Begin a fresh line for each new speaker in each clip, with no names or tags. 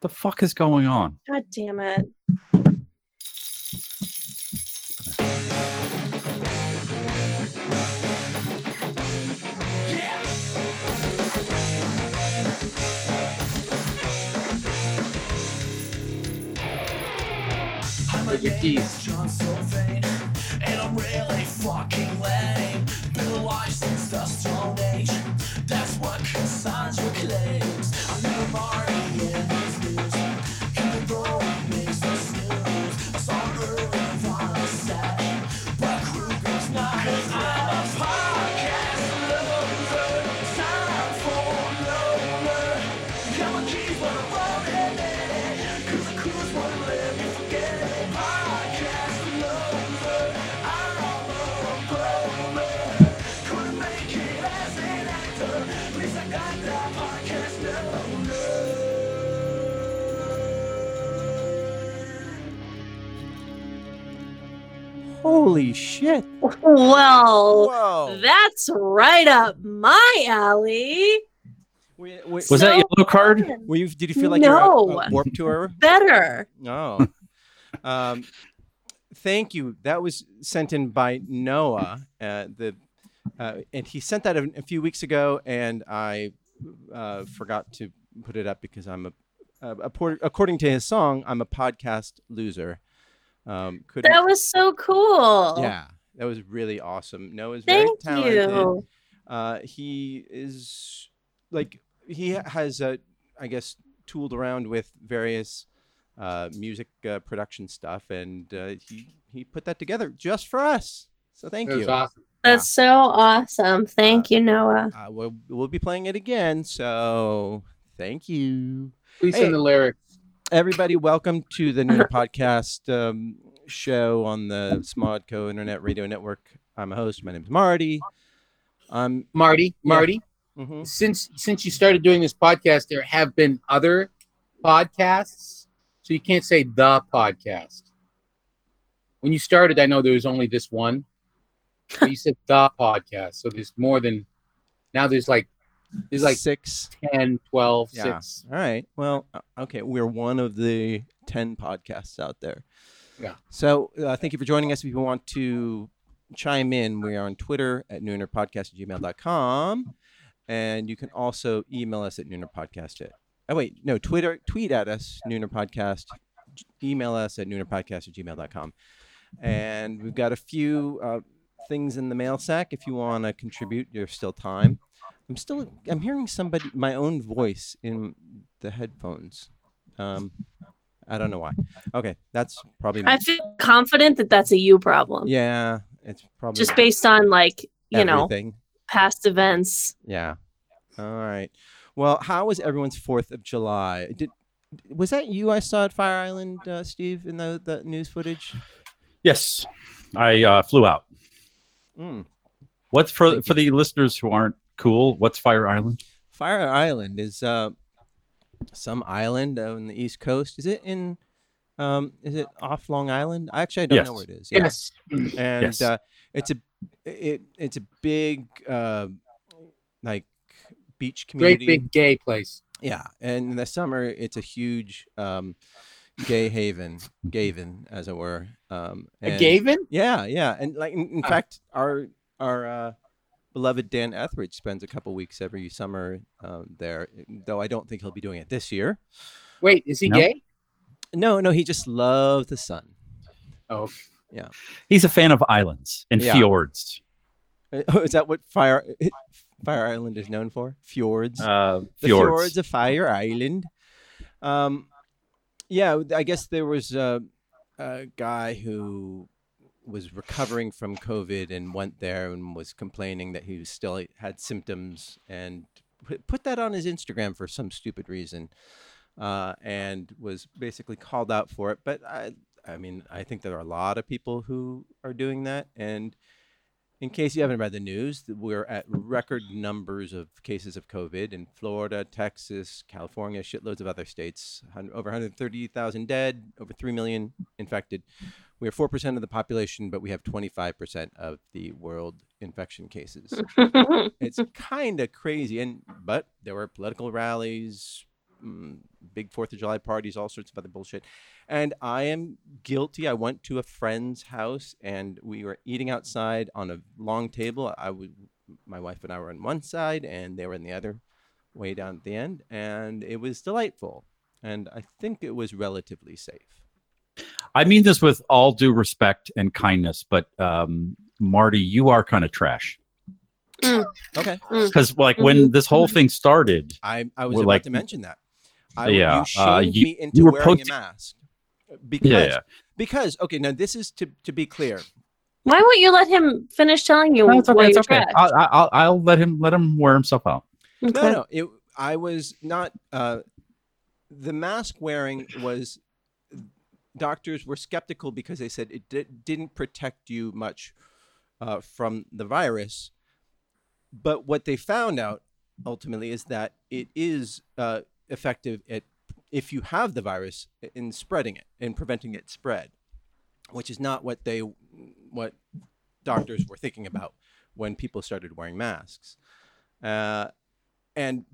The fuck is going on?
God damn it.
I'm
Your keys.
John Sylvain, and I'm really fucking lame. Been alive since the Stone Age. That's what Cassandra claims. I'm no Marty in these news. Even though it makes the news, I saw Irving on a set, but Kruger's not. Cause I'm a podcast loser. Time for lower. Got my keys, but I'm running it. Cause the crews won't let me forget it. Podcast loser. I'm a bummer. Couldn't make it as an actor. At least I got that podcast loser.
Holy shit.
Well,
Whoa.
that's right up my alley.
We- we-
Was that
So
yellow card?
fun.
were you, did you feel like you were a- a
No.
warp tour?
Better.
No. um, thank you. That was sent in by Noah. Uh, the uh, and he sent that a, a few weeks ago, and I uh, forgot to put it up because I'm a, a, a por- according to his song, I'm a podcast loser. Um, couldn't-
That was so cool.
yeah, that was really awesome. Noah's very
Thank
talented.
you.
Uh, he is like he has uh, I guess tooled around with various uh, music uh, production stuff, and uh, he he put that together just for us. So thank
It was
you.
awesome.
That's so awesome. Thank you, Noah.
Uh, we'll we'll be playing it again. So thank you,
Please
Hey.
send the lyrics.
everybody. Welcome to the new podcast um, show on the Smodco Internet Radio Network. I'm a host. My name is Marty. I'm.
Marty,
Yeah.
Marty,
mhm.
since since you started doing this podcast, there have been other podcasts, so you can't say the podcast. When you started, I know there was only this one. But you said the podcast, so there's more than now. There's like there's like
six
10, 12,
Yeah.
6.
All right. Well, uh, okay. We're one of the 10 podcasts out there.
Yeah.
So uh, thank you for joining us. If you want to chime in, we are on Twitter at noonerpodcast at gmail.com. And you can also email us at noonerpodcast at, oh, wait, no, Twitter, tweet at us, noonerpodcast, j- email us at noonerpodcast at gmail.com. And we've got a few uh, things in the mail sack. If you want to contribute, there's still time. I'm still I'm hearing somebody my own voice in the headphones. Um I don't know why. Okay, that's probably me.
I feel confident that that's a you problem.
Yeah, it's probably
Just based on like, you know,
everything.
past events.
Yeah. All right. Well, how was everyone's 4th of July? Did was that you I saw at Fire Island, uh, Steve, in the, the news footage?
Yes. I uh, flew out.
Mm.
What's for
Thank
for the listeners who aren't cool? What's Fire Island?
Fire Island is uh, some island on the East Coast. Is it in? Um, is it off Long Island? I actually I don't know where
Yes.
it is. Yeah.
Yes.
and
Yes.
uh, it's a it, it's a big uh, like beach
Great
community.
big gay place.
Yeah, and in the summer it's a huge um, gay haven, gaven as it were. Um,
A
and-
Gavin?
Yeah, yeah, and like in, in
Ah.
fact, our our uh, beloved Dan Etheridge spends a couple weeks every summer um, there. Though I don't think he'll be doing it this year.
Wait, is he
No.
gay?
No, no, he just loves the sun.
Oh, okay.
He's a fan of islands and
Yeah.
fjords.
Oh, is that what Fire Fire Island is known for? Fjords.
Uh,
the
fjords.
fjords, of Fire Island. Um, yeah, I guess there was a, a guy who was recovering from COVID and went there and was complaining that he was still had symptoms and put- put that on his Instagram for some stupid reason, uh, and was basically called out for it. But I, I mean, I think there are a lot of people who are doing that, and in case you haven't read the news, th- we're at record numbers of cases of COVID in Florida, Texas, California, shitloads of other states. Hun- Over 130,000 dead, over 3 million infected. We are 4% of the population, but we have 25% of the world infection cases.
yeah.
it's kind of crazy. And but there were political rallies, mm, big Fourth of July parties, all sorts of other bullshit. And I am guilty. I went to a friend's house and we were eating outside on a long table. I would, my wife and I were on one side and they were on the other, way down at the end, and it was delightful. And I think it was relatively safe.
I mean this with all due respect and kindness, but um, Marty, you are kind of trash.
Okay,
Because like when this whole thing started,
I I was
We're
about
like-
to mention that. I, yeah,
Yeah,
you
uh,
shamed
you-
me into
were
wearing
posting-
a mask because
yeah, yeah.
because okay now this is to to be clear
Why won't you let him finish telling you
No, it's
why
okay. It's
you're
okay.
trash?
I'll, I'll I'll let him let him wear himself out.
Okay.
No, no, it, I was not. Uh, the mask wearing was. Doctors were skeptical because they said it di- didn't protect you much uh, from the virus. But what they found out ultimately is that it is uh, effective at if you have the virus in spreading it and preventing its spread, which is not what they what doctors were thinking about when people started wearing masks. Uh, and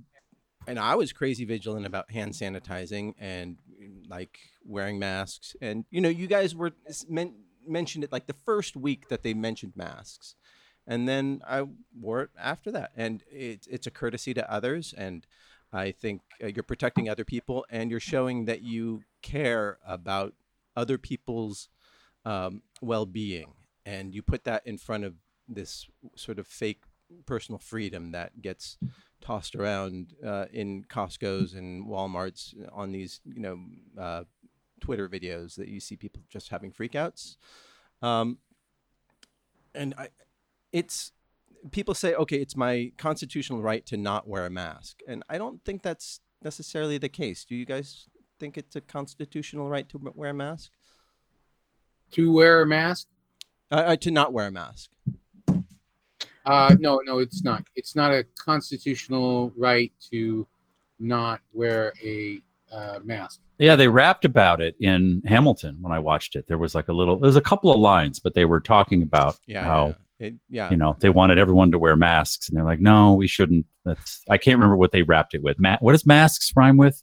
and I was crazy vigilant about hand sanitizing and like wearing masks. And you know, you guys were s- men- mentioned it like the first week that they mentioned masks, and then I wore it after that. And it, it's a courtesy to others, and I think uh, you're protecting other people and you're showing that you care about other people's um, well-being, and you put that in front of this sort of fake personal freedom that gets tossed around uh, in Costco's and Walmart's on these, you know, uh, Twitter videos that you see people just having freakouts. Um, and I, it's people say, okay, it's my constitutional right to not wear a mask, and I don't think that's necessarily the case. Do you guys think it's a constitutional right to wear a mask?
To wear a mask?
Uh, uh, to not wear a mask.
Uh, no, no, it's not. It's not a constitutional right to not wear a uh, mask.
Yeah, they rapped about it in Hamilton when I watched it. There was like a little, there's a couple of lines, but they were talking about
Yeah.
how
Yeah. It, yeah.
you know they wanted everyone to wear masks, and they're like, no, we shouldn't. That's I can't remember what they wrapped it with. Ma- what does masks rhyme with?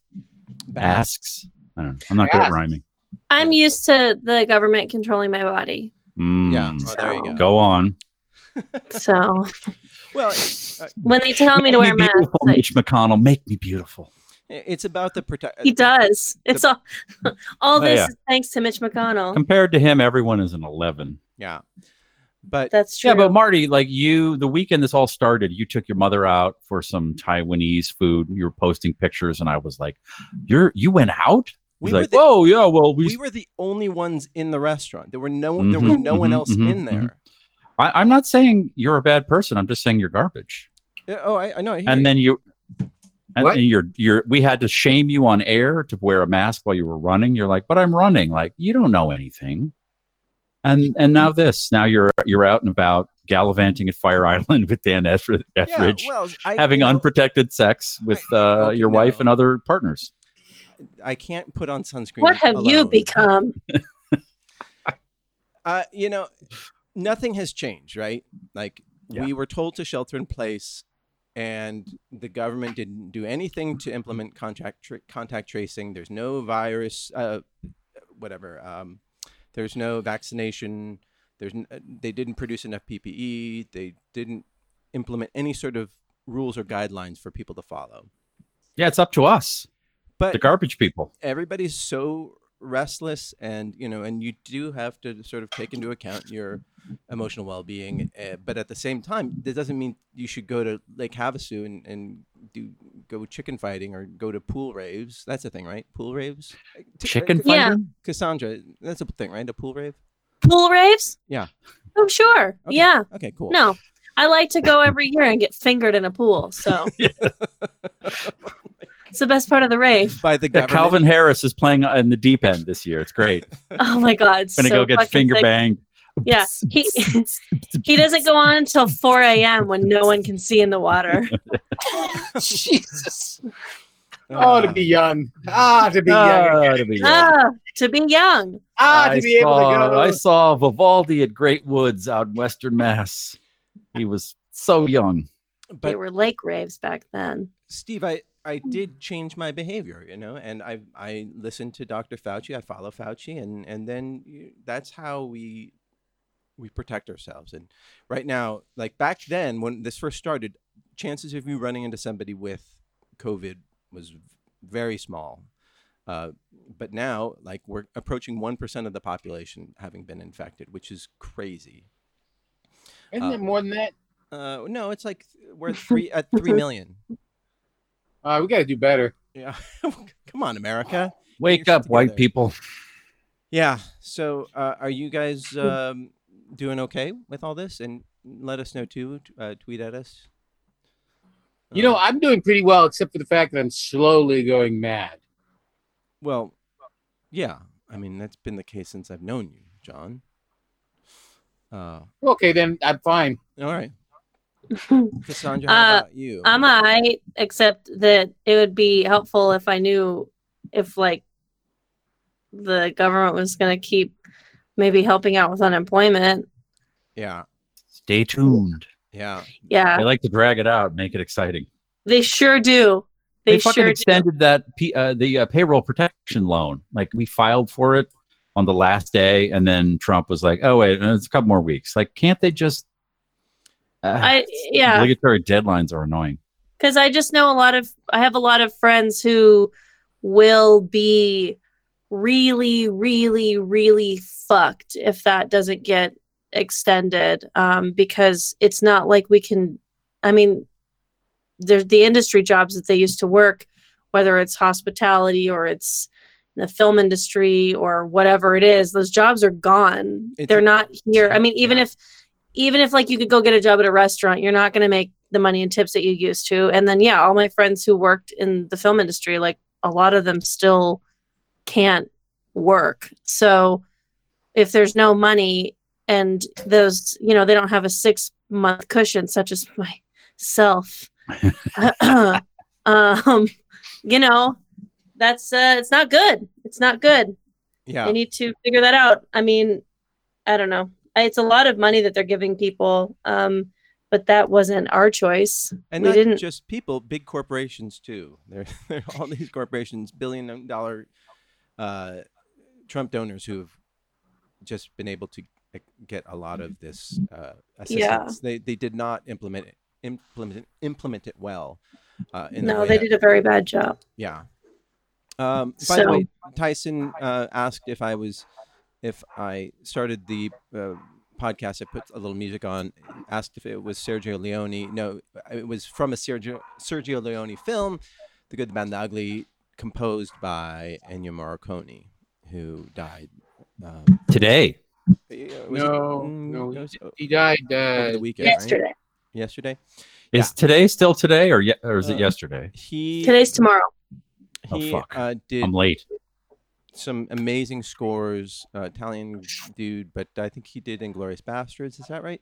Masks. I don't know. I'm not good at
Basks.
rhyming.
I'm used to the government controlling my body.
Mm,
Yeah. Oh, there you go.
Go on.
So
Well,
when they tell me to
Make
wear a mask,
beautiful,
like,
Mitch McConnell. Make me beautiful.
i- it's about the protect.
he does. It's all all
Oh,
this
yeah.
is thanks to Mitch McConnell.
Compared to him, everyone is an eleven.
Yeah. But
That's true.
Yeah, but Marty, like you, the weekend this all started, you took your mother out for some Taiwanese food. You were posting pictures, and I was like, "You're you went out?"
we
He's
were
like,
the-
"Oh yeah, well we."
we were the only ones in the restaurant. There were no there were
Mhm,
no one
mhm,
else
mhm,
in there.
I, I'm not saying you're a bad person. I'm just saying you're garbage.
Yeah, Oh, I, I know. I hear
And
you.
then you, and
What?
then you're you're. We had to shame you on air to wear a mask while you were running. You're like, "But I'm running." Like you don't know anything. And and now this. Now you're you're out and about gallivanting at Fire Island with Dan Etheridge.
yeah, well, I,
having
you know,
unprotected sex with uh,
okay,
your wife
no.
and other partners.
I can't put on sunscreen.
what have you
alone.
become?
Uh, you know, nothing has changed, right? Like
Yeah.
we were told to shelter in place, and the government didn't do anything to implement contact tra- contact tracing. There's no virus, uh, whatever. Um, there's no vaccination. There's n- uh, they didn't produce enough PPE. They didn't implement any sort of rules or guidelines for people to follow.
Yeah, it's up to us,
But
the garbage people.
everybody's so restless and you know and you do have to sort of take into account your emotional well-being uh, but at the same time that doesn't mean you should go to lake havasu and, and do go chicken fighting or go to pool raves that's a thing right pool raves Uh, t- uh,
Chicken
Ca-
Yeah.
fighting?
cassandra that's a thing right a pool rave
Pool raves?
Yeah.
Oh sure.
Okay.
Yeah.
okay cool
No. I like to go every year and get fingered in a pool. So it's the best part of the rave.
by the
Yeah,
government
Calvin Harris is playing in the deep end this year. It's great.
Oh my God. it's
Going to
so
go get
fucking
finger
sick.
banged.
Yeah. He he doesn't go on until 4 a.m. when no one can see in the water.
Jesus.
Uh,
Oh, to be young. Ah, to be young.
Ah, it'll be great.
Ah, to be young.
Ah, to
I
be able to
saw-
go.
I saw Vivaldi at Great Woods out in Western Mass. He was so young.
they
but
were lake raves back then.
steve i I did change my behavior, you know, and I I listened to Dr. Fauci, I follow Fauci, and and then you, that's how we we protect ourselves. And right now, like back then when this first started, chances of you running into somebody with COVID was very small. Uh, but now, like we're approaching one percent of the population having been infected, which is crazy.
Isn't
Uh,
it more than that?
Uh, no, it's like th- we're at three at three million.
Uh, we got to do better.
Yeah, come on, America.
Wake
your
up,
shit
white
together.
people.
Yeah. So, uh, are you guys um, doing okay with all this? And let us know too. t- Uh, tweet at us.
You know,
Uh,
I'm doing pretty well, except for the fact that I'm slowly going mad.
well, yeah. I mean, that's been the case since I've known you, John. Uh,
Okay, then I'm fine.
all right, Cassandra.
Uh,
How about you?
I'm all right, except that it would be helpful if I knew if like the government was going to keep maybe helping out with unemployment.
yeah,
Stay tuned.
yeah.
They
Yeah,
like to drag it out, make it exciting.
they sure do.
They,
They,
fucking
sure do.
extended that P, uh, the uh, payroll protection loan. Like we filed for it on the last day, and then Trump was like, "Oh wait, uh, it's a couple more weeks." Like, can't they just? Uh,
I yeah,
Obligatory deadlines are annoying.
because I just know a lot of I have a lot of friends who will be really, really, really fucked if that doesn't get extended. Um, because it's not like we can I mean there's the industry jobs that they used to work, whether it's hospitality or it's the film industry or whatever it is, those jobs are gone.
It's-
They're not here. I mean, even
Yeah.
if even if like you could go get a job at a restaurant, you're not going to make the money and tips that you used to. And then yeah, all my friends who worked in the film industry, like a lot of them still can't work. So if there's no money and those, you know, they don't have a 6 month cushion such as myself. um, you know, that's uh, it's not good. It's not good.
Yeah.
They need to figure that out. I mean, I don't know. I- It's a lot of money that they're giving people, um, but that wasn't our choice.
and
we
not
didn't-
just people, big corporations too. There, there are all these corporations, billion dollar uh, Trump donors who have just been able to like, get a lot of this uh,
Yeah.
assistance. They they did not implement it implement it, implement it well. Uh, in the
no,
way
they
that-
did a very bad job.
yeah. Um, by the
So-
way, Tyson uh, asked if I was, if I started the uh, podcast. I put a little music on. Asked if it was Sergio Leone. No, uh, it was from a Sergio Sergio Leone film, The Good, the Bad, and the Ugly, composed by Ennio Morricone, who died. Um,
Today,
yeah, was it-
No,
mm,
no,
it was o-
he died.
over
Uh,
the weekend. right?
Yesterday.
Yesterday.
is
Yeah.
today still today, or ye- or is it
Uh,
yesterday?
He
Today's tomorrow.
Oh,
he
fuck.
uh, did
I'm late.
some amazing scores. Uh, Italian dude, but I think he did Inglorious Bastards. Is that right?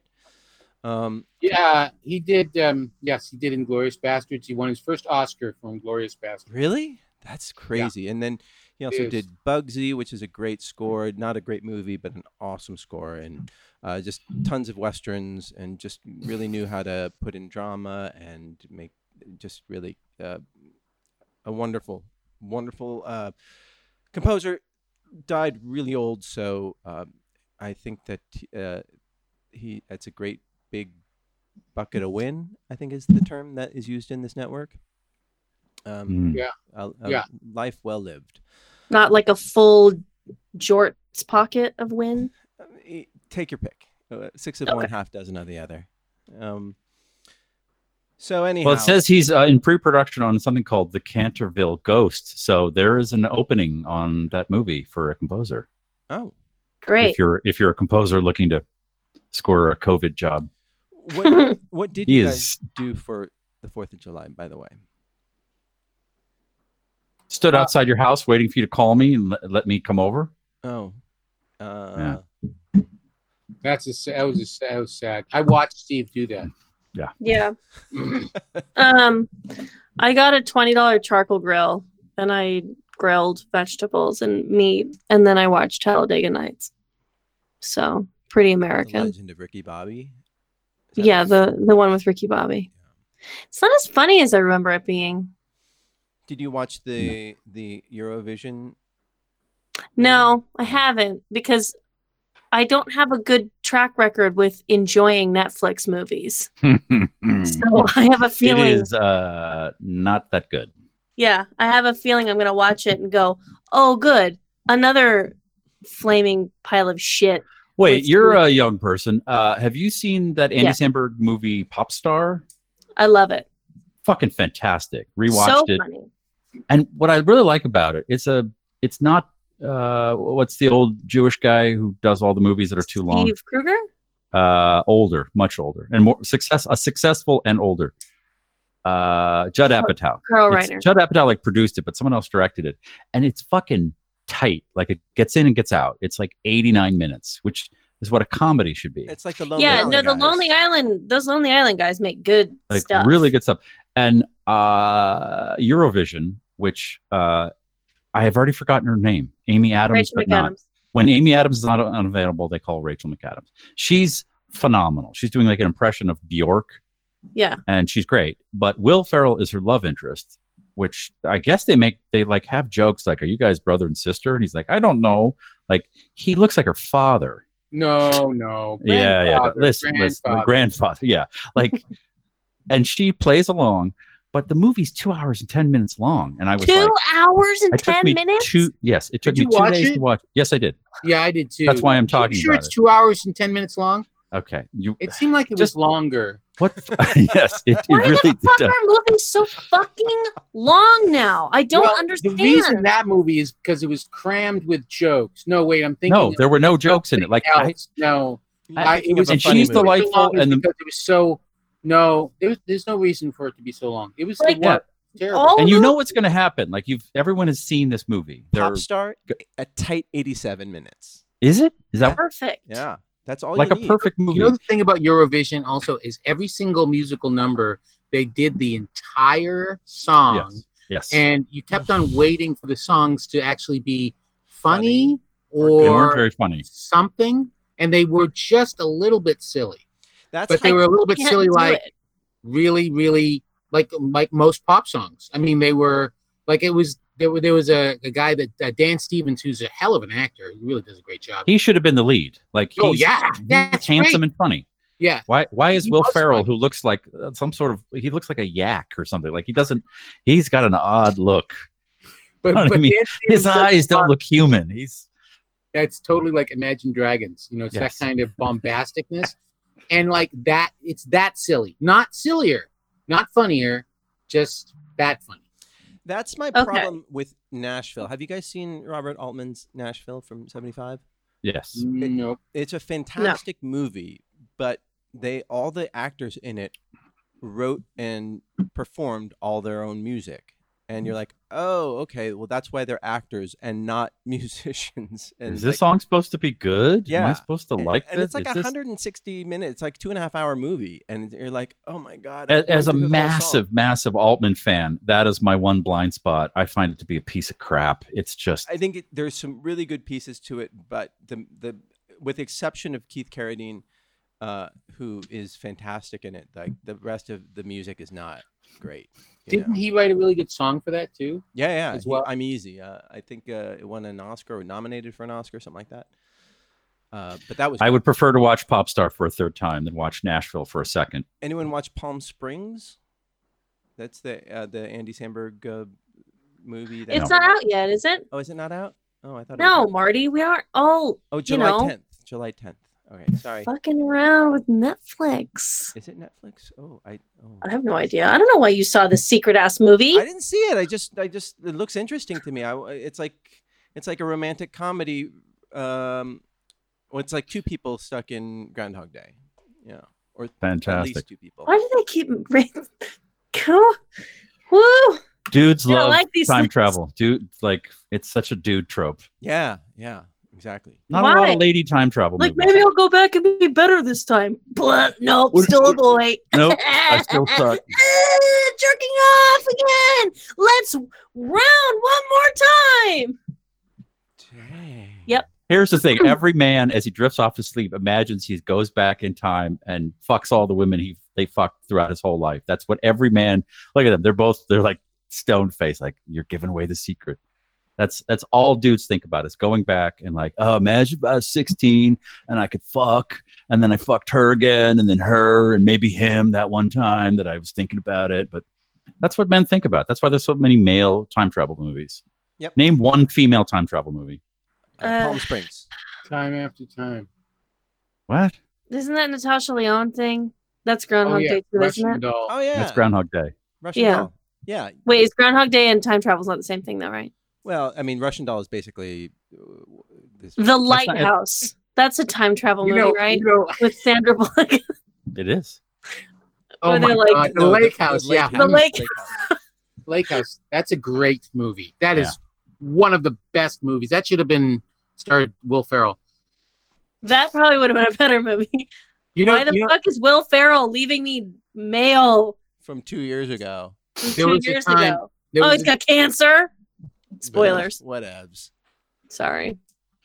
Um,
yeah, he did. Um, yes, he did Inglorious Bastards. He won his first Oscar for Inglorious Bastards.
really? That's crazy. And then he also
Yes.
did Bugsy, which is a great score. Not a great movie, but an awesome score, and uh, just tons of westerns, and just really knew how to put in drama and make just really uh, a wonderful, wonderful uh, composer. Died really old, so uh, I think that uh, he that's a great big bucket of win. I think is the term that is used in this network. Um,
Mm.
a, a
Yeah.
life well lived.
Not like a full jorts pocket of win.
Uh, e- Take your pick. Uh, Six of
Okay.
one, half dozen of the other. Um, so anyhow,
Well, it says he's uh, in pre-production on something called The Canterville Ghost, so there is an opening on that movie for a composer.
oh,
Great.
If you're if you're a composer looking to score a COVID job,
what what did
He
you
is-
guys do for the Fourth of July? By the way,
stood
Uh,
outside your house waiting for you to call me and let, let me come over.
oh, uh,
That's a, sa- that was a, sa- that was sad. I watched Steve do that.
Yeah. um, I got a twenty dollar charcoal grill, and I grilled vegetables and meat, and then I watched Talladega Nights. So pretty
the
American.
Legend of Ricky Bobby. Is that-
Yeah, the the one with Ricky Bobby. It's not as funny as I remember it being.
Did you watch the the Eurovision?
No, I haven't because I don't have a good track record with enjoying Netflix movies. So I have
Oh,
a
it
feeling.
is uh, not that good.
Yeah, I have a feeling I'm going to watch it and go, oh, good. Another flaming pile of shit.
Wait,
Let's
you're
do it.
a young person. Uh, have you seen that Andy
Yeah.
Samberg movie Pop Star?
I love it.
Fucking fantastic. Rewatched
so
it.
funny.
And what I really like about it, it's a it's not uh what's the old Jewish guy who does all the movies that are too long?
Steve Kruger?
Uh older, much older. And more success a successful and older. Uh Judd Apatow.
Carl
It's-
Reiner.
Judd Apatow like produced it, but someone else directed it, and it's fucking tight. Like it gets in and gets out. It's like 89 minutes, which is what a comedy should be.
It's like the Lonely
Yeah,
Island
no, the
guys.
Lonely Island, those Lonely Island guys make good
like
stuff.
really good stuff. And uh, Eurovision, which uh, I have already forgotten her name, Amy Adams,
Rachel
but not
McAdams.
when Amy Adams is not unavailable, they call Rachel McAdams. She's phenomenal. She's doing like an impression of Bjork.
Yeah.
and she's great. But Will Ferrell is her love interest, which I guess they make they like have jokes like, "Are you guys brother and sister?" And he's like, "I don't know." Like he looks like her father.
No, no.
Yeah, yeah. but
Grandfather,
Listen, listen, the
grandfather.
grandfather. Yeah, like, and she plays along, but the movie's two hours and ten minutes long, and I was
Two
like,
hours and
it took
10
me
minutes?
two. Yes, it took me
Did you
two
watch
days
it?
to watch. Yes, I did.
Yeah, I did too.
That's why I'm
Are you
talking
sure
about
it's
it.
two hours and ten minutes long.
Okay, you
It seemed like it
Just-
was longer.
what? the- yes, it, it
Why
really
the fuck
does.
are movies so fucking long now? I don't
Well,
understand.
The reason that movie is because it was crammed with jokes. No, wait, I'm thinking.
No,
of
there were no jokes in it. Like I,
something else. no,
You're
I,
thinking of
it was.
a
and
funny
she's
movie.
delightful and
and
the-
because it was so. No, there was, there's no reason for it to be so long. It was
Like,
the what? Terrible.
all
and you
those-
know what's going to happen. Like you've everyone has seen this movie. There
Pop star, a tight 87 minutes.
is it? Is that
perfect.
Yeah, that's all.
like
you
a
need.
perfect movie?
You know the thing about Eurovision also is every single musical number they did the entire song,
yes. Yes.
and you kept on waiting for the songs to actually be funny,
They
or
weren't very funny.
something, and they were just a little bit silly.
That's
But they
how-
were a little bit
Can't
silly,
do
like
it.
really, really like like most pop songs. I mean, they were like it was there were there was a, a guy that uh, Dan Stevens, who's a hell of an actor, he really does a great job.
He should have been the lead. Like he's
oh yeah, that's
handsome
right.
and funny.
Yeah,
Why? Why is
He
Will
was
Ferrell,
funny.
who looks like uh, some sort of he looks like a yak or something? Like he doesn't. He's got an odd look.
but,
I
but
mean,
Dan Stevens
His
does
eyes
a lot-
don't look human. He's
that's totally like Imagine Dragons. You know, it's
Yes.
that kind of bombasticness, and like that, it's that silly, not sillier, not funnier, just that funny.
That's my
Okay.
problem with Nashville. Have you guys seen Robert Altman's Nashville from 75?
Mm,
yes.
Nope.
It's a fantastic movie, but they all the actors in it wrote and performed all their own music. And you're like, "Oh, okay, well that's why they're actors and not musicians." And
Is
like-
this song supposed to be good? Am I
Yeah.
supposed to
and-
like
and
this?
it's like
Is this-
160 minutes, like two and a half hour movie, and you're like, "Oh my god!" I
as,
can't
as a
do this whole song."
massive, massive Altman fan, that is my one blind spot. I find it to be a piece of crap. It's just
I think it, there's some really good pieces to it, but the the with the exception of Keith Carradine, uh, who is fantastic in it, like the rest of the music is not great. you know?
Didn't he write a really good song for that too?
Yeah, yeah.
as
he-
well?
I'm easy. Uh, I think uh, it won an Oscar or nominated for an Oscar, or something like that. Uh, but that was.
I would prefer to watch Popstar for a third time than watch Nashville for a second.
Anyone watch Palm Springs? That's the uh, the Andy Samberg uh, movie. That
It's not out yet, is it?
Oh, is it not out? Oh, I thought. It was
No,
out.
Marty, we aren't all
Oh,
you
July
know.
10th. July 10th. Okay, sorry.
fucking around with Netflix.
Is it Netflix? Oh, I. Oh.
I have no idea. I don't know why you saw this secret ass movie.
I didn't see it. I just, I just, it looks interesting to me. I, it's like, it's like a romantic comedy. Um, well, it's like two people stuck in Groundhog Day. Yeah, or at
Fantastic.
least two people.
Why do they keep go? Woo!
Dudes
I don't
love
like these
time
things.
travel. Dude, like it's such a dude trope.
Yeah, yeah, exactly.
Not a lot
Why?
of lady time travel
Like
movies.
maybe I'll go back and be better this time. But nope,
What-
still a boy.
nope, I still suck.
Ah, Jerking off again. Let's round one more time.
Dang.
Yep.
Here's the thing: every man, as he drifts off to sleep, imagines he goes back in time and fucks all the women he they fucked throughout his whole life. That's what every man. Look at them; they're both they're like stone face, like you're giving away the secret. That's that's all dudes think about is going back and like, oh, imagine if I was 16 and I could fuck, and then I fucked her again, and then her, and maybe him that one time that I was thinking about it. But that's what men think about. That's why there's so many male time travel movies.
Yep.
Name one female time travel movie.
Uh, Palm
Uh,
Springs.
time after time.
What?
Isn't that Natasha Leon thing? That's Groundhog
Oh yeah,
Day too, isn't
Russian
it?
doll.
Oh yeah,
That's Groundhog Day.
Russian
Yeah.
doll. Yeah.
Wait, is Groundhog Day and time travel's not the same thing though, right?
Well, I mean, Russian doll is basically uh, w- this.
The
not it.
Lighthouse. That's a time travel
You
movie,
know,
Oh, right?
you know,
With Sandra Bullock.
It is.
oh
Where
my
they're like-
god, the
No,
lake house, yeah,
The lake-
house.
lake house. That's a great movie. That is
Yeah.
one of the best movies. That should have been starred Will Ferrell.
that probably would have been a better movie.
You know,
Why the
you know
fuck is Will Ferrell leaving me mail
from two years ago.
from
There
two
was a
years
time-
ago?
there
Oh,
was
he's got cancer. Spoilers.
What abs?
Sorry,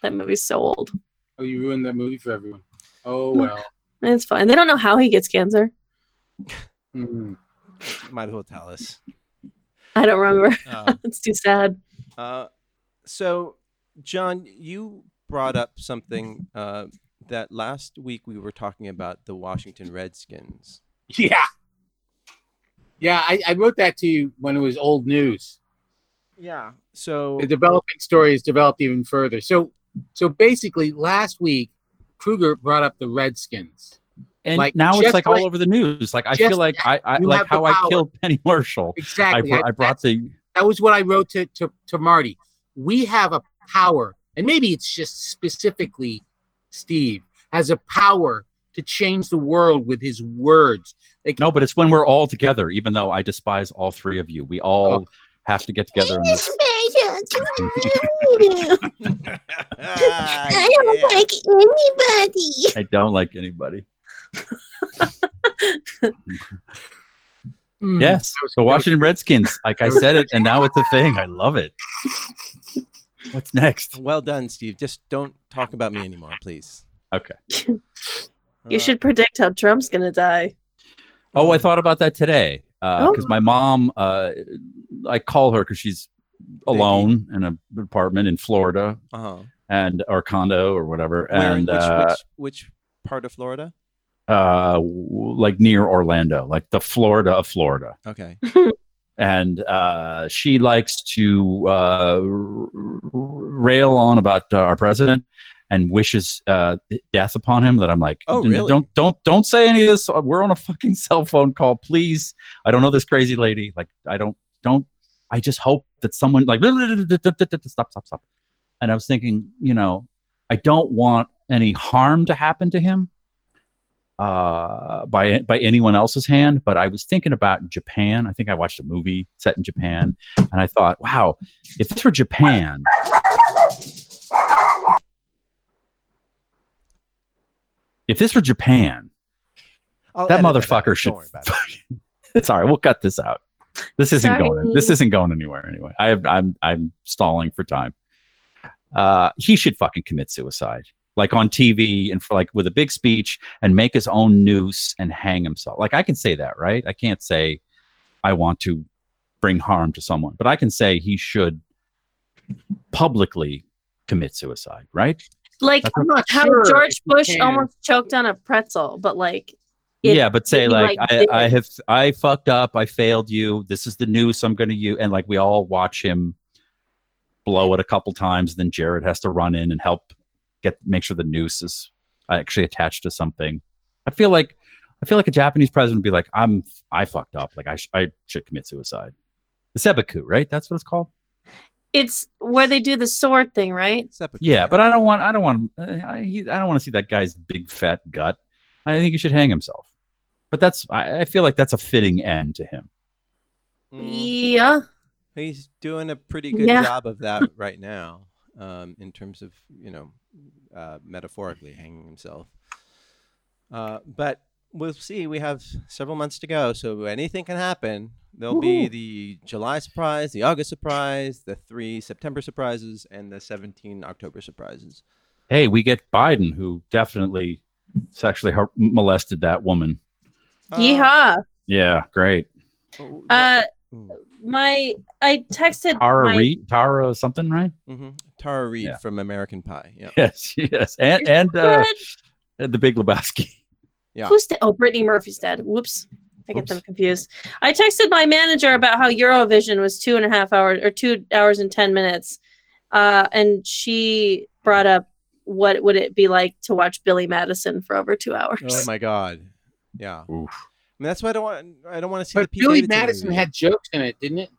that movie's so old.
Oh, you ruined that movie for everyone. Oh well.
It's fine. They don't know how he gets cancer.
Mm.
Might as well tell us.
I don't remember.
Um,
It's too sad.
Uh, so, John, you brought up something uh, that last week we were talking about the Washington Redskins.
Yeah. Yeah, I, I wrote that to you when it was old news.
Yeah. So,
The developing story has developed even further. So, so basically, last week Kruger brought up the Redskins.
And
Like,
now
just
it's like,
like-
all over the news. Like I
just-
feel like I, I
you
like
have the
how I
power.
killed Penny Marshall. I,
Exactly.
br- I brought the
that was what I wrote to, to, to Marty. We have a power, and maybe it's just specifically Steve has a power to change the world with his words. Like
no, but it's when we're all together. Even though I despise all three of you, we all
Oh.
have to get together. And
I
anybody.
I don't like anybody.
mm,
Yes, the
that was- that was-
Washington Redskins. Like I said it, and now it's a thing. I love it. What's next?
Well done, Steve. Just don't talk about me anymore, please.
Okay.
You
Uh,
should predict how Trump's gonna die.
Oh, I thought about that today because
Oh.
my mom. Uh, I call her because she's alone in an apartment in Florida
Uh-huh.
and or condo or whatever,
Where,
and
which,
uh,
which, which part of Florida?
uh, w- like near Orlando, like the Florida of Florida.
Okay.
And uh, she likes to uh, r- r- rail on about uh, our president and wishes uh, death upon him. That I'm like,
Oh,
"N-
really?
Don't don't don't say any of this. We're on a fucking cell phone call, please. I don't know this crazy lady. Like, I don't don't. I just hope that someone like stop stop stop. And I was thinking, you know, I don't want any harm to happen to him uh, by by anyone else's hand. But I was thinking about Japan. I think I watched a movie set in Japan, and I thought, wow, if this were Japan, if this were Japan,
I'll
that
edit out.
motherfucker
Don't
should.
worry about it.
fucking- it's all right. We'll cut this out. This isn't
Sorry.
going. This isn't going anywhere anyway. I have, I'm I'm stalling for time. Uh, he should fucking commit suicide, like on TV and for like with a big speech, and make his own noose and hang himself. Like I can say that, right? I can't say I want to bring harm to someone, but I can say he should publicly commit suicide, right?
Like
I'm not
how
sure
George
if you
Bush
can.
almost choked on a pretzel, but like it-
yeah, but say
be
like,
like
I,
this.
I have I fucked up, I failed you. This is the noose I'm gonna use, and like we all watch him blow it a couple times. Then Jared has to run in and help get make sure the noose is actually attached to something. I feel like I feel like a Japanese president would be like, I'm I fucked up, like I sh- I should commit suicide. The seppuku, right? That's what it's called.
it's where they do the sword thing, right?
Seppuku.
Yeah, but I don't want I don't want uh, I, I he- I don't want to see that guy's big fat gut. I think he should hang himself. But that's I, I feel like that's a fitting end to him.
Mm.
Yeah.
He's doing a pretty good
Yeah.
job of that right now, um, in terms of you know, uh, metaphorically hanging himself. Uh, but we'll see. We have several months to go, so anything can happen. There'll be the July surprise, the August surprise, the three September surprises, and the seventeen October surprises.
hey, we get Biden, who definitely sexually har- molested that woman.
Uh,
Yeehaw.
Yeah, great.
w- w-
Uh my I texted
Tara
my-
Reid, Tara something, right?
hmm Tara Reid
Yeah.
from American Pie. Yeah.
Yes, yes, and
Is
and uh,
Good.
the Big Lebowski.
Yeah.
Who's dead? Oh, Brittany Murphy's dead. Whoops. I get
Oops.
them confused. I texted my manager about how Eurovision was two and a half hours or two hours and 10 minutes. Uh, and she brought up what would it be like to watch Billy Madison for over two hours.
Oh my God. Yeah. I
Oof.
mean, that's why I don't want. I don't want to see.
But
the Pete
Billy
Davidson
Madison
movie.
had jokes in it, didn't it?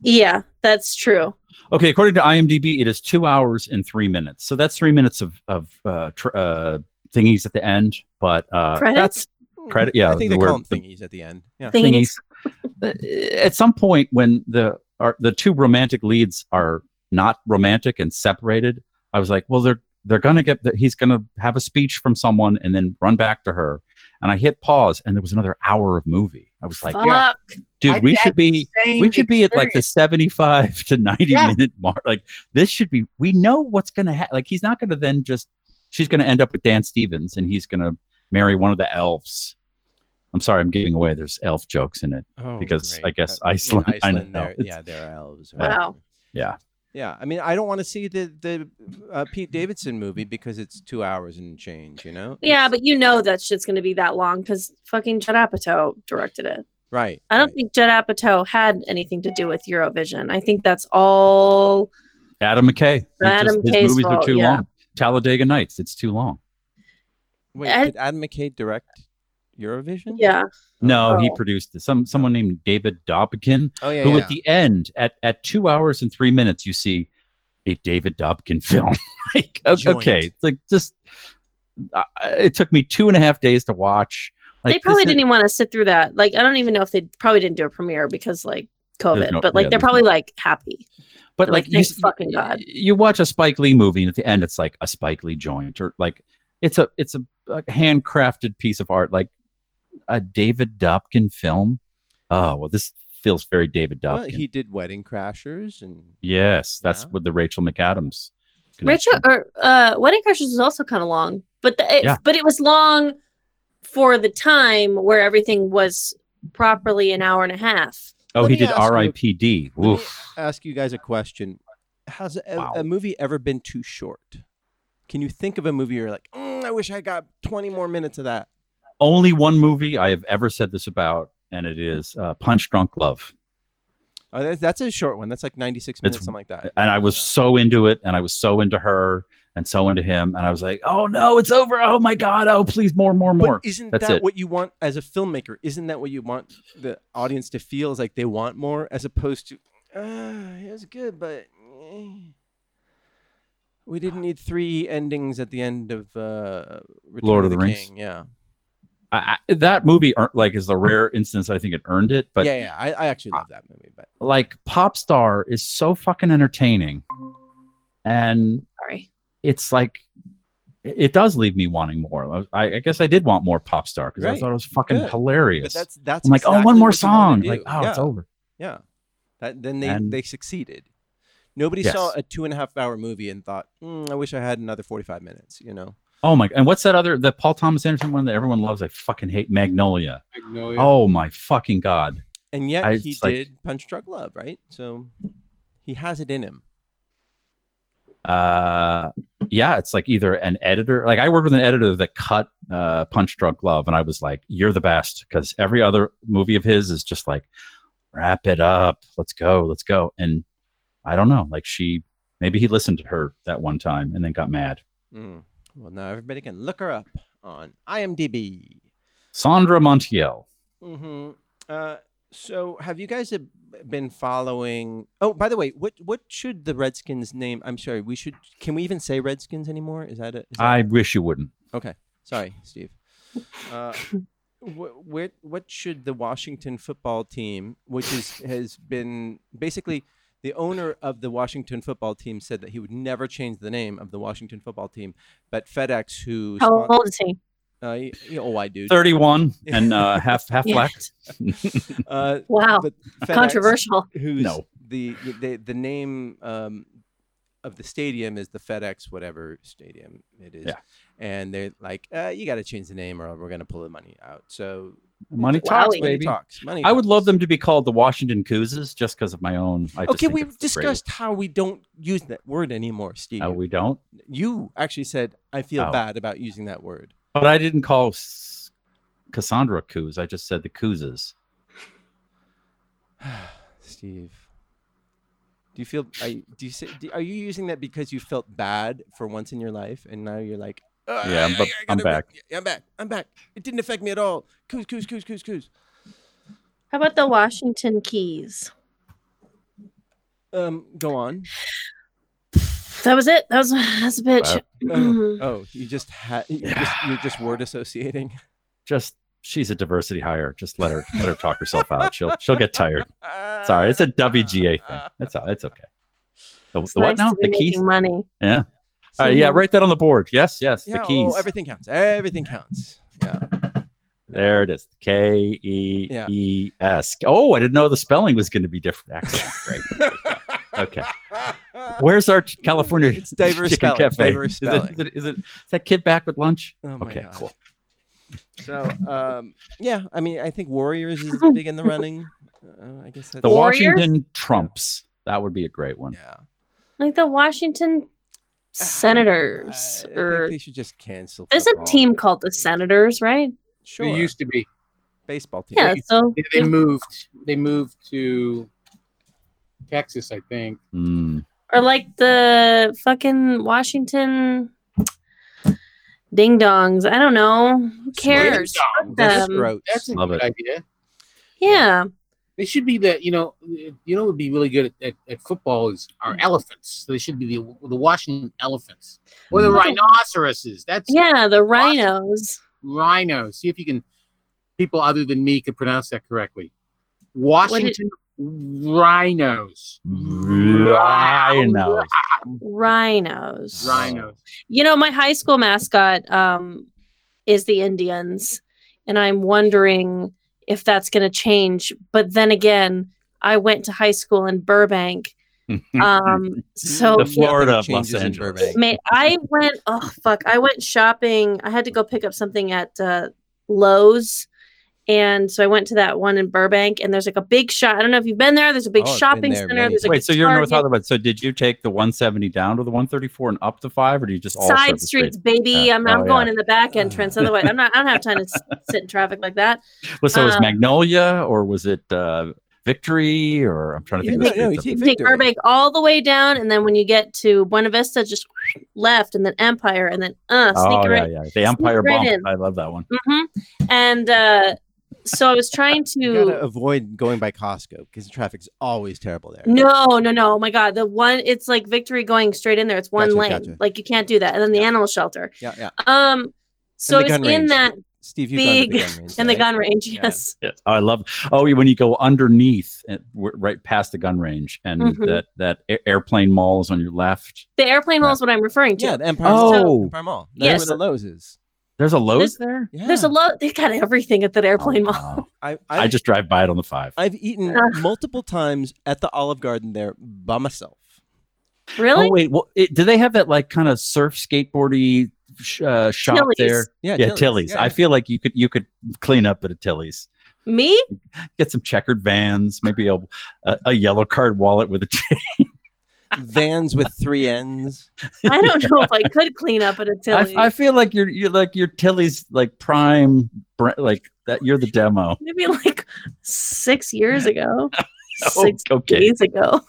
Yeah, that's true.
Okay, according to IMDb, it is two hours and three minutes. So that's three minutes of of uh, tr- uh, thingies at the end, but uh,
Credits?
Mm,
credit- yeah,
I think they
where
call them
the-
thingies at the end. Yeah.
that's
Thingies.
thingies. Uh, At some point, when the are, the two romantic leads are not romantic and separated, I was like, well, they're they're gonna get that he's gonna have a speech from someone and then run back to her. And I hit pause, and there was another hour of movie. I was like,
Fuck.
dude,
I
we
had
should
the
be
same
we should be at like the
experience.
75 to 90
Yeah.
minute mark like this should be we know what's gonna happen like he's not gonna then just she's gonna end up with dan stevens and he's gonna marry one of the elves i'm sorry i'm giving away there's elf jokes in it
Oh,
Because I
great.
guess
Uh, in
Iceland- I
Iceland,
know,
they're,
it's-
yeah, they're elves.
Yeah.
Wow.
Yeah.
Yeah, I mean, I don't want to see the the uh, Pete Davidson movie because it's two hours and change. You know.
Yeah,
It's-
but you know that shit's going to be that long because fucking Judd Apatow directed it.
right.
I don't
right.
think Judd Apatow had anything to do with Eurovision. I think that's all
adam mckay He
Adam
his
McKay's
movies
fault,
are too
yeah.
long talladega nights it's too long
Wait,
Ed-
did Adam McKay direct Eurovision?
Yeah.
no he
Oh.
produced it. some someone named david dobkin
Oh yeah.
who
yeah.
at the end at at two hours and three minutes you see a david dobkin film like o-
Joint.
okay it's like just uh, it took me two and a half days to watch like
they
this
probably
is-
didn't even want to sit through that. Like, I don't even know if they probably didn't do a premiere because like COVID,
no-
but like
yeah,
they're
there's no-
probably like happy.
but
like,
like, you,
thank
s-
fucking God.
you watch a spike lee movie and at the end it's like a spike lee joint or like it's a it's a, a handcrafted piece of art like a david dobkin film oh well this feels very david dobkin
Well, he did Wedding Crashers and
yes that's
Yeah.
with the rachel mcadams
Rachel or uh, Wedding Crashers was also kind of long, but the, it,
Yeah.
but it was long for the time where everything was properly an hour and a half.
oh
Let
he
me
did
ask you-
ripd
Let me
Oof.
ask you guys a question. Has a,
Wow.
a movie ever been too short? Can you think of a movie you're like, "Mm, I wish I got 20 more minutes of that?
only one movie I have ever said this about, and it is uh, Punch Drunk Love.
Oh, that's, that's a short one. That's like 96 minutes,
It's-
something like that.
And I was so into it, and I was so into her, and so into him, and I was like, "Oh no, it's over! Oh my god! Oh please, more, more,
But
more!"
isn't
That's
that
it.
what you want as a filmmaker? Isn't that what you want the audience to feel is like they want more as opposed to, uh, it was good, but eh. we didn't need three endings at the end of uh, Return
Lord of the Rings.
King. Yeah.
I, I, that movie, ear- like, is the rare instance I think it earned it. But Ah,
yeah, yeah. I, I actually love that movie, but
like, Pop Star is so fucking entertaining, and
Sorry.
it's like. It it does leave me wanting more. I, I guess I did want more pop star because I
Right.
thought it was fucking
Good.
hilarious.
But that's that's
I'm like, oh,
exactly
one more
what you wanna
song.
do.
Like, oh,
yeah,
it's over.
Yeah. That, then they
And-
they succeeded. Nobody
Yes.
saw a two and a half hour movie and thought, "Mm, I wish I had another forty five minutes. You know.
Oh my! And what's that other? The Paul Thomas Anderson one that everyone loves. I fucking hate Magnolia.
Magnolia.
Oh my fucking god!
And yet
I-
he
it's like-
did Punch Drug Love, right? So he has it in him.
Uh, yeah, it's like either an editor. Like I worked with an editor that cut uh, Punch Drunk Love, and I was like, "You're the best," because every other movie of his is just like, "Wrap it up, let's go, let's go." And I don't know. Like she, maybe he listened to her that one time and then got mad.
Mm. Well, now everybody can look her up on IMDb.
Sandra Montiel.
hmm Uh, so have you guys uh, been following? Oh, by the way, what what should the Redskins name? I'm sorry, we should. Can we even say Redskins anymore? Is that a? Is that
I wish you wouldn't.
Sorry, Steve. Uh, wh- where, what should the Washington football team, which is, has been basically the owner of the Washington football team, said that he would never change the name of the Washington football team, but FedEx, who
How
spon-
old is he?
uh, y- y- oh, I do,
Thirty-one and uh, half half
Yeah.
black.
uh,
Wow.
but FedEx,
Controversial.
who's
No.
the, the the name um, of the stadium is the FedEx whatever stadium it is,
Yeah.
and they're like, uh, you got to change the name or we're gonna pull the money out. So
Money talks,
Wowie.
baby.
Talks, money
I would
talks.
love them to be called the Washington Cougars just because of my own. I just
Okay,
think
we
it's great.
discussed how we don't use that word anymore, Steve.
No, we don't.
you actually said I feel
Oh.
bad about using that word.
But I didn't call s- Cassandra Coos. I just said the Cooses.
Steve, do you feel? Are, you- do you say, do, are you using that because you felt bad for once in your life, and now you're like, "Ugh,
Yeah, I'm bu-
gotta
I'm
re-
back."
yeah, I'm back. I'm back. It didn't affect me at all. Coos, coos, coos, coos, coos.
How about the Washington Keys?
Um, go on.
That was it. That was that's a bitch. Mm-hmm.
Oh, oh, you just had. You just, you're just word associating.
Just she's a diversity hire. Just let her let her talk herself out. She'll she'll get tired. Sorry, it's a WGA thing. That's all. It's okay. The,
It's
the what
nice
now?
to be
The keys.
making money.
Yeah. Uh, yeah, write that on the board. Yes, yes.
Yeah,
the keys.
Oh, everything counts. Everything counts. Yeah.
There it is. K E
Yeah.
E S. Oh, I didn't know the spelling was going to be different. Excellent. Great. Okay.
Oh
Where's our California
It's diverse
chicken
spelling,
cafe?
diverse
is, it,
spelling.
is, it, is it is that kid back with lunch?
Oh my
okay,
God.
cool.
So, um, yeah, I mean, I think Warriors is big in the running. Uh, I guess that's
The
Warriors?
Washington Trumps. That would be a great one.
Yeah.
Like the Washington Senators
Uh, I- I think
or
they should just cancel.
there's a
football.
team called the Senators, right?
Sure.
They used to be.
baseball team.
Yeah, so
They, they moved. They moved to Texas, I think.
Mm.
or like the fucking Washington ding dongs. I don't know. Who cares?
Ding-dong.
That's
Um,
gross.
That's a
Love
good
it.
idea.
Yeah.
They should be the you know you know what would be really good at, at, at football is our elephants. They should be the the Washington elephants or the
Mm.
rhinoceroses. That's
Yeah, the rhinos.
rhino. See if you can people other than me could pronounce that correctly. Washington rhinos.
Rhinos.
Rhinos.
Rhinos.
You know, my high school mascot um, is the Indians, and I'm wondering if that's going to change. But then again, I went to high school in Burbank, um, so
Mm-hmm. the Florida of
Changes
Los
in
Angeles.
Burbank.
May I went oh fuck. I went shopping. I had to go pick up something at uh Lowe's. And so I went to that one in Burbank and there's like a big shop. I don't know if you've been there. There's a
Oh,
big
I've been
shopping
there
center.
many
There's like a
Wait, so you're in North
Target.
Hollywood. So did you take the 170 down to the 134 and up to five, or do you just all
side
surface
streets, baby.
Yeah.
I'm, I'm
Oh,
going
yeah.
in the back entrance. Otherwise, I'm not I don't have time to s- sit in traffic like that.
streets? Well, so it was
um,
Magnolia, or was it uh, Victory, or I'm trying to
You
think.
know,
of the
no, you
streets
take
up-
You take
Victory.
Burbank all the way down, and then when you get to Buena Vista, just left and then Empire and then uh sneak
oh
right
yeah, yeah, the Empire
right
Bump.
in.
I love that one.
hmm And uh, so I was trying
You gotta
to.
avoid going by Costco because traffic's always terrible there.
No, no, no. Oh my God. The one, it's like victory going straight in there. It's one
Gotcha,
lane.
gotcha.
Like you can't do that. And then the animal shelter.
Yeah, yeah.
Um, so
the
it's in
gun range.
that
Steve, you've
big,
gone to the gun range,
in the
right?
gun range.
Yeah.
Yes.
Yes. Oh, I love. Oh, when you go underneath, and we're right past the gun range, and
Mhm.
that that a- airplane mall is on your left.
The airplane hall is what I'm referring to.
Yeah, the Empire Mall.
Oh.
Empire Mall. That's
Yes.
where the Lowe's is.
There's a Lowe's
There's-
there.
Yeah.
There's a lot. They got everything at that airplane
Oh,
mall.
wow.
I, I,
I just drive by it on the five.
I've eaten
Ugh.
multiple times at the Olive Garden there by myself.
Really?
Oh wait, well, it, do they have that like kind of surf skateboardy sh- uh, shop
Tilly's.
there?
Yeah,
yeah, Tilly's. I feel like you could you could clean up at a Tilly's.
Me?
Get some checkered vans, maybe a a, a yellow card wallet with a chain.
vans with three ends.
I don't know if I could clean up at a
I,
Tilly.
I feel like you're you're like you're Tilly's like prime br- like that. You're the demo.
Maybe like six years ago.
Oh,
Six
okay.
days ago.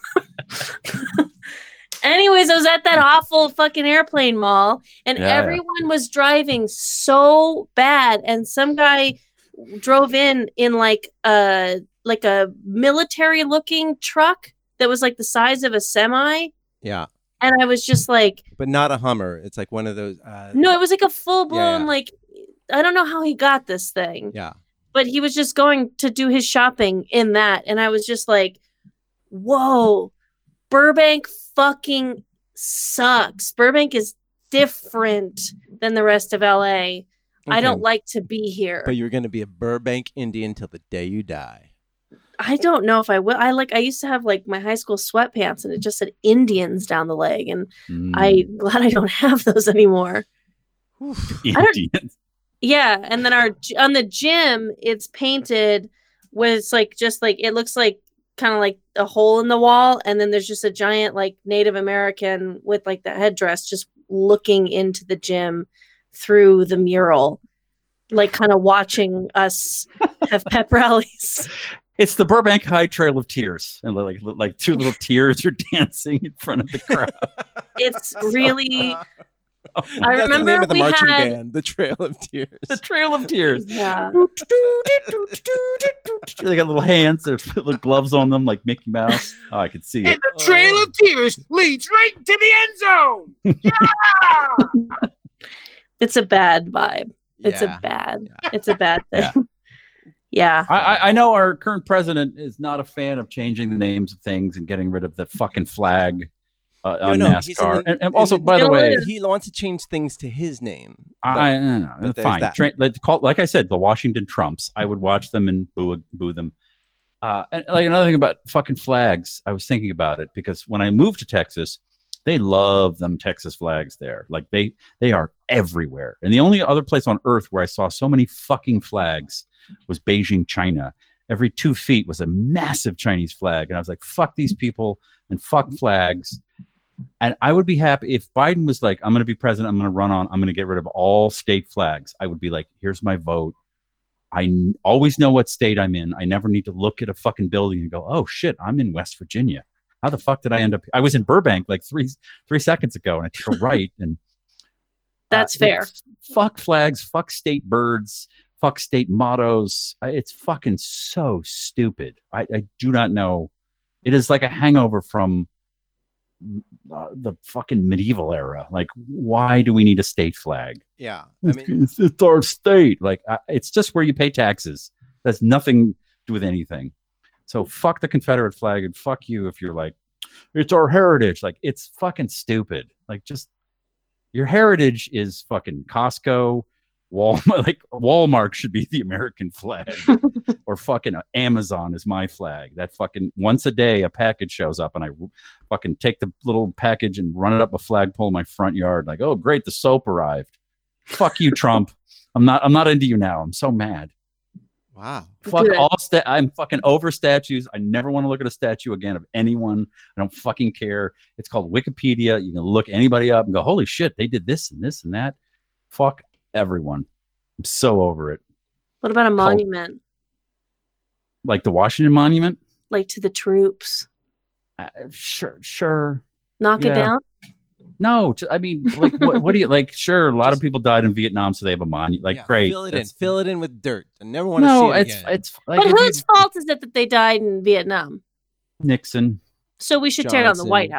Anyways, I was at that awful fucking airplane mall and
Yeah, yeah.
everyone was driving so bad and some guy drove in in like a like a military looking truck that was like the size of a semi
Yeah,
and I was just like
but not a Hummer. It's like one of those. Uh,
no it was like a full blown
yeah.
like I don't know how he got this thing
Yeah.
but he was just going to do his shopping in that and i was just like whoa burbank fucking sucks burbank is different than the rest of la i
Okay.
don't like to be here
But you're going to be a Burbank Indian till the day you die.
i don't know if i will i like i used to have like my high school sweatpants and it just said indians down the leg and
Mm,
Hmm.
i'm glad i don't have those anymore
Whew.
E
I don't-
Indian.
Yeah, and then our g- on the gym, it's painted with it's like just like it looks like kind of like a hole in the wall, and then there's just a giant like Native American with like the headdress just looking into the gym through the mural, like kind of watching us have pep rallies.
It's the Burbank High Trail of Tears, and like like two little tears are dancing in front of the crowd.
It's really I
That's the name
remember
of the
we
marching
had-
band, the Trail of Tears.
the Trail of Tears.
yeah.
they got little hands, there's little gloves on them, like Mickey Mouse. Oh, I could see it.
And the trail of tears leads right to the end zone. Yeah!
It's a bad vibe. It's
Yeah.
a bad. It's a bad thing.
Yeah.
Yeah.
I, I- I know our current president is not a fan of changing the names of things and getting rid of the fucking flag uh,
No,
on
no, he's in
NASCAR.
the-
and, and also,
in the-
by the
Still
way,
is.
he wants to change things to his name. but-
I, I don't know.
but there's
fine.
that.
Tra- like, call, like I said, the Washington Trumps. I would watch them and boo boo them. Uh, and like another thing about fucking flags, I was thinking about it because when I moved to Texas, they love them Texas flags there. Like they they are everywhere. And the only other place on earth where I saw so many fucking flags was Beijing, China. Every two feet was a massive Chinese flag, and I was like, "Fuck these people and fuck flags." And I would be happy if Biden was like, I'm going to be president. I'm going to run on. I'm going to get rid of all state flags. I would be like, here's my vote. I n- always know what state I'm in. I never need to look at a fucking building and go, oh shit, I'm in West Virginia. How the fuck did I end up? I was in Burbank like three three seconds ago, and I took a right. And
That's fair.
Uh, it's- Fuck flags. Fuck state birds. Fuck state mottos. I- It's fucking so stupid. I, I do not know. It is like a hangover from uh, the fucking medieval era. Like, why do we need a state flag?
Yeah, I mean,
it's, it's our state. Like, I, it's just where you pay taxes. That's nothing to do with anything. So fuck the Confederate flag and fuck you if you're like, it's our heritage. Like, it's fucking stupid. Like, just your heritage is fucking Costco, Walmart. Like, Walmart should be the American flag, or fucking Amazon is my flag. That fucking once a day a package shows up and I fucking take the little package and run it up a flagpole in my front yard. Like, oh great, the soap arrived fuck you, Trump. I'm not. I'm not into you now. I'm so mad.
wow.
Fuck
Good.
all. Sta- I'm fucking over statues. I never want to look at a statue again of anyone. I don't fucking care. It's called Wikipedia. You can look anybody up and go, holy shit, they did this and this and that. Fuck everyone. I'm so over it.
What about a monument?
Like the Washington Monument.
Like to the troops.
Uh, sure, sure.
Knock
Yeah.
it down.
No, t- I mean, like, what, what do you like? Sure, a lot of people died in Vietnam, so they have a monument. Like,
Yeah,
great.
Fill it in.
That's-
Fill it in with dirt. I never want to
No,
see it
it's
again.
it's like
But
if you-
whose fault is it that they died in Vietnam?
Nixon.
So we should tear down the White
Johnson.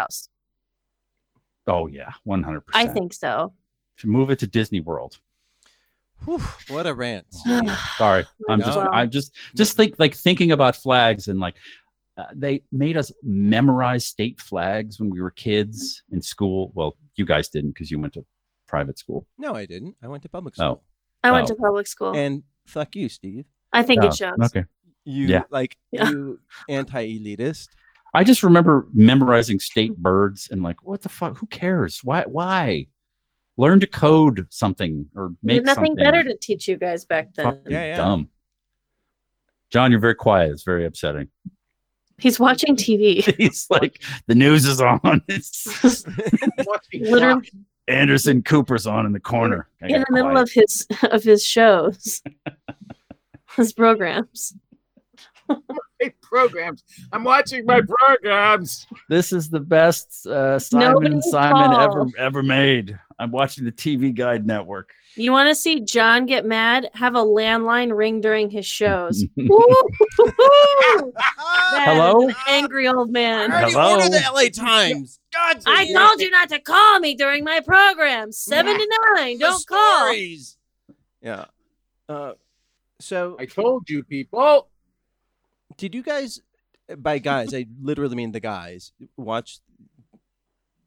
House.
Oh yeah, one hundred percent.
I think so.
move it to Disney World.
Whew, what a rant.
Sorry, I'm just
No.
I'm just just think like thinking about flags and like uh, they made us memorize state flags when we were kids in school. Well, you guys didn't because you went to private school.
No, I didn't. I went to public
Oh.
school.
I went
Oh.
to public school.
And fuck you, Steve.
I think
Oh,
it shows.
Okay,
You
Yeah.
like
Yeah.
you anti-elitist.
I just remember memorizing state birds and like what the fuck? Who cares? Why? Why? Learn to code something or
We
make
had nothing
something.
better to teach you guys back then.
Fucking
Yeah, yeah.
Dumb. John, you're very quiet. It's very upsetting.
He's watching TV.
He's like, the news is on. It's
Must be
Literally
Anderson Cooper's on in the corner. I
in
got
the middle
quiet.
of his of his shows. his programs.
my programs. I'm watching my programs.
this is the best uh, Simon and
Nobody
Simon
calls.
ever ever made. I'm watching the TV Guide Network.
You want to see John get mad? Have a landline ring during his shows. Woo-hoo-hoo-hoo! That is
Hello?
an angry old
I
man.
already
Hello?
ordered the LA Times. God damn
I
it.
told you not to call me during my program. Seven to nine.
The
Don't call.
stories. Yeah. Uh, so
I told you people.
did you guys by guys, I literally mean the guys, watch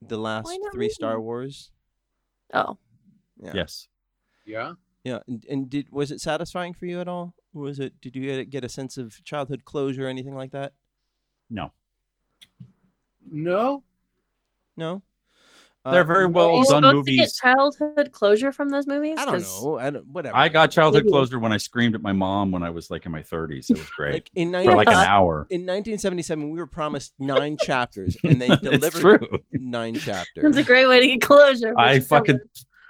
the last
not
three
me?
Star Wars?
Oh,
Yeah.
Yes.
Yeah.
Yeah, and, and did was it satisfying for you at all? Was it? Did you get, a- get a sense of childhood closure or anything like that?
No.
No.
No. Uh,
They're very
Are
well
you
done
supposed to get
movies.
childhood closure from those movies?
I don't
'Cause
know. I don't, whatever.
I got childhood
Maybe.
closure when I screamed at my mom when I was like in my 30s. It was great
like in 19,
for like an
Yeah.
hour.
in 1977 we were promised nine chapters and they
it's
delivered
true.
nine
That's a
chapters.
great way to get closure. for
I
someone.
fucking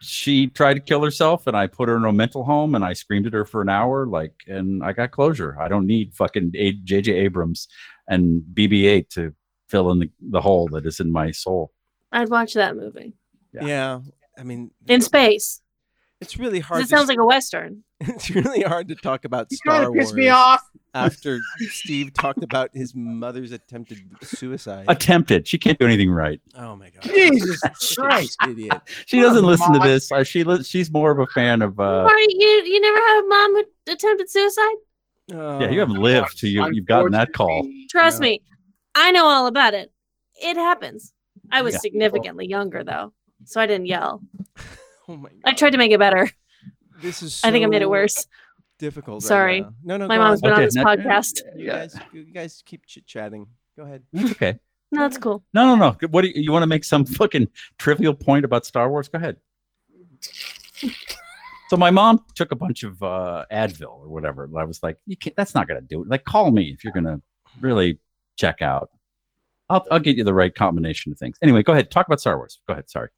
she tried to kill herself and I put her in a mental home and I screamed at her for an hour like and I got closure. I don't need fucking A- JJ Abrams and BB8 to fill in the, the hole that is in my soul.
I'd watch that movie
Yeah.
Yeah. I mean
in space.
it's really
'Cause
hard.
It
to,
sounds like a western.
it's really hard to talk about
You're
Star
trying to piss
Wars
me off.
after Steve talked about his mother's attempted suicide.
Attempted. She can't do anything right.
Oh my god.
Jesus
Such an
Christ.
Idiot.
She doesn't
Oh,
listen to
Mom.
this. Uh, She li- she's more of a fan of uh
Marty, you you never had a mom who attempted suicide?
yeah, you haven't lived till you you've gotten that call.
Unfortunately,
Trust
No.
me, I know all about it. It happens. I was
Yeah.
significantly younger though, so I didn't yell.
Oh my god.
I tried to make it better.
This is
I think I made it
so
worse.
Difficult. right
Sorry.
now. no, no.
My
go
mom's
on.
been on this
now-
podcast.
You guys, you guys keep chit chatting. Go ahead.
That's okay.
No, that's cool.
No, no, no. What do you, you want to make some fucking trivial point about Star Wars? Go ahead. So my mom took a bunch of uh, Advil or whatever. and I was like, you can't. That's not gonna do it. Like, call me if you're gonna really check out. I'll I'll get you the right combination of things. Anyway, go ahead. Talk about Star Wars. Go ahead. Sorry.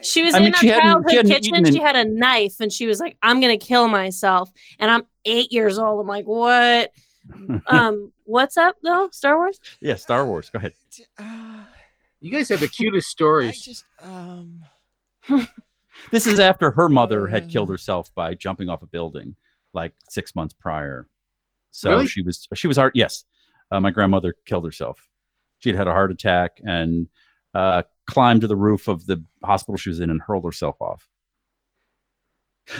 She was
I mean,
in our
she hadn't- she
childhood
hadn't
kitchen.
eaten in-
She had a knife and she was like, I'm going to kill myself. And I'm eight years old. I'm like, what? um, what's up though? Star Wars?
Yeah, Star Wars. Go ahead.
Uh,
You guys have the cutest
I
stories.
just um.
This is after her mother had killed herself by jumping off a building like six months prior. So
Really?
she was she was hard. Yes, uh, my grandmother killed herself. She'd had a heart attack and uh, climbed to the roof of the hospital she was in and hurled herself off.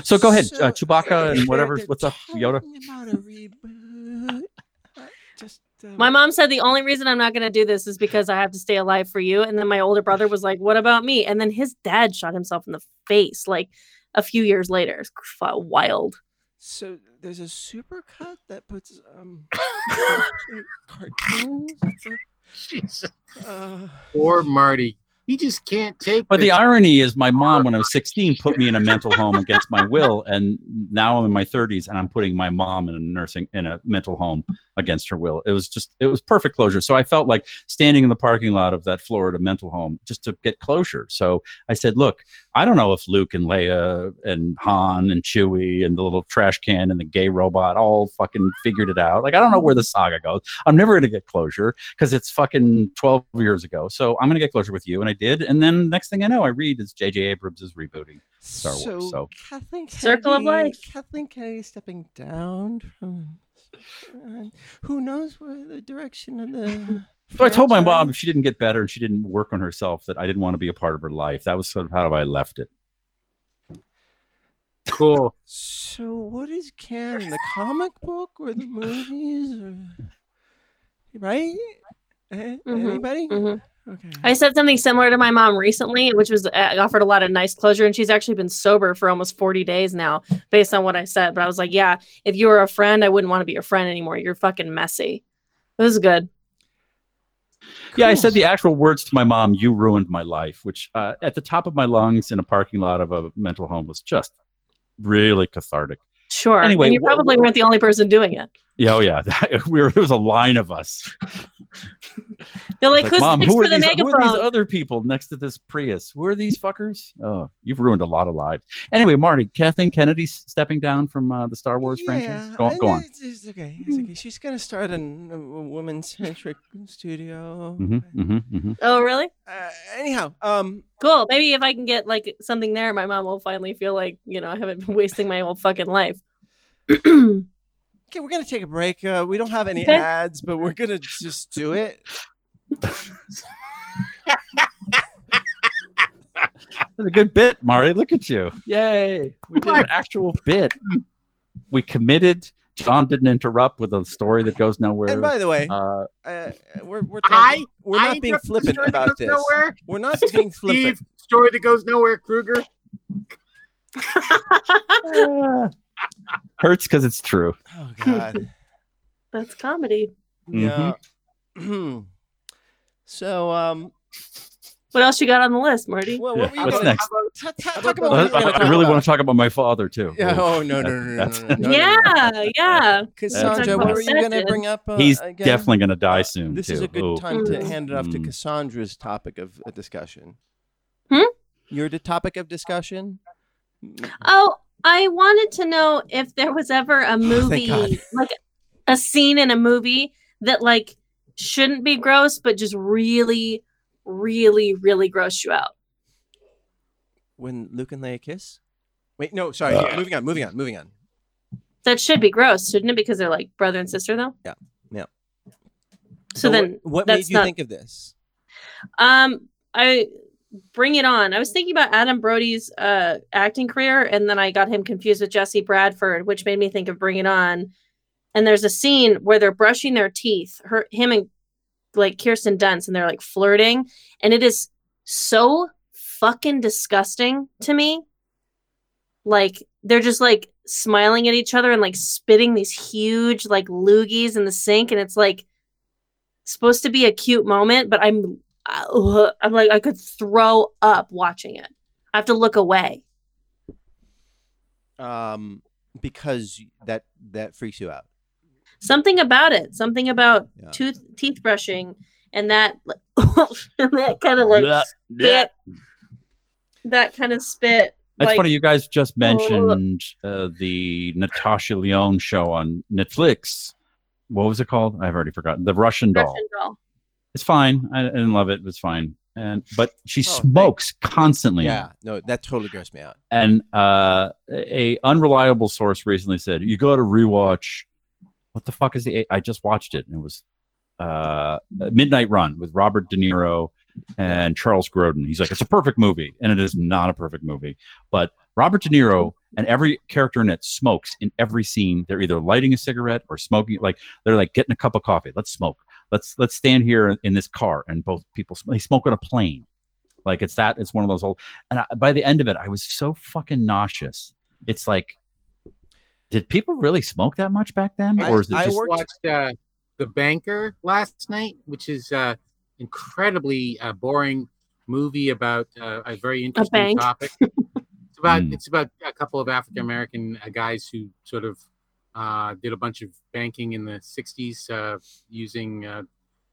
So go ahead, uh,
So,
Chewbacca
they're-
and whatever.
they're
What's up, Yoda?
talking about a reboot. I Just uh,
My mom said the only reason I'm not going to do this is because I have to stay alive for you. And then my older brother was like, what about me? And then his dad shot himself in the face like a few years later. It's cr- wild.
So there's a supercut that puts um cartoons.
Jesus.
Uh,
Poor Marty. He just can't take
But the
this.
irony is, my mom, when I was 16, put me in a mental home against my will, and now I'm in my 30s, and I'm putting my mom in a nursing in a mental home against her will. It was just, it was perfect closure. So I felt like standing in the parking lot of that Florida mental home just to get closure. So I said, "Look, I don't know if Luke and Leia and Han and Chewie and the little trash can and the gay robot all fucking figured it out. Like I don't know where the saga goes. I'm never going to get closure because it's fucking 12 years ago. So I'm going to get closure with you. And I did. And then next thing I know, I read is J.J. Abrams is rebooting. Star Wars,
So,
so.
Kathleen Kennedy,
Circle of life.
Kathleen Kennedy stepping down from. uh, who knows where the direction of the.
So I told my mom
franchise-
if she didn't get better and she didn't work on herself, that I didn't want to be a part of her life. That was sort of how I left it.
cool.
So what is canon? The comic book or the movies? Or... Right? Eh,
Mhm,
Anybody?
Mhm.
Okay.
I said something similar to my mom recently, which was I offered a lot of nice closure, and she's actually been sober for almost 40 days now, based on what I said. But I was like, yeah, if you were a friend, I wouldn't want to be your friend anymore. You're fucking messy. It was good.
Yeah, I
Cool.
said the actual words to my mom, you ruined my life, which uh, at the top of my lungs in a parking lot of a mental home was just really cathartic.
Sure.
Anyway,
and you
wh-
probably weren't the only person doing it.
Yeah, oh yeah. we were, there was a line of us.
They're like,
Like,
who's
Mom,
next
who are,
for the
these, who are these
megaphone?
other people next to this Prius? Who are these fuckers? Oh, you've ruined a lot of lives. Anyway, Marty, Kathleen Kennedy stepping down from uh, the Star Wars franchise. Go,
and
go on.
It's, it's okay. It's okay. She's gonna start an, a woman centric studio.
hmm hmm hmm
Oh, really?
Uh, anyhow, um,
Cool. Maybe if I can get like something there, my mom will finally feel like, you know, I haven't been wasting my whole fucking life.
okay, we're gonna take a break. Uh, we don't have any
Okay.
ads, but we're gonna just do it.
That's a good bit, Marty. Look at you. Yay. We did an actual bit. We committed. John didn't interrupt with a story that goes nowhere.
And by the way,
uh,
uh, we're we're
I-
talking, we're not
I
being flippant
interrupted the story that
about
goes
this.
Nowhere.
We're not being flippant.
Steve, story that goes nowhere, Kruger.
hurts because it's true.
Oh God.
That's comedy.
Mhm.
Yeah. so um,
What else you got on the list, Marty?
Well,
Yeah,
what were you
what's
gonna,
next?
Ta- ta-
How
talk about
about
what
the-
you were
I,
gonna
I
talk
really want
about.
to talk about my father too.
Oh, Yeah, oh, no, no, no, no,
That's-
no, no, no, no.
yeah, yeah.
Cassandra,
Talk
what
about
were you going to
sexes.
bring up? Uh,
He's
again? Uh,
definitely going to die soon.
This
too.
is a good
Ooh.
time to
Mm.
hand it off to
Mm.
Cassandra's topic of uh, discussion.
Hmm?
Your d- topic of discussion?
Oh, I wanted to know if there was ever a movie,
God.
like a scene in a movie that like shouldn't be gross, but just really, really, really gross you out.
When Luke and Leia kiss? Wait, no, sorry.
Uh.
Moving on, moving on, moving on.
That should be gross, shouldn't it? Because they're like brother and sister, though.
Yeah, yeah.
So,
what-
then,
what, made
that's
you
not-
think of this?
Um, I bring it on. I was thinking about Adam Brody's uh acting career, and then I got him confused with Jesse Bradford, which made me think of Bring It On. And there's a scene where they're brushing their teeth, her, him, and like Kirsten Dunst, and they're like flirting, and it is so fucking disgusting to me. Like they're just like smiling at each other and like spitting these huge like loogies in the sink, and it's like supposed to be a cute moment, but I'm I- ugh, uh, I'm like I could throw up watching it. I have to look away.
Um, because that that freaks you out.
Something about it. Something about
Yeah.
tooth teeth brushing and that like, and that kind of like
Blah,
spit. That kind of spit.
That's
like,
funny. You guys just
Oh.
mentioned uh, the Natasha Leone show on Netflix. What was it called? I've already forgotten. The Russian
Russian
Doll.
doll.
It's fine. I, I didn't love it. It was fine. And but she
Oh,
smokes constantly.
Yeah, no, that totally grossed me out.
And uh, a unreliable source recently said you got to rewatch. What the fuck is the? I just watched it and it was uh, Midnight Run with Robert De Niro and Charles Grodin. He's like, it's a perfect movie, and it is not a perfect movie. But Robert De Niro and every character in it smokes in every scene. They're either lighting a cigarette or smoking. Like they're like getting a cup of coffee. Let's smoke. Let's let's stand here in this car and both people sm- they smoke on a plane. Like it's that. It's one of those old. And I, by the end of it, I was so fucking nauseous. It's like, did people really smoke that much back then,
I-
or is it
I
just?
worked-
watched uh, The Banker last night, which is uh, incredibly uh, boring movie about uh, a very interesting
bank.
topic. It's about
Mm.
it's about a couple of African American uh, guys who sort of uh, did a bunch of banking in the '60s uh, using uh,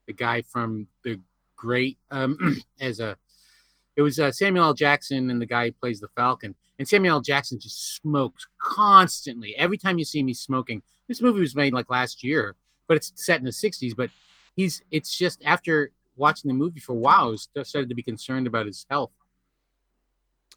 the guy from The Great um, as a. It was uh, Samuel L. Jackson and the guy who plays the Falcon. And Samuel L. Jackson just smokes constantly. Every time you see him, he's smoking. This movie was made like last year, but it's set in the '60s. But he's it's just after watching the movie for a while, I was- started to be concerned about his health.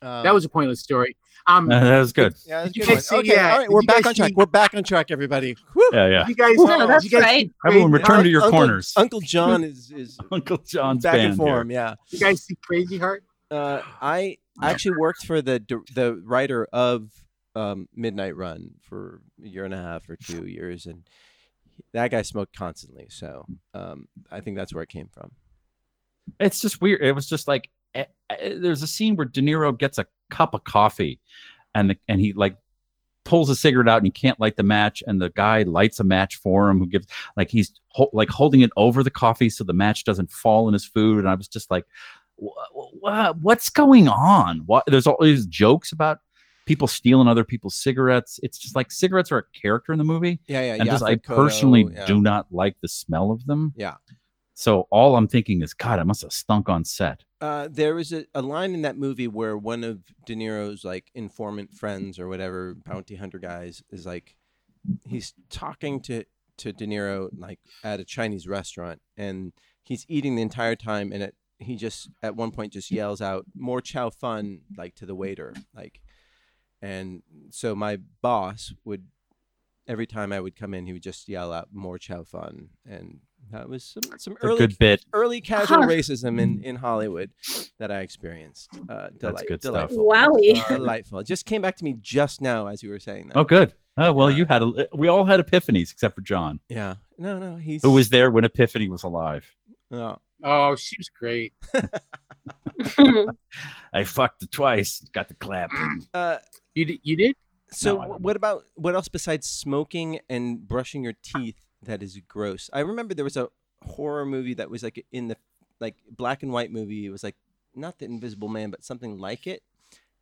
Um,
That was a pointless story. Um,
Uh, that was good.
yeah, that was a
Did you
good one.
guys see,
okay,
uh,
all right,
did
we're
you
back
guys
on track.
see-
We're back on track, everybody. Whew.
Yeah, yeah.
you guys,
No,
you
that's
guys,
right.
Everyone,
Crazy-
return to your
Uncle-
corners.
Uncle John is is
Uncle John's
back
band
in
here.
form. Yeah.
You guys see Crazy Heart?
Uh, I actually worked for the dir- the writer of um, Midnight Run for a year and a half or two years, and that guy smoked constantly. So um, I think that's where it came from.
It's just weird. It was just like eh, eh, there's a scene where De Niro gets a cup of coffee, and the, and he like pulls a cigarette out and he can't light the match, and the guy lights a match for him. Who gives like he's ho- like holding it over the coffee so the match doesn't fall in his food. And I was just like, wha- wha- what's going on? What there's all these jokes about people stealing other people's cigarettes. It's just like cigarettes are a character in the movie.
Yeah, yeah,
and
yeah.
just I personally do not like the smell of them.
Yeah.
So all I'm thinking is, God, I must have stunk on set.
Uh, there was a, a line in that movie where one of De Niro's like informant friends or whatever bounty hunter guys is like, he's talking to to De Niro like at a Chinese restaurant, and he's eating the entire time, and it, he just at one point just yells out "more chow fun" like to the waiter, like, and so my boss would every time I would come in, he would just yell out "more chow fun," and that was some some
A
early
good bit.
early casual
Huh.
racism in, in Hollywood that I experienced. Uh, delight,
good stuff.
delightful. Uh,
Wowie.
Delightful. It just came back to me just now as you were saying that.
Oh, good. Oh, well,
Yeah.
you had a. We all had epiphanies except for John,
Yeah. No, no. He's.
who was there when Epiphany was alive.
No.
Oh, she was great.
I fucked it twice. Got the clap.
Uh,
You did, you did?
so,
No, I don't
what about what else besides smoking and brushing your teeth that is gross? I remember there was a horror movie that was like in the like black and white movie. It was like not the Invisible Man, but something like it,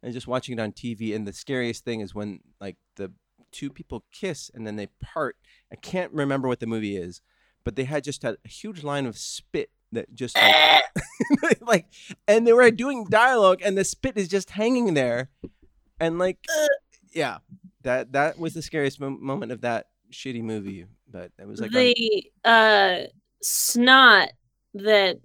and just watching it on TV. And the scariest thing is when like the two people kiss and then they part. I can't remember what the movie is, but they had just had a huge line of spit that just like, like and they were doing dialogue and the spit is just hanging there and like yeah that that was the scariest mo- moment of that shitty movie but it was like on-
the uh, snot that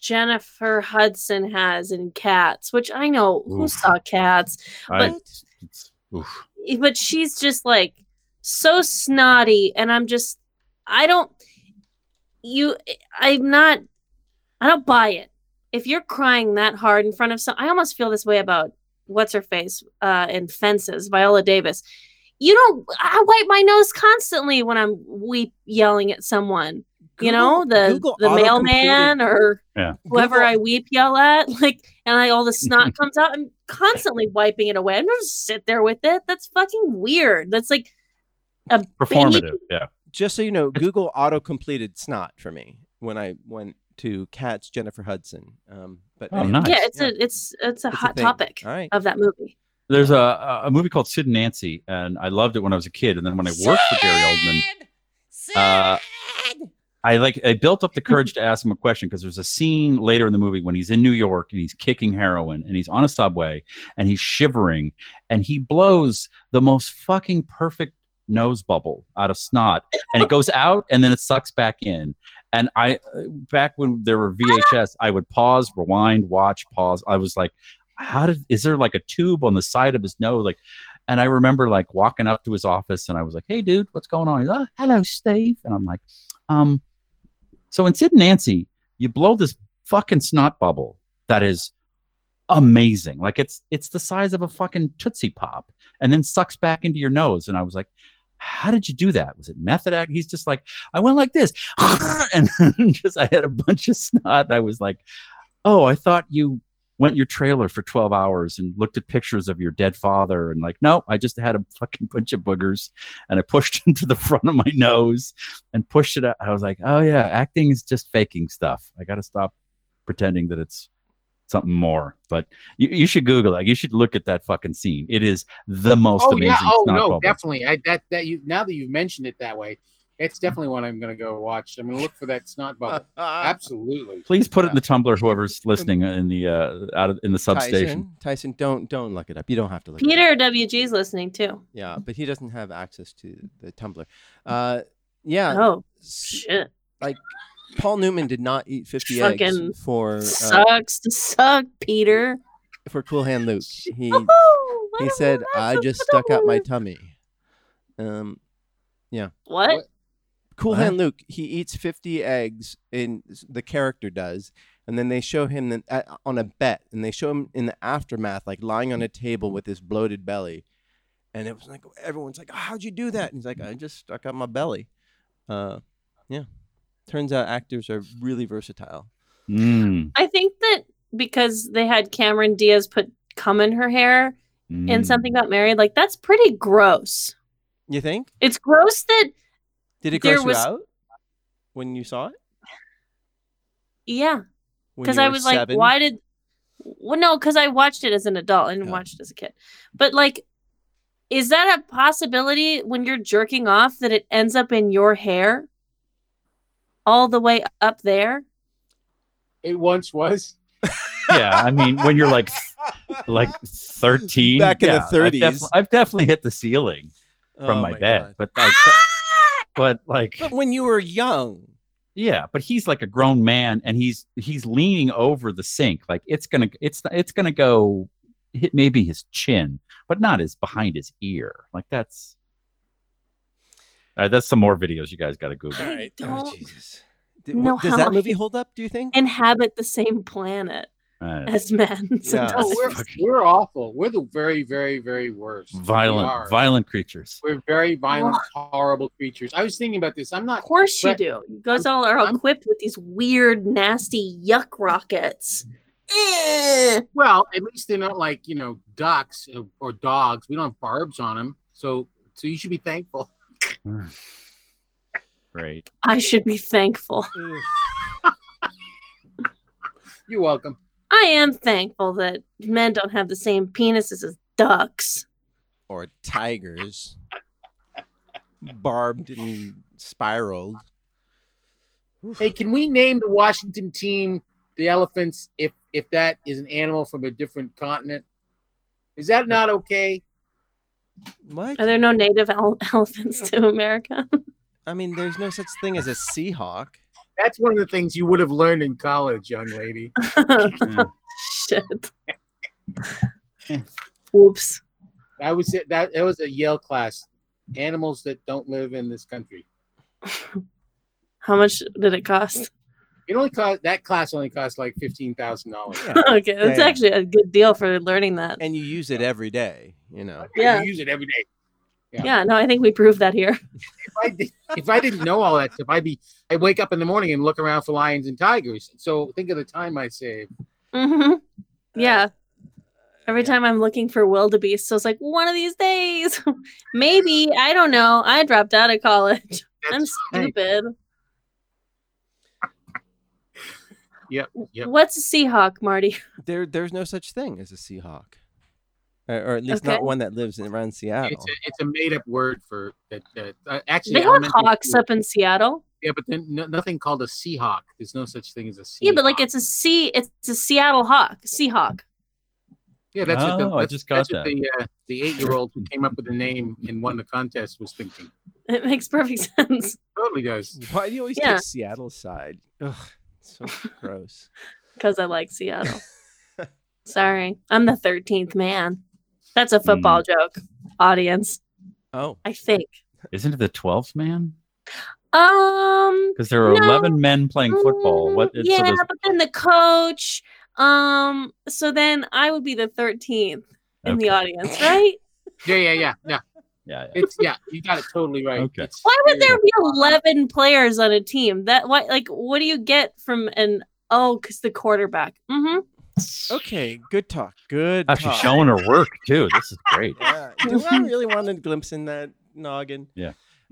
Jennifer Hudson has in Cats, which I know who
Oof.
saw Cats,
I-
But-
it's- it's- oof.
eh, but she's just like so snotty, and I'm just I don't you eh, I'm not I don't buy it. If you're crying that hard in front of some, I almost feel this way about what's her face uh, in Fences, Viola Davis. You don't. I wipe my nose constantly when I'm weep yelling at someone. you know
Google-
the
Google
the
auto-completed-
mailman or whoever
Google-
I weep yell at, like, and I all the snot comes out. I'm constantly wiping it away. I'm not just sit there with it. That's fucking weird. That's like a
performative. Yeah.
just so you know google auto completed snot for me when i went to cats jennifer hudson um but
Oh,
anyway,
nice.
yeah. It's
yeah,
a it's it's a
it's
hot
thing.
topic
all right
of that movie.
There's a, a movie called Sid and Nancy, and I loved it when I was a kid. And then when I worked for Gary Oldman, uh, I like I built up the courage to ask him a question because there's a scene later in the movie when he's in New York and he's kicking heroin and he's on a subway and he's shivering and he blows the most fucking perfect nose bubble out of snot and it goes out and then it sucks back in. And I uh, back when there were VHS, I would pause, rewind, watch, pause. I was like, how did is there like a tube on the side of his nose? Like and I remember like walking up to his office and I was like, Hey dude, what's going on? He's like, "Oh, hello, Steve. And I'm like, um, so in Sid and Nancy, you blow this fucking snot bubble that is amazing. Like it's it's the size of a fucking Tootsie Pop and then sucks back into your nose. And I was like, how did you do that? Was it method act? He's just like, I went like this. And just I had a bunch of snot. I was like, oh, I thought you went in your trailer for 12 hours and looked at pictures of your dead father and like, no, I just had a fucking bunch of boogers and I pushed into the front of my nose and pushed it out. I was like, oh yeah, acting is just faking stuff. I got to stop pretending that it's something more. But you, you should Google it. You should look at that fucking scene. It is the most
oh
amazing.
yeah. Oh
snot
no,
bubble.
definitely. I that that you now that you've mentioned it that way, it's definitely one I'm gonna go watch. I'm gonna look for that
Uh,
snot bubble. Absolutely.
Please put it in the Tumblr. Whoever's listening in the uh, out of, in the substation.
tyson, tyson don't don't look it up you don't have to look it up.
Peter WG's listening too.
yeah but he doesn't have access to the tumblr uh yeah
Oh
s-
shit!
paul newman did not eat 50
Fucking
eggs for uh,
Sucks to suck, Peter.
for cool hand luke he
Oh, I
he
don't
said
know,
i
that's
just
a
stuck out my
double-
tummy um
What?
Cool
What?
Hand Luke, he eats 50 eggs in the character does, and then they show him the, uh, on a bet, and they show him in the aftermath, like lying on a table with his bloated belly. And it was like, everyone's like, "Oh, How'd you do that? And he's like, I just stuck out my belly. Uh, yeah. Turns out actors are really versatile.
Mm,
I think that because they had Cameron Diaz put cum in her hair in
mm.
something about married, like that's pretty gross.
You think?
It's gross that
Did it
There
gross
was-
you out when you saw it?
yeah,
When
because
you
I
were
was
seven?
like, why did? Well, no, because I watched it as an adult and
Oh.
watched it as a kid. But like, is that a possibility when you're jerking off that it ends up in your hair, all the way up there?
It once was.
Yeah, I mean, when you're like like 13,
Back in the
yeah, I've
30s.
defi- I've definitely hit the ceiling from
Oh
my, bed,
God.
but I, but like
But when you were young,
Yeah, but he's like a grown man, and he's he's leaning over the sink. Like it's gonna it's it's gonna go hit maybe his chin, but not his behind his ear. Like that's all right, that's some more videos you guys got to Google.
I
Oh,
don't
Jesus. Did-
know
does
how
that
I-
movie hold up, do you think?
Inhabit the same planet
Uh,
as men.
Yeah.
Oh, we're,
sometimes.
we're awful. We're the very, very, very worst. We are.
violent, violent creatures.
We're very violent, horrible creatures. I was thinking about this. I'm
Of
not.
course you
Right.
do. You guys all are
I'm-
equipped with these weird, nasty yuck rockets. Eh.
Well, at least they're not like you know ducks or, or dogs. We don't have barbs on them, so so you should be thankful.
Great.
I should be thankful.
You're welcome.
I am thankful that men don't have the same penises as ducks.
or tigers, barbed and spiraled.
Hey, can we name the Washington team the elephants if if that is an animal from a different continent? Is that not okay?
What?
Are there no native ele- elephants to America?
I mean, there's no such thing as a seahawk.
That's one of the things you would have learned in college, young lady.
Shit. Whoops.
That was it. That that was a Yale class. Animals that don't live in this country.
How much did it cost?
It only cost that class only cost like fifteen thousand dollars.
Yeah.
okay, that's
Yeah.
actually a good deal for learning that.
And you use it every day, you know.
Yeah.
You use it every day. yeah.
Yeah, no, I think we proved that here.
If I, did, if I didn't know all that stuff, I'd be I wake up in the morning and look around for lions and tigers. So think of the time I save.
hmm Yeah. Every
yeah.
time I'm looking for wildebeest, so it's like one of these days, maybe I don't know. I dropped out of college. I'm
That's right.
stupid.
Yep, yep.
What's a Seahawk, Marty?
There, there's no such thing as a Seahawk, or, or at least not
Okay.
one that lives in, around Seattle.
Oh.
It's a, it's a made up word for that. that uh, actually,
they have
elementary
hawks
school-
up in Seattle.
Yeah, but then no, nothing called a Seahawk. There's no such thing as a Seahawk.
Yeah, but like it's a sea, it's a Seattle hawk, Seahawk.
yeah, that's what the,
Oh, I
that's,
just got
that's what the uh, the eight year old who came up with the name and won the contest was thinking.
It makes perfect sense.
Totally does.
Why do you always
Yeah.
take Seattle's side? Ugh, it's so gross.
because I like Seattle. Sorry, I'm the 13th man. That's a football
Hmm.
joke, audience.
Oh,
I think.
Isn't it the twelfth man?
Um,
Because there are
No.
eleven men playing football. What?
mm,
so
Yeah,
there's-
but then the coach. Um, so then I would be the 13th in
okay.
the audience, right?
Yeah, yeah, yeah, yeah.
Yeah, yeah.
It's yeah. You got it totally right. Uh,
Okay.
It's
Why would there
terrible.
be 11 players on a team? That why? Like, what do you get from an? Oh, because the quarterback. Mm-hmm.
okay. Good talk. Good.
Ah,
talk.
she's showing her work too. This is great.
Yeah. Do I really want a glimpse in that noggin?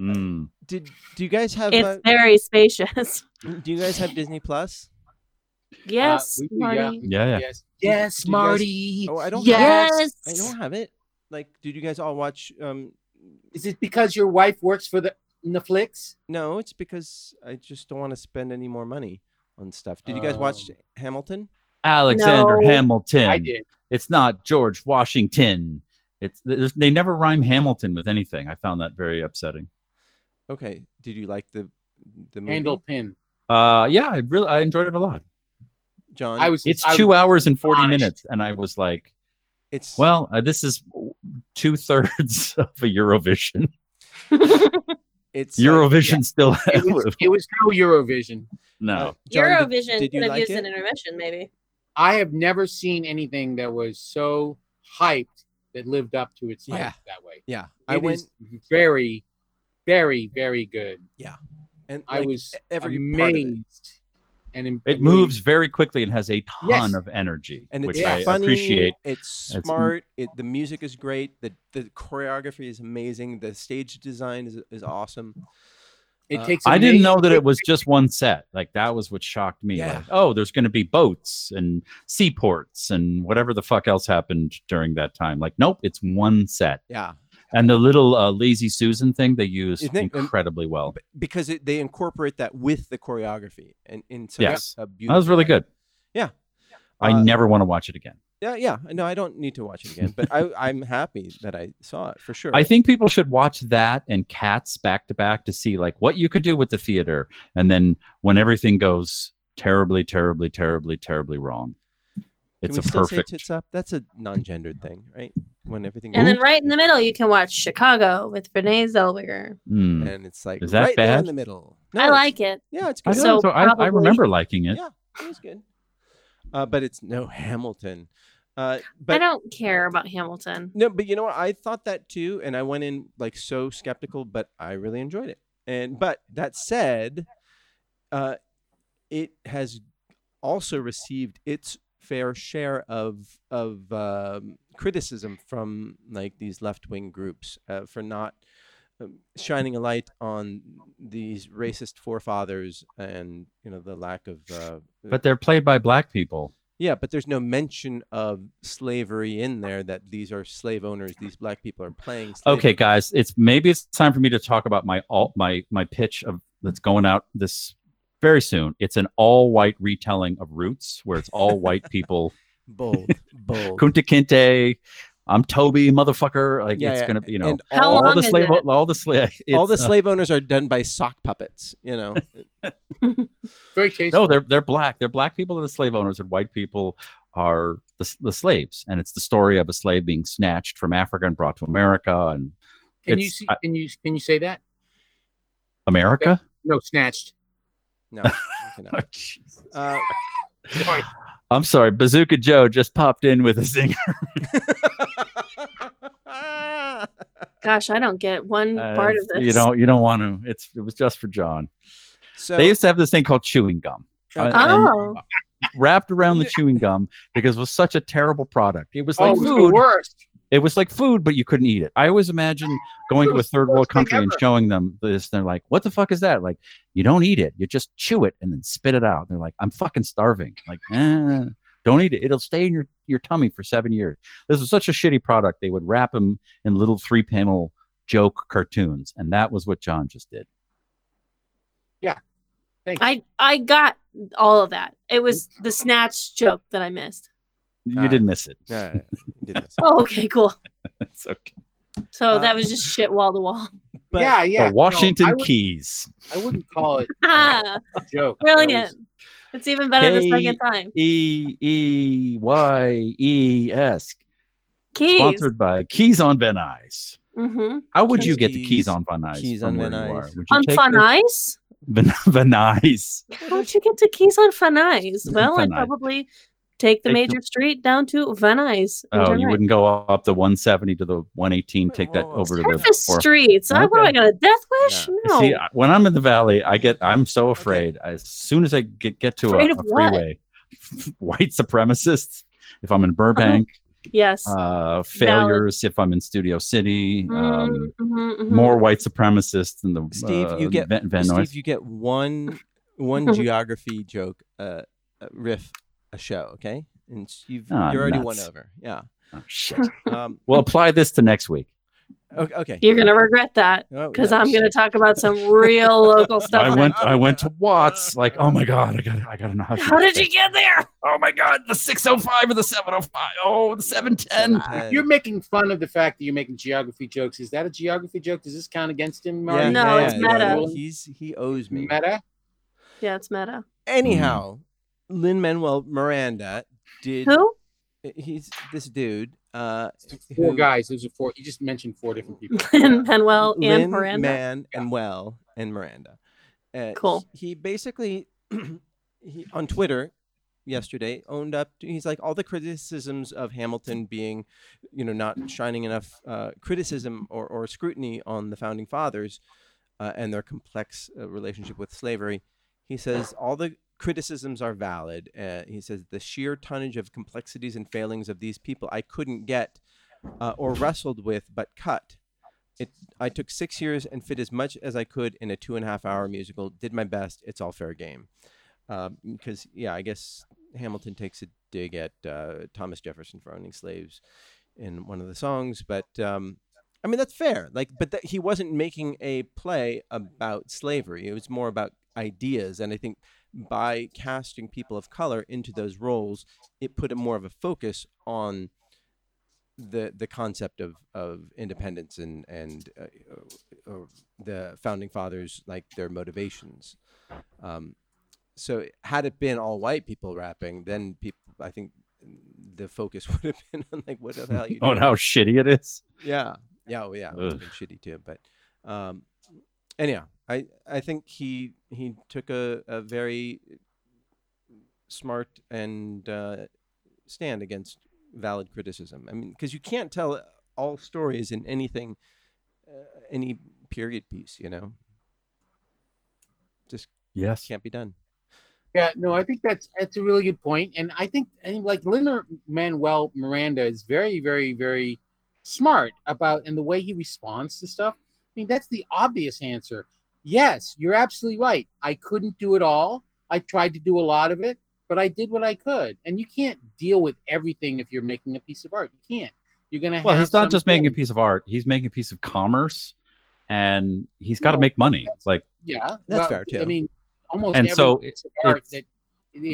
Mm.
Did do you guys have? Uh,
It's very spacious.
do you guys have Disney Plus?
Uh,
yes,
we- we- yeah,
Marty.
Yeah, yeah.
Yes.
you
Yes,
guys-
Marty.
Oh, I don't have-
Yes.
I don't have it. Like, did you guys all watch? Um,
Is it because your wife works for the Netflix?
no, it's because I just don't want to spend any more money on stuff. Did you guys watch
Oh.
Hamilton?
Alexander
No.
Hamilton.
I did.
It's not George Washington. It's there's- they never rhyme Hamilton with anything. I found that very upsetting.
Okay. Did you like the the movie?
Handle pin.
Uh, yeah, I really I enjoyed it a lot.
John?
I was.
It's
I
two
was-
hours and forty
astonished.
minutes, and I was like,
It's
well, uh, this is two thirds of a Eurovision.
It's uh, like-
Eurovision still
It was, it was no Eurovision.
uh,
no.
John, did-
Eurovision
did you
could have
like
used
it?
an intermission, maybe.
I have never seen anything that was so hyped that lived up to its hype
Yeah.
that way.
Yeah,
It
I
is
went
very, very, very good.
and
I
like,
was
every part of it.
amazed and im-
It moves very quickly and has a ton
Yes.
of energy,
and it's
which I
funny.
appreciate.
It's
It's-
smart. It, the music is great. The the choreography is amazing. The stage design is, is awesome.
It
uh,
takes.
I didn't
amazing-
know that it was just one set. Like that was what shocked me.
Yeah.
Like, oh, there's going to be boats and seaports and whatever the fuck else happened during that time. Like, nope, it's one set.
Yeah,
And the little uh, lazy Susan thing they used
Isn't it- um,
incredibly well.
b- because it, they incorporate that with the choreography and in such
Yes.
a, a
That
beautiful.
was really
way.
good.
Yeah.
I
Uh,
never want to watch it again.
Yeah, yeah. No, I don't need to watch it again, but I I'm happy that I saw it for sure.
I think people should watch that and Cats back to back to see like what you could do with the theater, and then when everything goes terribly, terribly, terribly, terribly wrong,
Can
it's
we
a
still
perfect.
Say tits up. That's a non-gendered thing, right? When everything
And
goes-
then right in the middle, you can watch Chicago with Renee Zellweger.
Mm.
and it's like
Is that
right there in
bad?
the middle.
I
No, it's-
like it.
Yeah, it's
I,
good.
don't
So
know, so I, I
probably-
remember liking it.
Yeah. It was good. Uh, but it's no Hamilton. Uh,
I
but
don't care about Hamilton.
no, but you know what? I thought that too, and I went in like so skeptical, but I really enjoyed it. And but that said, uh, it has also received its fair share of of um, criticism from like these left wing groups uh, for not um, shining a light on these racist forefathers and you know the lack of uh,
But they're played by black people.
Yeah, but there's no mention of slavery in there that these are slave owners, these black people are playing slave
Okay, guys, it's maybe it's time for me to talk about my all my my pitch of that's going out this very soon. It's an all white retelling of Roots, where it's all white people.
bold, bold.
Kunta Kinte, I'm Toby, motherfucker. Like
Yeah,
it's
yeah,
gonna be, you know,
and
How
all
all,
long
the
is
slave,
it?
all the slave,
all the
it's, uh,
slave owners are done by sock puppets, you know.
Very tasteful.
no, they're they're black. They're black people are the slave owners, and white people are the, s- the slaves. And it's the story of a slave being snatched from Africa and brought to America and
can you
it's-
see,
I-
can you can you say that?
America.
No, snatched.
No. you know. Uh,
Sorry.
I'm sorry, Bazooka Joe just popped in with a zinger.
Gosh, I don't get one
Uh,
part of this.
You don't you don't want to. It's it was just for John.
so
They used to have this thing called chewing gum. uh,
okay.
and
Oh,
Wrapped around the chewing gum because it was such a terrible product. It was like
oh, it was the
food.
worst.
It was like food, but you couldn't eat it. I always imagine going
It
to a
was the
third world
worst thing
country and
ever.
showing them this. They're like, "What the fuck is that?" Like, you don't eat it. You just chew it and then spit it out. they're like, "I'm fucking starving." Like, eh, don't eat it. It'll stay in your your tummy for seven years. This was such a shitty product. They would wrap them in little three panel joke cartoons, and that was what John just did.
I I got all of that. It was the snatch joke that I missed.
You
Ah.
didn't miss it.
Yeah, yeah, yeah, you did this.
Oh, okay, cool.
It's okay.
So
Uh,
that was just shit wall to wall.
But-
yeah, yeah.
the Washington
No, I, would,
Keys.
I wouldn't call it
Ah,
a joke.
brilliant. It's even better the second
Hey.
time.
E E Y E S.
Keys.
Sponsored by Keys on Van Nuys.
hmm
How would you get the
Keys-
keys on Van Nuys?
keys
from
on
where
Van
you
Nuys.
are? Would you
On
take
Fun
the-
Ice?
Van, Van Nuys.
How'd you get to keys on Van Nuys? Well,
Van
I'd
Nuys.
probably take the
Take the-
major street down to Van Nuys. and
Oh,
turn
you
right.
wouldn't go up the 170 to the 118, take that
Whoa.
over to the.
Surface
four-
streets. I, what do I
Okay.
got a death wish?
Yeah.
No.
See, uh, I- when I'm in the valley, I get I'm so afraid. As soon as I get, get to a,
Afraid of
a
what?
freeway, white supremacists. If I'm in Burbank,
yes.
uh, failures. If I'm in Studio City, um,
Mm, mhm, mhm.
more white supremacists than the
Steve,
uh,
you get-
Van, Van
Steve,
Nuys.
you get one one geography joke uh, uh, riff a show, okay? And s- you've
Ah,
you're already won
nuts.
over. Yeah.
Oh, shit.
Um,
Well, apply this to next week.
okay. okay.
You're gonna regret that
Oh,
because
yeah.
I'm gonna talk about some real local stuff.
I
on it.
went. I went to Watts. Like, oh my god, I got. I got to know how. she
How
does
did you
that.
get there?
Oh my god, the six oh five or the seven oh five? Oh, the seven ten.
Uh,
You're making fun of the fact that you're making geography jokes. Is that a geography joke? Does this count against him,
yeah,
Marty?
yeah,
No,
yeah,
it's
yeah,
meta.
well, He's he owes me.
Meta?
Yeah, it's meta.
Anyhow, Lin Manuel Miranda did.
Who?
He's this dude. Uh,
Four
who-
guys. Those are four. You just mentioned four different people.
Lin Manuel
Lin,
and Miranda.
Man and Well and Miranda. Uh,
Cool.
He, he basically he, on Twitter yesterday owned up to, he's like all the criticisms of Hamilton being you know not shining enough uh, criticism or, or scrutiny on the founding fathers uh, and their complex uh, relationship with slavery he says all the criticisms are valid uh, he says the sheer tonnage of complexities and failings of these people i couldn't get uh, or wrestled with but cut it, I took six years and fit as much as I could in a two and a half hour musical. Did my best. It's all fair game. Because yeah, I guess Hamilton takes a dig at uh, Thomas Jefferson for owning slaves in one of the songs, but um, I mean that's fair. Like, but that, he wasn't making a play about slavery. It was more about ideas, and I think by casting people of color into those roles, it put a more of a focus on the the concept of of independence and and uh, uh, uh, the founding fathers like their motivations um so had it been all white people rapping then people i think the focus would have been on like what the hell you
On
doing?
Oh, how shitty it is.
yeah yeah oh yeah it would've
Ugh.
been shitty too but um anyhow i i think he he took a, a very smart and uh stand against valid criticism i mean because you can't tell all stories in anything uh, any period piece you know
Yes.
can't be done
Yeah, no, I think that's that's a really good point, and I think and like Lin Manuel Miranda is very, very, very smart about and the way he responds to stuff. I mean, that's the obvious answer. Yes, you're absolutely right. I couldn't do it all. I tried to do a lot of it, but I did what I could. And you can't deal with everything if you're making a piece of art. You can't. You're gonna.
Well,
have
he's not
some
just making a
things-
piece of art; he's making a piece of commerce, and he's got to
No.
make money. It's like
Yeah,
That's fair, too.
I mean, almost
And
every
so
piece of
it-
art
it's-
that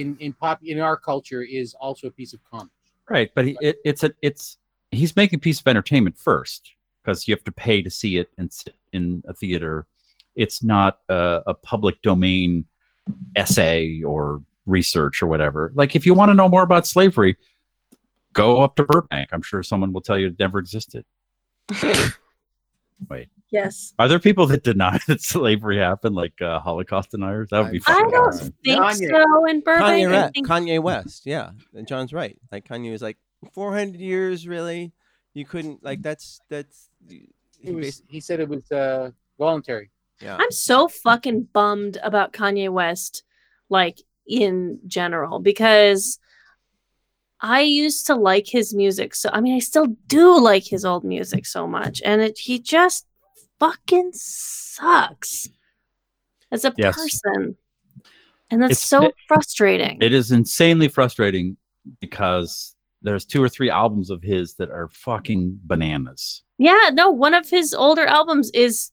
in in pop in our culture is also a piece of commerce.
right, but he, it, it's a it's he's making a piece of entertainment first because you have to pay to see it and sit in a theater. It's not a, a public domain essay or research or whatever. Like if you want to know more about slavery, go up to Burbank. I'm sure someone will tell you it never existed.
Yes.
Are there people that deny that slavery happened, like uh, Holocaust deniers? That would be.
I
I
fucking
don't
awesome.
don't think
Kanye.
so in Burbank.
Kanye,
I
Re-
think
Kanye West, yeah, and John's right. Like Kanye was like 400 years, really. You couldn't like that's that's. He
It was,
basi-
he said it was uh, voluntary.
yeah.
I'm so fucking bummed about Kanye West, like in general, because I used to like his music. So, I mean, I still do like his old music so much. And it, he just fucking sucks as a
Yes.
person. And that's
It's-
so
it-
frustrating.
It is insanely frustrating because there's two or three albums of his that are fucking bananas.
yeah, no, one of his older albums is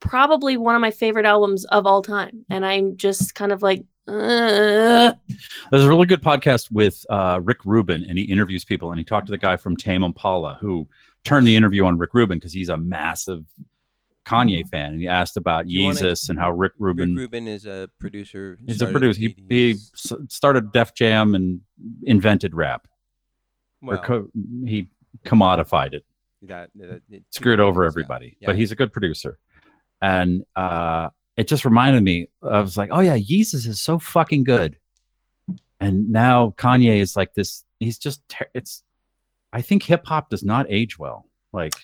probably one of my favorite albums of all time. And I'm just kind of like, ugh.
There's a really good podcast with uh, Rick Rubin, and he interviews people, and he talked to the guy from Tame Impala who turned the interview on Rick Rubin because he's a massive Kanye fan, and he asked about
Mm-hmm. You wanna-
Yeezus and how Rick
Rick
Rubin.
Rubin is a producer.
He's a
started in
producer.
the
He, he
80s.
s- started Def Jam and invented rap. or
Well,
co- he commodified it.
that, that- it-
screwed over
yeah.
everybody.
Yeah.
But he's a good producer. And uh, it just reminded me, I was like, oh yeah, Yeezus is so fucking good. And now Kanye is like this, he's just, ter- it's, I think hip hop does not age well. Like,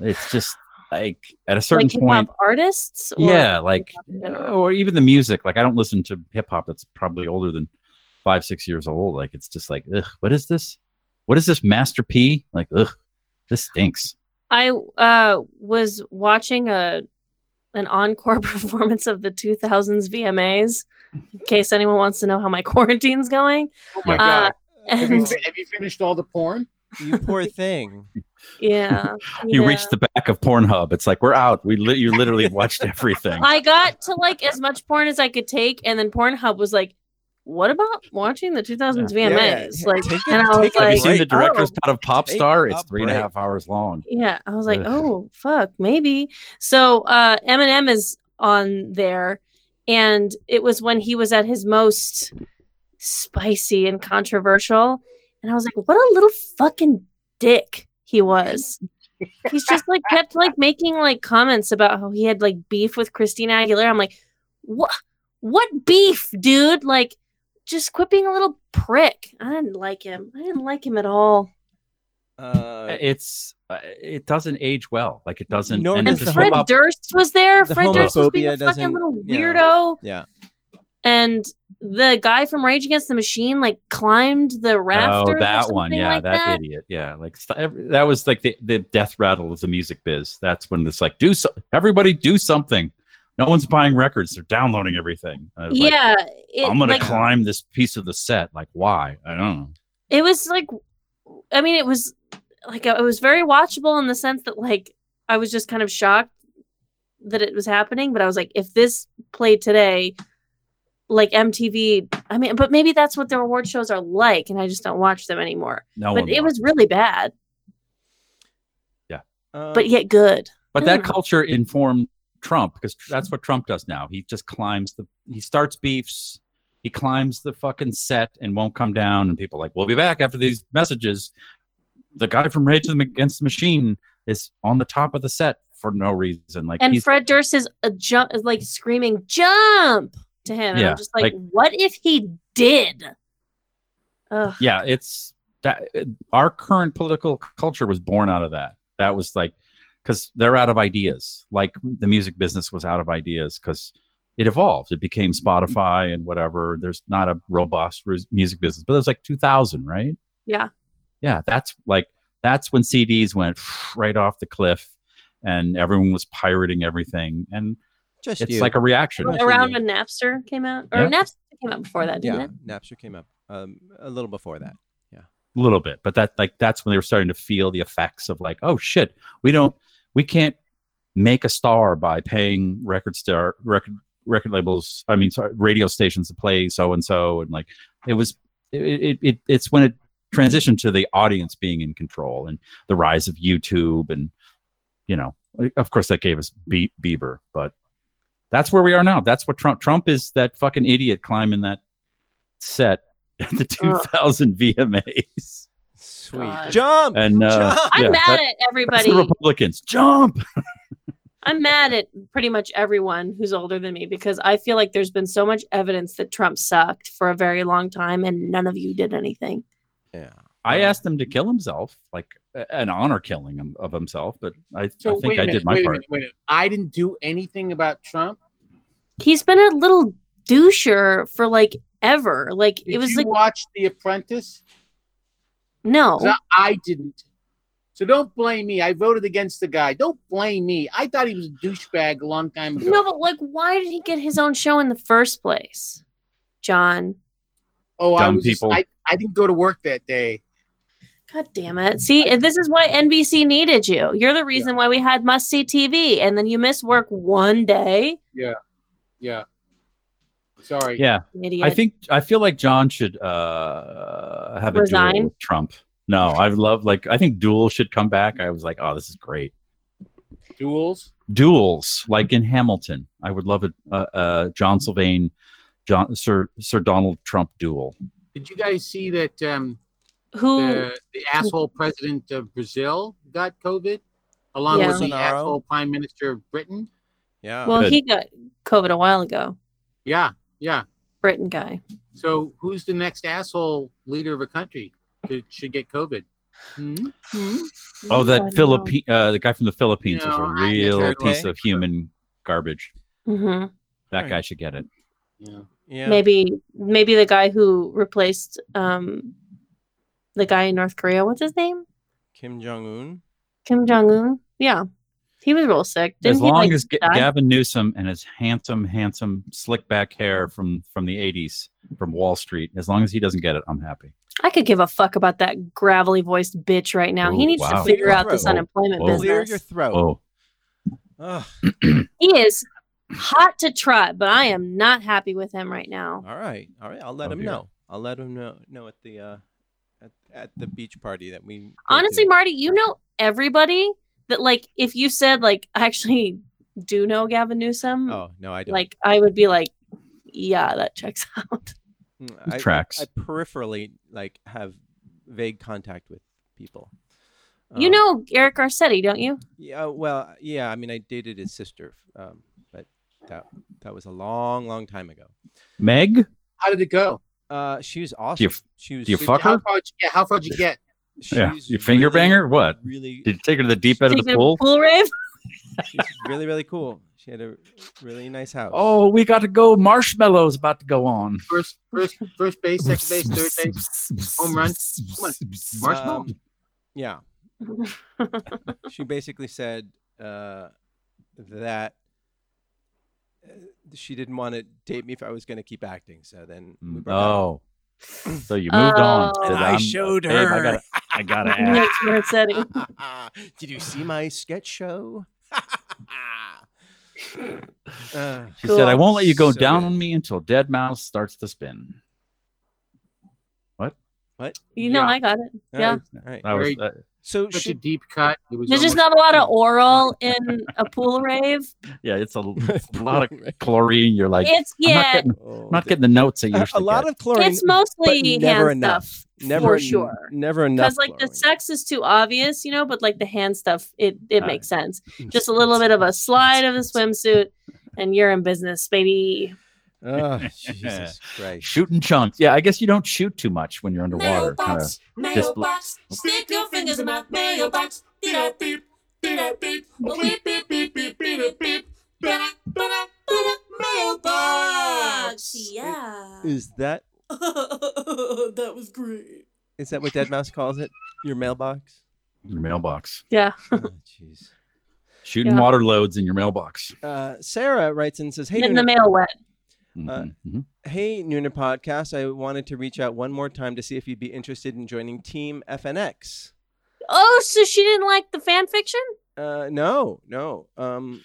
it's just like at a certain
like hip
point,
hop artists. or
yeah, like,
hip-hop in general?
or even the music. Like, I don't listen to hip hop that's probably older than five, six years old. Like, it's just like, ugh, what is this? What is this, Master P? Like, ugh, this stinks.
I uh, was watching a an encore performance of the 2000s VMAs. In case anyone wants to know how my quarantine's going,
Oh my
Yeah.
god!
Uh,
Have you,
and
fi- have you finished all the porn?
You poor thing.
yeah,
You
yeah.
reach the back of Pornhub. It's like we're out. We li- you literally watched everything.
I got to like as much porn as I could take, and then Pornhub was like, "What about watching the 2000s
Yeah.
VMAs?" Like,
Take a-
and I was
take a
Have you
like,
seen the
break.
director's cut of Pop
Take
Star?
a
It's three and a
break.
half hours long.
Yeah, I was like,
Ugh.
oh fuck, maybe. So uh Eminem is on there, and it was when he was at his most spicy and controversial. And I was like, what a little fucking dick he was. He's just like kept like making like comments about how he had like beef with Christina Aguilera. I'm like, what what beef, dude? Like just quit being a little prick. I didn't like him. I didn't like him at all.
Uh,
It's uh, it doesn't age well. Like it doesn't.
Nor
and
And
it's
does the
just
Fred
homo-
Durst was there.
the
Fred Durst was being a
homophobia
fucking
doesn't-
little
yeah.
weirdo.
yeah.
And the guy from Rage Against the Machine like climbed the rafter.
Oh, that one. Yeah,
like
that, idiot. Yeah, like st- every, that was like the, the death rattle of the music biz. That's when it's like, do so- everybody do something. No one's buying records. They're downloading everything. I was like,
yeah, it,
I'm gonna
like,
climb this piece of the set. Like, why? I don't know.
it was like, I mean, it was like it was very watchable in the sense that like I was just kind of shocked that it was happening, but I was like, if this played today, like MTV, I mean, but maybe that's what their award shows are like, and I just don't watch them anymore.
No
But
one.
it
wants
was really bad,
Um,
but yet good.
But
I
that
don't know.
culture informed Trump because that's what Trump does now. He just climbs the, he starts beefs, he climbs the fucking set and won't come down. And people are like, we'll be back after these messages. The guy from Rage Against the Machine is on the top of the set for no reason. Like,
and
he's,
Fred Durst is a jump, is like screaming "jump" to him, and
Yeah,
I'm just like,
like-
what if he did? Ugh,
yeah, it's that our current political c- culture was born out of that. That was like, because they're out of ideas. Like the music business was out of ideas because it evolved. It became Spotify and whatever. There's not a robust ru- music business, but it was like 2000, right?
Yeah.
Yeah. That's like, that's when CDs went right off the cliff and everyone was pirating everything. And
Just
It's
you.
like a reaction.
Right.
around when Napster came out, or
Yeah.
Napster came out before that, didn't
yeah.
it?
Napster came up um, a little before that.
a little bit but that like that's when they were starting to feel the effects of like oh shit we don't we can't make a star by paying record star record record labels i mean sorry, radio stations to play so and so and like it was it, it, it it's when it transitioned to the audience being in control and the rise of youtube and you know like, of course that gave us Be- bieber but that's where we are now that's what trump trump is that fucking idiot climbing that set at the
Uh.
2000 vmas
Sweet.
God.
Jump.
and uh,
Jump!
I'm
yeah,
mad
that-
at
that's
everybody.
the Republicans jump.
I'm mad at pretty much everyone who's older than me because I feel like there's been so much evidence that Trump sucked for a very long time and none of you did anything.
yeah.
Uh.
I asked him to kill himself, like a- an honor killing him, of himself, but I, I
So wait
think
a
I
minute,
did my
wait a
part.
minute, wait a minute. I didn't do anything about Trump.
He's been a little doucher for like ever. Like
Did
it was
you
like
watch The Apprentice?
no.
'Cause I I didn't. So don't blame me. I voted against the guy. Don't blame me. I thought he was a douchebag a long time ago.
No, but like why did he get his own show in the first place? John.
oh, I
Dumb
was. just-
people.
I, I didn't go to work that day.
God damn it. See, and this is why NBC needed you. You're the reason why we had must see TV and then you miss work one day.
Yeah. Sorry.
Yeah,
Idiot.
I think I feel like John should uh, have a
Resign?
duel with Trump. No, I love like I think duel should come back. I was like, oh, this is great.
Duels.
Duels like in Hamilton. I would love a, a, a John Sylvain, John Sir Sir Donald Trump duel.
Did you guys see that um,
who
the, the asshole president of Brazil got COVID, along
Yeah.
with the
Bolsonaro.
asshole prime minister of Britain?
Yeah.
Well,
uh, Good.
he got COVID a while ago.
Yeah. Yeah.
Britain guy.
So who's the next asshole leader of a country that should get COVID? Hmm? Hmm?
Oh,
I don't
that
know.
Philippine uh, the guy from the Philippines is
No,
a
I-
real
okay.
piece of human garbage.
Mhm.
That
Right.
guy should get it.
Yeah.
yeah.
Maybe, maybe the guy who replaced um, the guy in North Korea. What's his name?
Kim Jong Un.
Kim Jong Un. Yeah, he was real sick. Didn't
as
he,
long
like,
as G-
die?
Gavin Newsom and his handsome, handsome, slick back hair from from the '80s from Wall Street, as long as he doesn't get it, I'm happy.
I could give a fuck about that gravelly voiced bitch right now. he
Ooh,
needs
wow.
to figure out this
Whoa.
unemployment
Whoa.
Clear your
business.
throat.
Oh,
Ugh.
He is hot to trot, but I am not happy with him right now.
All right. All right. I'll let
Oh,
him
dear.
know. I'll let him know know at the uh at, at the beach party that we go
honestly
to.
marty you know everybody that like if you said like I actually do know gavin newsom
Oh, no, I don't.
like i would be like yeah that checks out
Mm,
It
I,
tracks.
I peripherally like have vague contact with people.
you
Um,
know eric garcetti don't you
Yeah, well, yeah. I mean, I dated his sister, um, but that that was a long, long time ago.
Meg,
How did it go?
Uh, she was awesome.
you f-
she was.
do you
super-
fuck
How
her?
far? Did you get? How far did you get?
Yeah,
she's
you finger
really,
banger. What?
Really,
Did you take her to the deep end of
Take
the
it to
pool?
pool rave
she's really, really cool. She had a really nice house.
Oh, we got to go. Marshmallows about to go on.
First, first, first base, second base, third base. Home run. Come on. Marshmallow.
Um, yeah. she basically said uh, that uh, she didn't want to date me if I was going to keep acting. So then we broke up.
Oh, so you moved on.
Oh.
Said,
And I
"I'm-
showed
babe, I
her."
gotta- I got to ask.
Eric garcetti
Oh.
Did you see my sketch show? Uh,
She said, "I
Cool.
won't let you go
So
down
good.
on me until Dead Mouse starts to spin."
you know
Yeah.
i got it Yeah.
All
That was,
right.
uh,
Very-
that-
So
Such a
she,
deep cut. It was
there's just
almost-
not a lot of oral in a pool rave
yeah, it's a lot of chlorine. You're like,
it's
I'm not
yeah
getting
Oh,
I'm not getting the notes I
a,
usually
a lot
get.
of chlorine.
it's mostly
but never
hand
enough.
stuff
never
for
en-
sure
Never enough.
because like the
chlorine.
sex is too obvious you know but like the hand stuff it it
All
makes sense just a little bit of a slide of the swimsuit and you're in business baby
Oh, Jesus Christ.
shooting chunks. Yeah, I guess you don't shoot too much when you're underwater. Kind of.
Mailbox, mailbox, stick your fingers in my mailbox. Beep a beep, beep a beep, beep beep beep beep beep beep beep. Ba-da, ba-da, ba-da, Mailbox.
yeah
Is that
that was great.
is that what Dead Mouse calls it? Your mailbox?
Your mailbox.
yeah
Oh, Jeez.
Shooting
Yeah.
water loads in your mailbox.
Uh, Sarah writes and says, "Hey,
in the
Nuna,
mail wet.
Mhm, mhm.
hey Nuna podcast. I wanted to reach out one more time to see if you'd be interested in joining Team FNX."
Oh, so she didn't like the fan fiction?
Uh, no, no. Um,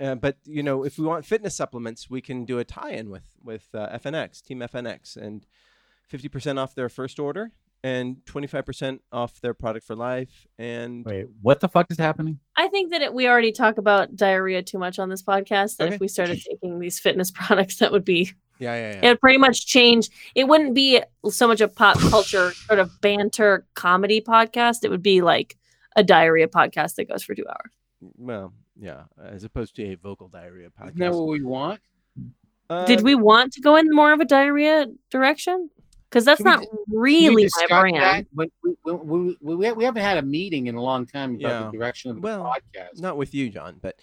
uh, but you know, if we want fitness supplements, we can do a tie-in with with uh, FNX, Team FNX, and fifty percent off their first order and twenty five percent off their product for life. And
Wait, what the fuck is happening?
I think that it, we already talk about diarrhea too much on this podcast. That
Okay.
if we started taking these fitness products, that would be
yeah, yeah,
it would pretty much change. It wouldn't be so much a pop culture sort of banter comedy podcast. It would be like a diarrhea podcast that goes for two hours.
Well, yeah, as opposed to a vocal diarrhea podcast.
Isn't that what we want?
Uh,
Did we want to go in more of a diarrhea direction? Because that's
Can we
not
di- Can we
really
discuss
my brand.
that? When- We, we, we, we, we haven't had a meeting in a long time about
Yeah.
the direction of the
Well,
podcast.
Not with you, John, but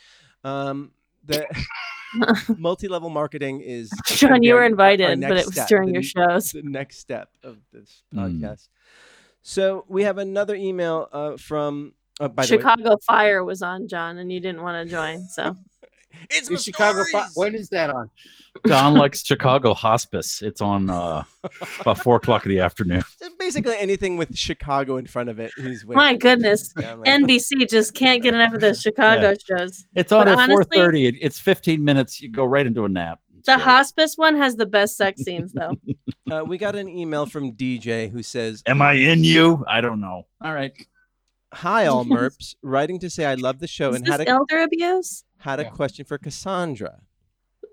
um, the multi-level marketing is
John,
gonna be
you
our-
were
our
invited, but
next
it was
step,
during
the
your
n-
shows.
the next step of this
Mm.
podcast. So we have another email uh, from. Uh, by
Chicago Fire was on, John, and you didn't want to join. So
the way, it's
Is Chicago. Fi- When is that on?
Don likes Chicago Hospice. It's on uh, about four o'clock in the afternoon.
Basically, anything with Chicago in front of it, he's with.
my goodness,
Yeah, I'm like,
NBC just can't get enough of those Chicago shows.
It's on
But
at four
honestly-
thirty. It, it's fifteen minutes. You go right into a nap. It's
The
great.
hospice one has the best sex scenes, though.
uh, we got an email from DJ who says,
Am I in you? I don't know. All right.
"Hi, all merps, writing to say I love the show
Is
and had
this
a
elder abuse?
had a
Yeah.
question for Cassandra.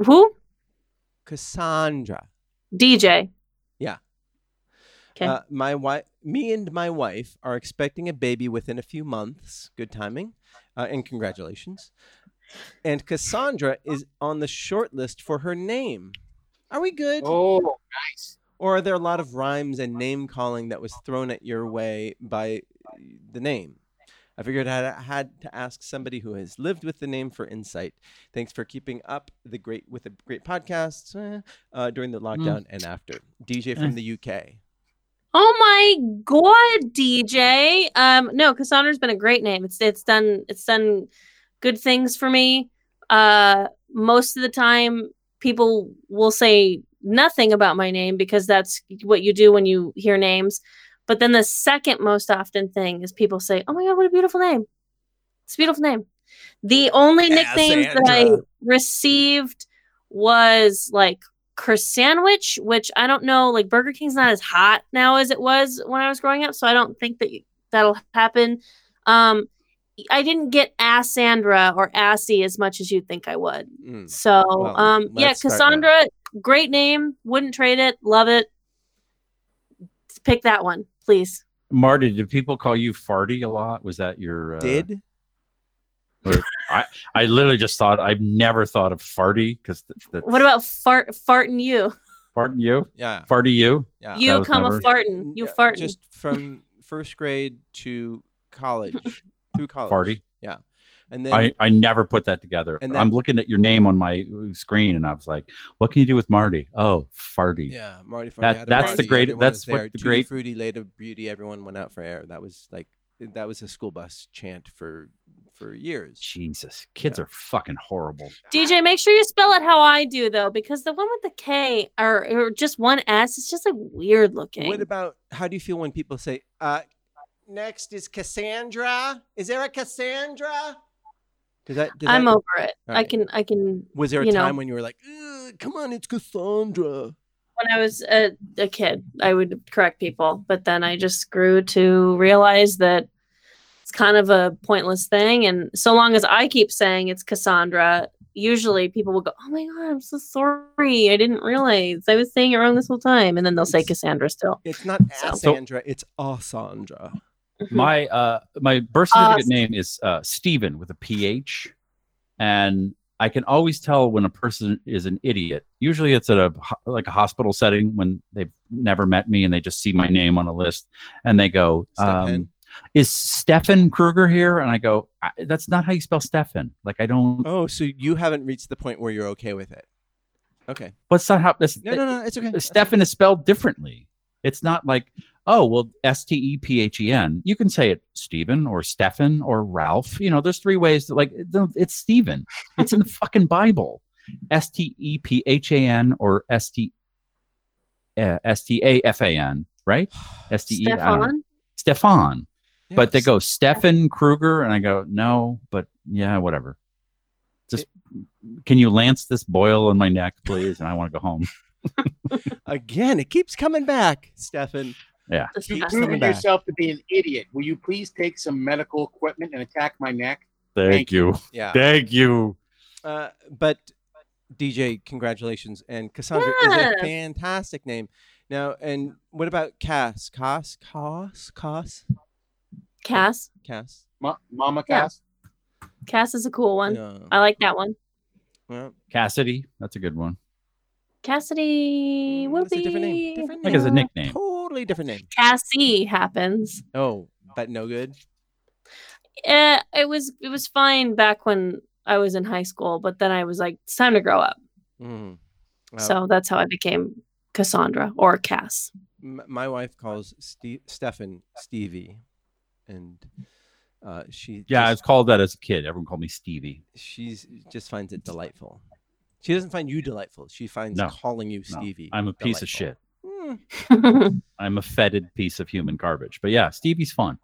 Who?
Cassandra,
DJ.
Yeah.
Okay.
Uh, my wife, me and my wife are expecting a baby within a few months. Good timing, uh, and congratulations. And Cassandra is on the short list for her name. Are we good?
Oh, nice.
Or are there a lot of rhymes and name calling that was thrown at your way by the name? I figured I had to ask somebody who has lived with the name for insight. Thanks for keeping up the great with the great podcasts eh, uh, during the lockdown and after. DJ from the UK.
oh my god, DJ. Um, no, Cassandra's been a great name. It's it's done it's done good things for me. Uh, most of the time, people will say nothing about my name because that's what you do when you hear names. But then the second most often thing is people say, "Oh my god, what a beautiful name! It's a beautiful name." The only nicknames that I
Cassandra.
received was like Chris Sandwich, which I don't know, like Burger King's not as hot now as it was when I was growing up, so I don't think that that'll happen. Um, I didn't get Assandra or Assy as much as you'd think I would.
Mm.
So,
Well,
um, yeah,
let's start now.
Cassandra, great name. Wouldn't trade it. Love it. Pick that one, please.
Marty, did people call you farty a lot? Was that your uh,
Did
I literally just thought I've never thought of farty because th-
What about fart farting you?
farting you?
yeah,
Farty you?
yeah. Mm,
that
you
was
come
never-
a farting. You
Yeah,
farting.
just from first grade to college through college.
Farty.
and then
I, I never put that together.
And
I'm
that-
looking at your name on my uh, screen and I was like, what can you do with Marty? Oh, farty.
yeah, Marty.
That-
Farty, Adam
that's the
Brody,
great-
everyone
that's
was
what
there.
the
Tutti
great-
fruity later beauty. Everyone went out for air. That was like that was a school bus chant for for years.
Jesus. Kids
Yeah.
are fucking horrible.
DJ, make sure you spell it how I do though, because the one with the K or, or just one S is just like weird looking.
What about how do you feel when people say uh, next is Cassandra? Is there a Cassandra? Does that? does
I'm
that-
over it.
All
I
right.
can I can
Was there a
you know.
time when you were like, "Ugh, come on, it's Cassandra?
when I was a, a kid, I would correct people, but then I just grew to realize that it's kind of a pointless thing. And so long as I keep saying it's Cassandra, usually people will go, Oh my God, I'm so sorry. I didn't realize I was saying it wrong this whole time. And then they'll say Cassandra still.
It's not
So-
Cassandra. It's Asandra.
my uh my birth
Hmm. Uh,
certificate name is uh Stephen with a PH, and I can always tell when a person is an idiot. Usually, it's at a ho- like a hospital setting when they've never met me and they just see my name on a list and they go, um,
Stefan.
"Is Stefan Kruger here?" And I go, I, "That's not how you spell Stefan. Like I don't.
Oh, so you haven't reached the point where you're okay with it? Okay.
What's not how? That's,
No, no, no. It's okay.
Stefan is spelled differently. It's not like, oh, well, S T E P H E N. You can say it Stephen or Stefan or Ralph. You know, there's three ways that, like, the- it's Stephen. It's in the fucking Bible. S T E P H A N or S T uh, S T A F A N, right? S T E I don't know.
Mm-hmm. Stefan?
Stefan. But they
Yes.
go Stefan Kruger, and I go, no, but yeah, whatever. Just can you lance this boil in my neck, please? And I want to go home.
again. It keeps coming back, Stefan.
This
You've
has
Keep
to
proven
coming
be-
back.
yourself to be an idiot. Will you please take some medical equipment and attack my neck?
Thank,
Thank
you.
Yeah.
Thank you.
Uh, but DJ, congratulations, and Cassandra is
Yes.
a fantastic name. Now, and what about Cass? Cass? Cass? Cass?
Cass.
Cass?
Ma- Mama
Yeah.
Cass?
Cass is a cool one.
No.
I like that one.
Well,
Cassidy. That's a good one.
Cassidy would
that's a
be
different name. Different
Like as a
name.
nickname.
Totally different name.
Cassie happens.
Oh, but no good.
Eh, it was it was fine back when I was in high school, but then I was like, it's time to grow up.
Mm. Well,
So that's how I became Cassandra or Cass.
m- my wife calls Ste- Stefan Stevie, and uh, she
Yeah, I was
just,
called that as a kid. Everyone called me Stevie.
she's just finds it delightful. She doesn't find you delightful. She finds
No,
calling you
no,
Stevie.
I'm a piece of
delightful.
shit.
Mm.
I'm a fetid piece of human garbage. But yeah, Stevie's fun.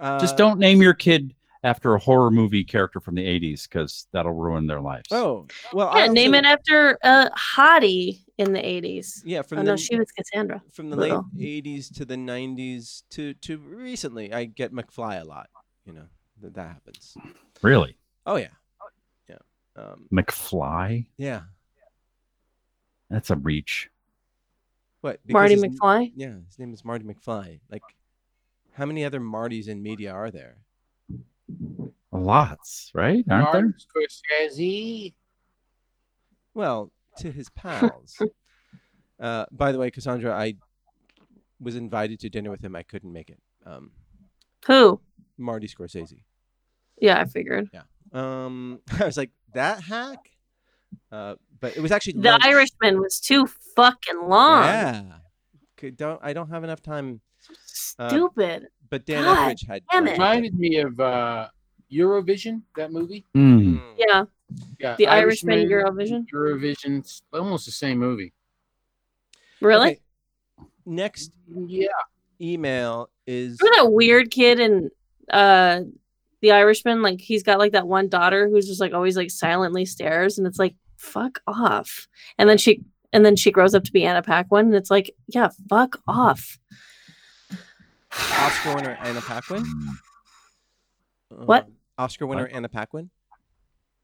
Uh,
Just don't name your kid after a horror movie character from the 80s because that'll ruin their lives.
Oh, well, I
yeah, name
also-
it after a hottie in the 80s.
Yeah,
Oh
from
no,
the
she was Cassandra.
from the late
Little.
'80s to the '90s to to recently, I get McFly a lot. You know that that happens.
Really?
Oh yeah, yeah, um,
McFly?
yeah.
That's a reach.
What because
Marty
his n-
McFly.
Yeah, his name is Marty McFly. Like, how many other Martys in media are there?
Lots, right? Aren't there?
Martin Scorsese?
Well, to his pals. uh, by the way, Cassandra, I was invited to dinner with him. I couldn't make it. Um,
Who?
Marty Scorsese.
Yeah, I figured.
Um, I was like that hack. Uh, but it was actually
The
lunch.
Irishman was too fucking long.
Yeah. Okay, don't I don't have enough time. Uh,
Stupid.
But Dan
God
Everidge had.
damn
lunch
it.
with
Reminded me of uh, Eurovision, that movie.
Mm.
him. Mm.
yeah.
Yeah,
The Irishman, Eurovision.
Eurovision, it's almost the same movie.
Really?
Okay, Next
Yeah,
email is
Remember that weird kid in uh The Irishman? Like he's got like that one daughter who's just like always like silently stares and it's like, fuck off. And then she and then she grows up to be Anna Paquin and it's like, yeah, fuck off.
Oscar winner Anna Paquin.
What?
Um, Oscar winner Anna Paquin.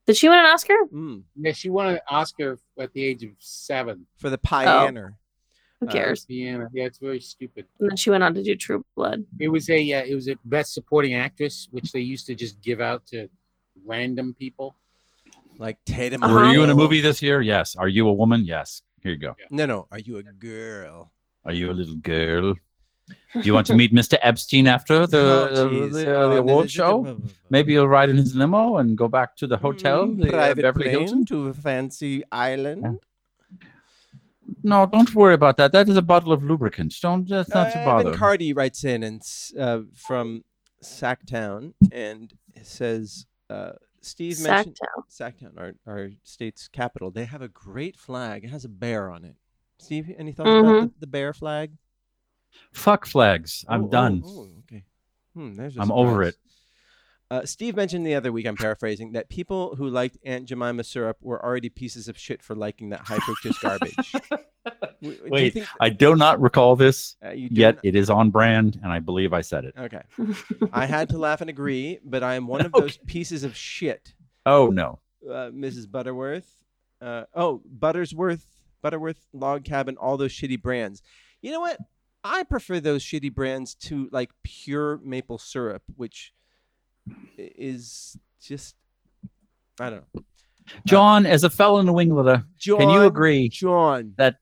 Did she win an Oscar?
Hmm.
Mm,
yeah. She won an Oscar at the age of seven.
for
Oh.
the pioneer.
Who
Uh,
cares?
Vienna. Yeah, it's very stupid.
and then she went on to do True Blood.
It was a uh, it was a best supporting actress, which they used to just give out to random people.
Like Tatum.
Uh-huh.
Were you in a
O'Neill.
movie this year? Yes. Are you a woman? Yes. Here you go.
No, no. Are you a girl?
Are you a little girl? Do you want to meet Mr. Epstein after the,
Oh,
the,
jeez.
the, uh, the
Oh,
award
this is-
show? Maybe you'll ride in his limo and go back to the hotel,
Mm,
the, uh,
private
Beverly
plane
Hilton.
to a fancy island.
No, don't worry about that. That is a bottle of lubricant. Don't that's not to
Uh,
bother.
Evan Cardi writes in and s- uh, from Sacktown and says, uh, "Steve mentioned
Sacktown.
Sacktown, our, our state's capital. They have a great flag. It has a bear on it. Steve, any thoughts
Mm-hmm.
about the, the bear flag?
Fuck flags. I'm
Oh, oh,
done.
oh, okay. Hmm, there's a
I'm over
surprise.
it.
Uh, Steve mentioned the other week, I'm paraphrasing, that people who liked Aunt Jemima syrup were already pieces of shit for liking that high fructose garbage. W- w- do you
Wait,
think-
I do not recall this
uh, you do
yet.
not- Oh.
It is on brand, and I believe I said it.
Okay. I had to laugh and agree, but I am one of those pieces of shit,
Oh no.
uh, Mrs. Butterworth. Uh, oh, Buttersworth, Butterworth Log Cabin, all those shitty brands. You know what? I prefer those shitty brands to like pure maple syrup, which i- is just I don't know.
John, as a fellow New Englander,
John,
can you agree
John?
that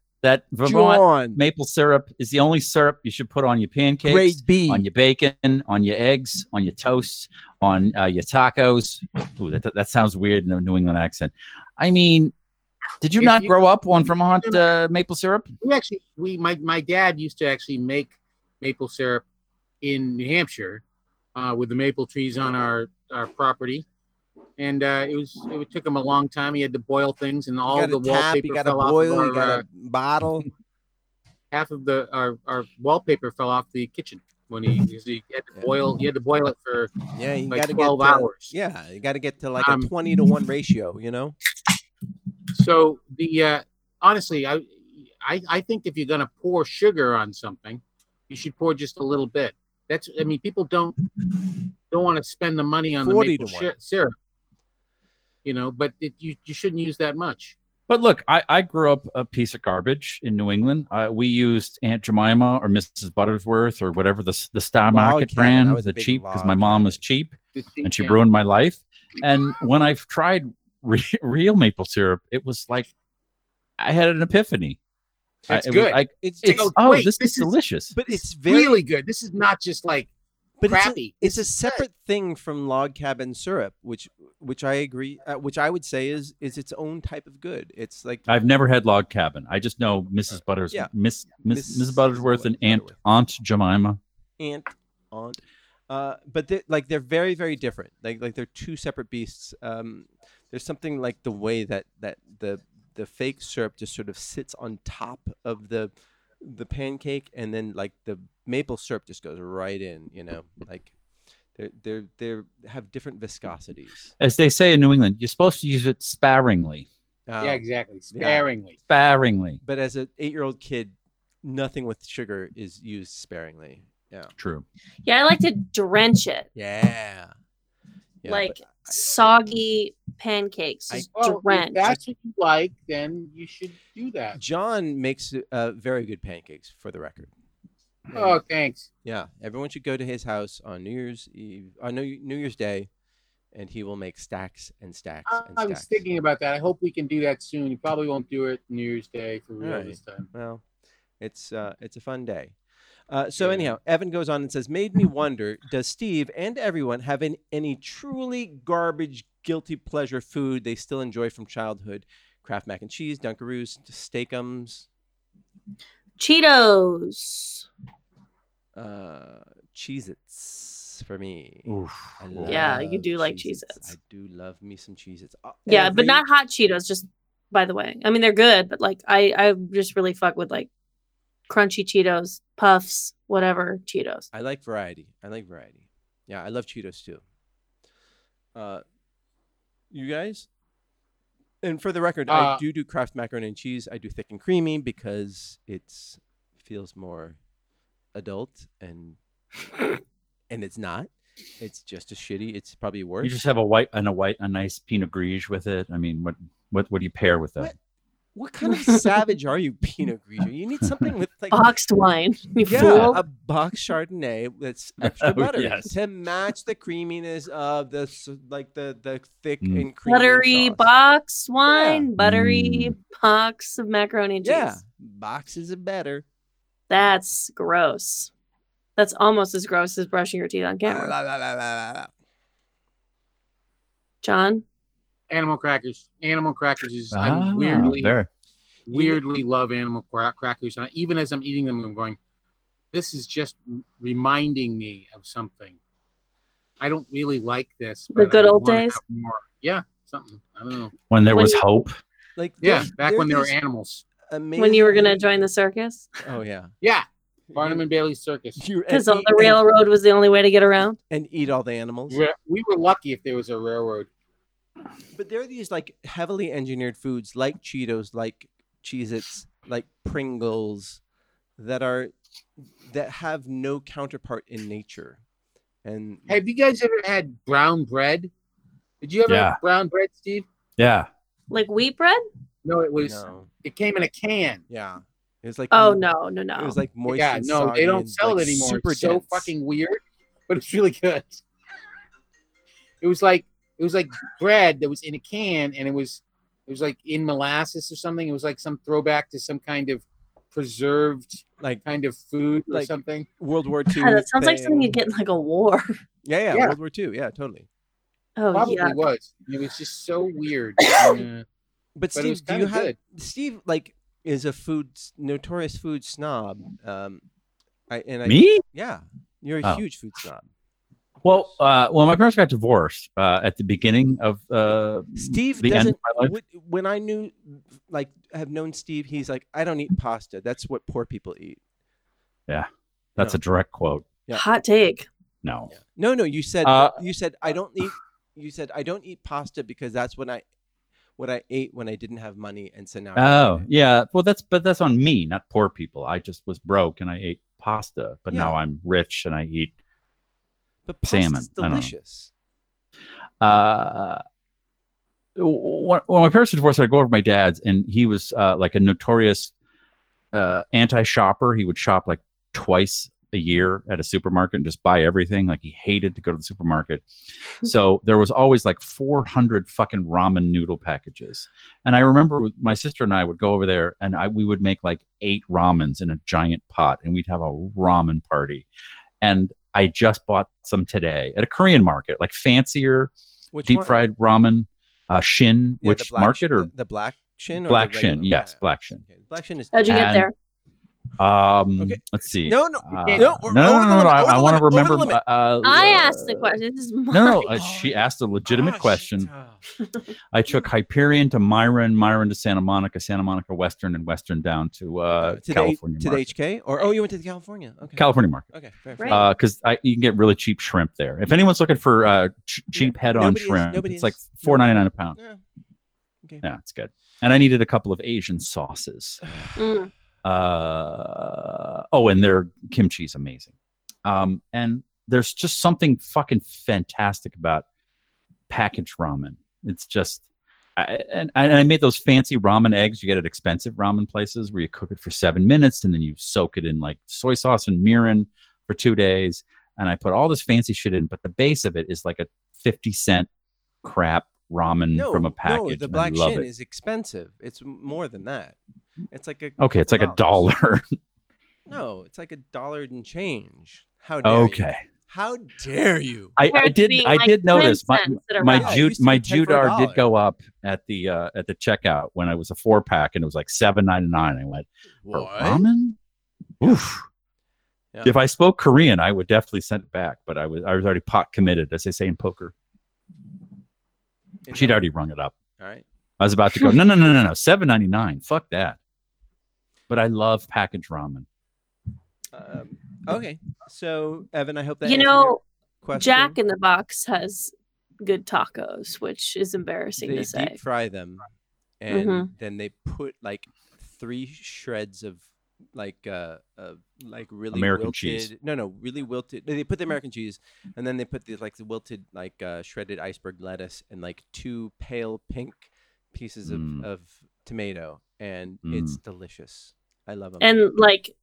Vermont
John,
maple syrup is the only syrup you should put on your pancakes,
grade B.
on your bacon, on your eggs, on your toast, on uh, your tacos. Ooh, that, that sounds weird in a New England accent. I mean, Did you
If
not
you-
grow up on Vermont uh, maple syrup?
we actually we my my dad used to actually make maple syrup in New Hampshire uh, with the maple trees on our our property, and uh, it was it took him a long time. He had to boil things, and all
you
the
got a tap,
wallpaper
you got a
fell off.
boil,
of our,
you got
uh,
a bottle.
half of the our, our wallpaper fell off the kitchen when he, because he had to boil. He had to boil it for
Yeah, you
like
got to get
12
to,
hours.
Yeah, you got to get to like
Um,
a twenty to one ratio. You know,
So the uh, honestly, I, I I think if you're gonna pour sugar on something, you should pour just a little bit. That's I mean, people don't don't want to spend the money on the
40
maple
to
shi-
one.
syrup, you know. But it, you you shouldn't use that much.
But look, I, I grew up a piece of garbage in New England. Uh, we used Aunt Jemima or Mrs. Butterworth or whatever the, s- the stock market
Log cabin. I
brand,
was a
the
big
cheap, because
log
my mom
cabin.
was cheap
Just
and she
think,
ruined my life. And when I've tried re- real maple syrup, it was like I had an epiphany. I-
That's
it was-
good.
I-
it's,
it's,
Oh,
oh,
wait,
this,
this
is
is-
delicious.
but it's very
really good. This is not just like
but it's a-
crappy.
It's a separate thing from log cabin syrup, which which I agree, uh, which I would say is is its own type of good. It's like
I've never had log cabin. I just know Mrs. Butters,
yeah.
Miss, Miss,
Miss-
Mrs. Butterworth, and Aunt
Butterworth.
Aunt Jemima.
aunt, aunt. Uh, but they're, like they're very very different. Like like they're two separate beasts. Um, there's something like the way that that the the fake syrup just sort of sits on top of the the pancake, and then like the maple syrup just goes right in. You know, like they're they're they're have different viscosities.
As they say in New England, you're supposed to use it sparingly.
Um,
yeah, exactly, sparingly.
Sparingly.
But as an eight-year-old kid, nothing with sugar is used sparingly. Yeah.
True.
Yeah, I like to drench it.
Yeah.
like soggy pancakes.
I- oh,
Just
Well, if
drench.
that's what you like, then you should do that.
John makes uh, very good pancakes, for the record.
Oh, thanks.
Yeah, everyone should go to his house on New Year's Eve, on New New Year's Day, and he will make stacks and stacks and
Uh, I
stacks.
was thinking about that. I hope we can do that soon. You probably won't do it New Year's Day for real
Right.
this time.
Well, it's uh, it's a fun day. Uh, so
Yeah.
anyhow, Evan goes on and says, "Made me wonder: Does Steve and everyone have an, any truly garbage, guilty pleasure food they still enjoy from childhood? Kraft mac and cheese, Dunkaroos, Steakums,
Cheetos.
uh, Cheez-Its for me. I
Yeah, you
love
do like Cheez-Its.
I do love me some Cheez-Its. Uh,
Yeah, but
every-
not hot Cheetos, just by the way. I mean they're good, but like I I just really fuck with like crunchy Cheetos, puffs, whatever Cheetos.
I like variety. I like variety. Yeah, I love Cheetos too. Uh, you guys, and for the record, I
Uh,
do do Kraft macaroni and cheese. I do thick and creamy because it's feels more adult and and it's not. It's just a shitty. It's probably worse.
You just have a white and a white, a nice Pinot Grigio with it. I mean, what what what do you pair with that?
What? what kind of savage are you, Pinot Grigio? You need something with like
Boxed wine. You
Yeah,
fool.
a box Chardonnay that's extra
Oh,
buttery
yes.
to match the creaminess of the s- like the the thick
Mm.
and creamy
Buttery
sauce.
box wine, buttery
Mm.
box of macaroni and cheese.
Yeah, boxes are better.
That's gross. That's almost as gross as brushing your teeth on camera.
La, la, la, la, la, la.
John,
Animal crackers. Animal crackers is
Ah,
I weirdly
very-
weirdly love animal cra- crackers. And even as I'm eating them, I'm going, this is just r- reminding me of something. I don't really like this.
The
but
good
I
old
wanna
days?
have More. Yeah, something. I don't know.
when there
When
was
you-
hope.
Like
Yeah,
there's-
back when they were
there's
animals.
these
when you were gonna
amazing-
join the circus,
Oh yeah,
Yeah, Barnum and Bailey Circus.
You-
because
and
on
eat-
the railroad was the only way to get around.
and, and eat all the animals.
We we were lucky if there was a railroad.
But there are these like heavily engineered foods like Cheetos, like Cheez Its, like Pringles that are that have no counterpart in nature. And
Have you guys ever had brown bread? Did you ever
Yeah.
have brown bread, Steve?
Yeah.
Like wheat bread?
No, it was.
no.
It came in a can.
Yeah. It was like
Oh
mo-
no, no, no.
Mm. It was like moist.
yeah,
and
no,
soggy
they don't
and,
sell
like,
it anymore.
Super
It's so
dense.
fucking weird, but it's really good. It was like it was like bread that was in a can, and it was it was like in molasses or something. It was like some throwback to some kind of preserved
like
kind of food or
Like-
something.
World War II.
God, that sounds like
thing.
something you'd get in like a war.
Yeah, yeah,
Yeah.
World War II. Yeah, totally.
Oh
Probably
yeah.
was. It was just so weird. And, uh,
But
but it was
Steve, do
kind
you
of
have
good.
Steve like is a food s- notorious food snob? Um, I and I
Me?
yeah, you're a
Oh.
huge food snob.
Well, uh, well, my parents got divorced uh, at the beginning of uh,
Steve
the end
doesn't.
of my life.
Would, when I knew, like, have known Steve, he's like, I don't eat pasta. That's what poor people eat.
That's a direct quote.
Yeah.
Hot take.
No.
No, no, you said
Uh,
you said I don't eat. You said I don't eat pasta because that's when I, what I ate when I didn't have money, and so now. I don't
Oh,
eat it.
yeah. Well, that's but that's on me, not poor people. I just was broke and I ate pasta, but now I'm rich and I eat.
but pasta's
salmon, I don't know.
delicious.
Uh, when when my parents were divorced, I would go over to my dad's, and he was uh, like a notorious uh, anti-shopper. He would shop like twice a year at a supermarket and just buy everything. Like he hated to go to the supermarket, so there was always like 400 fucking ramen noodle packages. And I remember with- my sister and I would go over there, and I we would make like eight ramens in a giant pot, and we'd have a ramen party. And I just bought some today at a Korean market, like fancier
Which
deep
one?
fried ramen uh, shin,
Yeah, the
which
black
market
shin-
or
the, the black shin? Or the
black shin?
regular-
Yes,
yeah.
black shin.
Okay, Black shin is.
How'd you get
And-
there?
Um,
Okay.
let's see.
No, no,
Uh,
can't-
no, no,
no, we're
no,
over the
no, no,
limit,
I,
over
I
the
want
limit,
to
over the
remember.
limit.
uh, uh,
I asked the question. This is mine.
No, no, uh, she asked a legitimate
Ah,
question.
shit.
I took Hyperion to Myron, Myron to Santa Monica, Santa Monica Western, and Western down to, uh,
Uh, to
California
the, to the
market.
HK or oh, you went to the California. Okay.
California market.
Okay. Fair,
Right.
fair.
because I you can get really cheap shrimp there. If anyone's looking for uh, ch- cheap head-on
Nobody is-
shrimp,
nobody
it's like
is.
four ninety nine a pound.
Yeah. Okay.
Yeah, it's good. And I needed a couple of Asian sauces.
Mm.
Uh, oh, and their kimchi is amazing. Um, and there's just something fucking fantastic about packaged ramen. It's just, I, and, and I made those fancy ramen eggs you get at expensive ramen places where you cook it for seven minutes and then you soak it in like soy sauce and mirin for two days. And I put all this fancy shit in, but the base of it is like a 50 cent crap ramen
No,
from a package.
no, the
and I
black
love
shin
it.
is expensive. It's m- more than that. It's like a
Okay, it's like a
couple dollars.
dollar.
No, it's like a dollar and change. How dare You?
okay.
How dare you?
I, I
Compared to
did
being
I
like
did
10
notice my
cents at a
my
restaurant.
Yeah, it
Jude
used to be
my
10 for a
Judar
dollar.
did go up at the uh, at the checkout when I was a four pack and it was like seven ninety nine. I went for ramen. Oof.
Yeah.
If I spoke Korean, I would definitely send it back, but I was I was already pot committed, as they say in poker.
It's
She'd
all-
already rung it up.
All right.
I was about to go. No, no, no, no, no. Seven ninety nine. Fuck that. But I love packaged ramen.
Um, okay. So, Evan, I hope that
You
answered
know,
your question.
Jack in the Box has good tacos, which is embarrassing
they
to say.
deep fry them, and
Mhm.
then they put like three shreds of like uh, uh like really
American
wilted,
cheese.
No, no, really wilted. They put the American cheese, and then they put the like the wilted like uh, shredded iceberg lettuce and like two pale pink pieces of
Mm.
of tomato, and it's delicious. I love them.
and like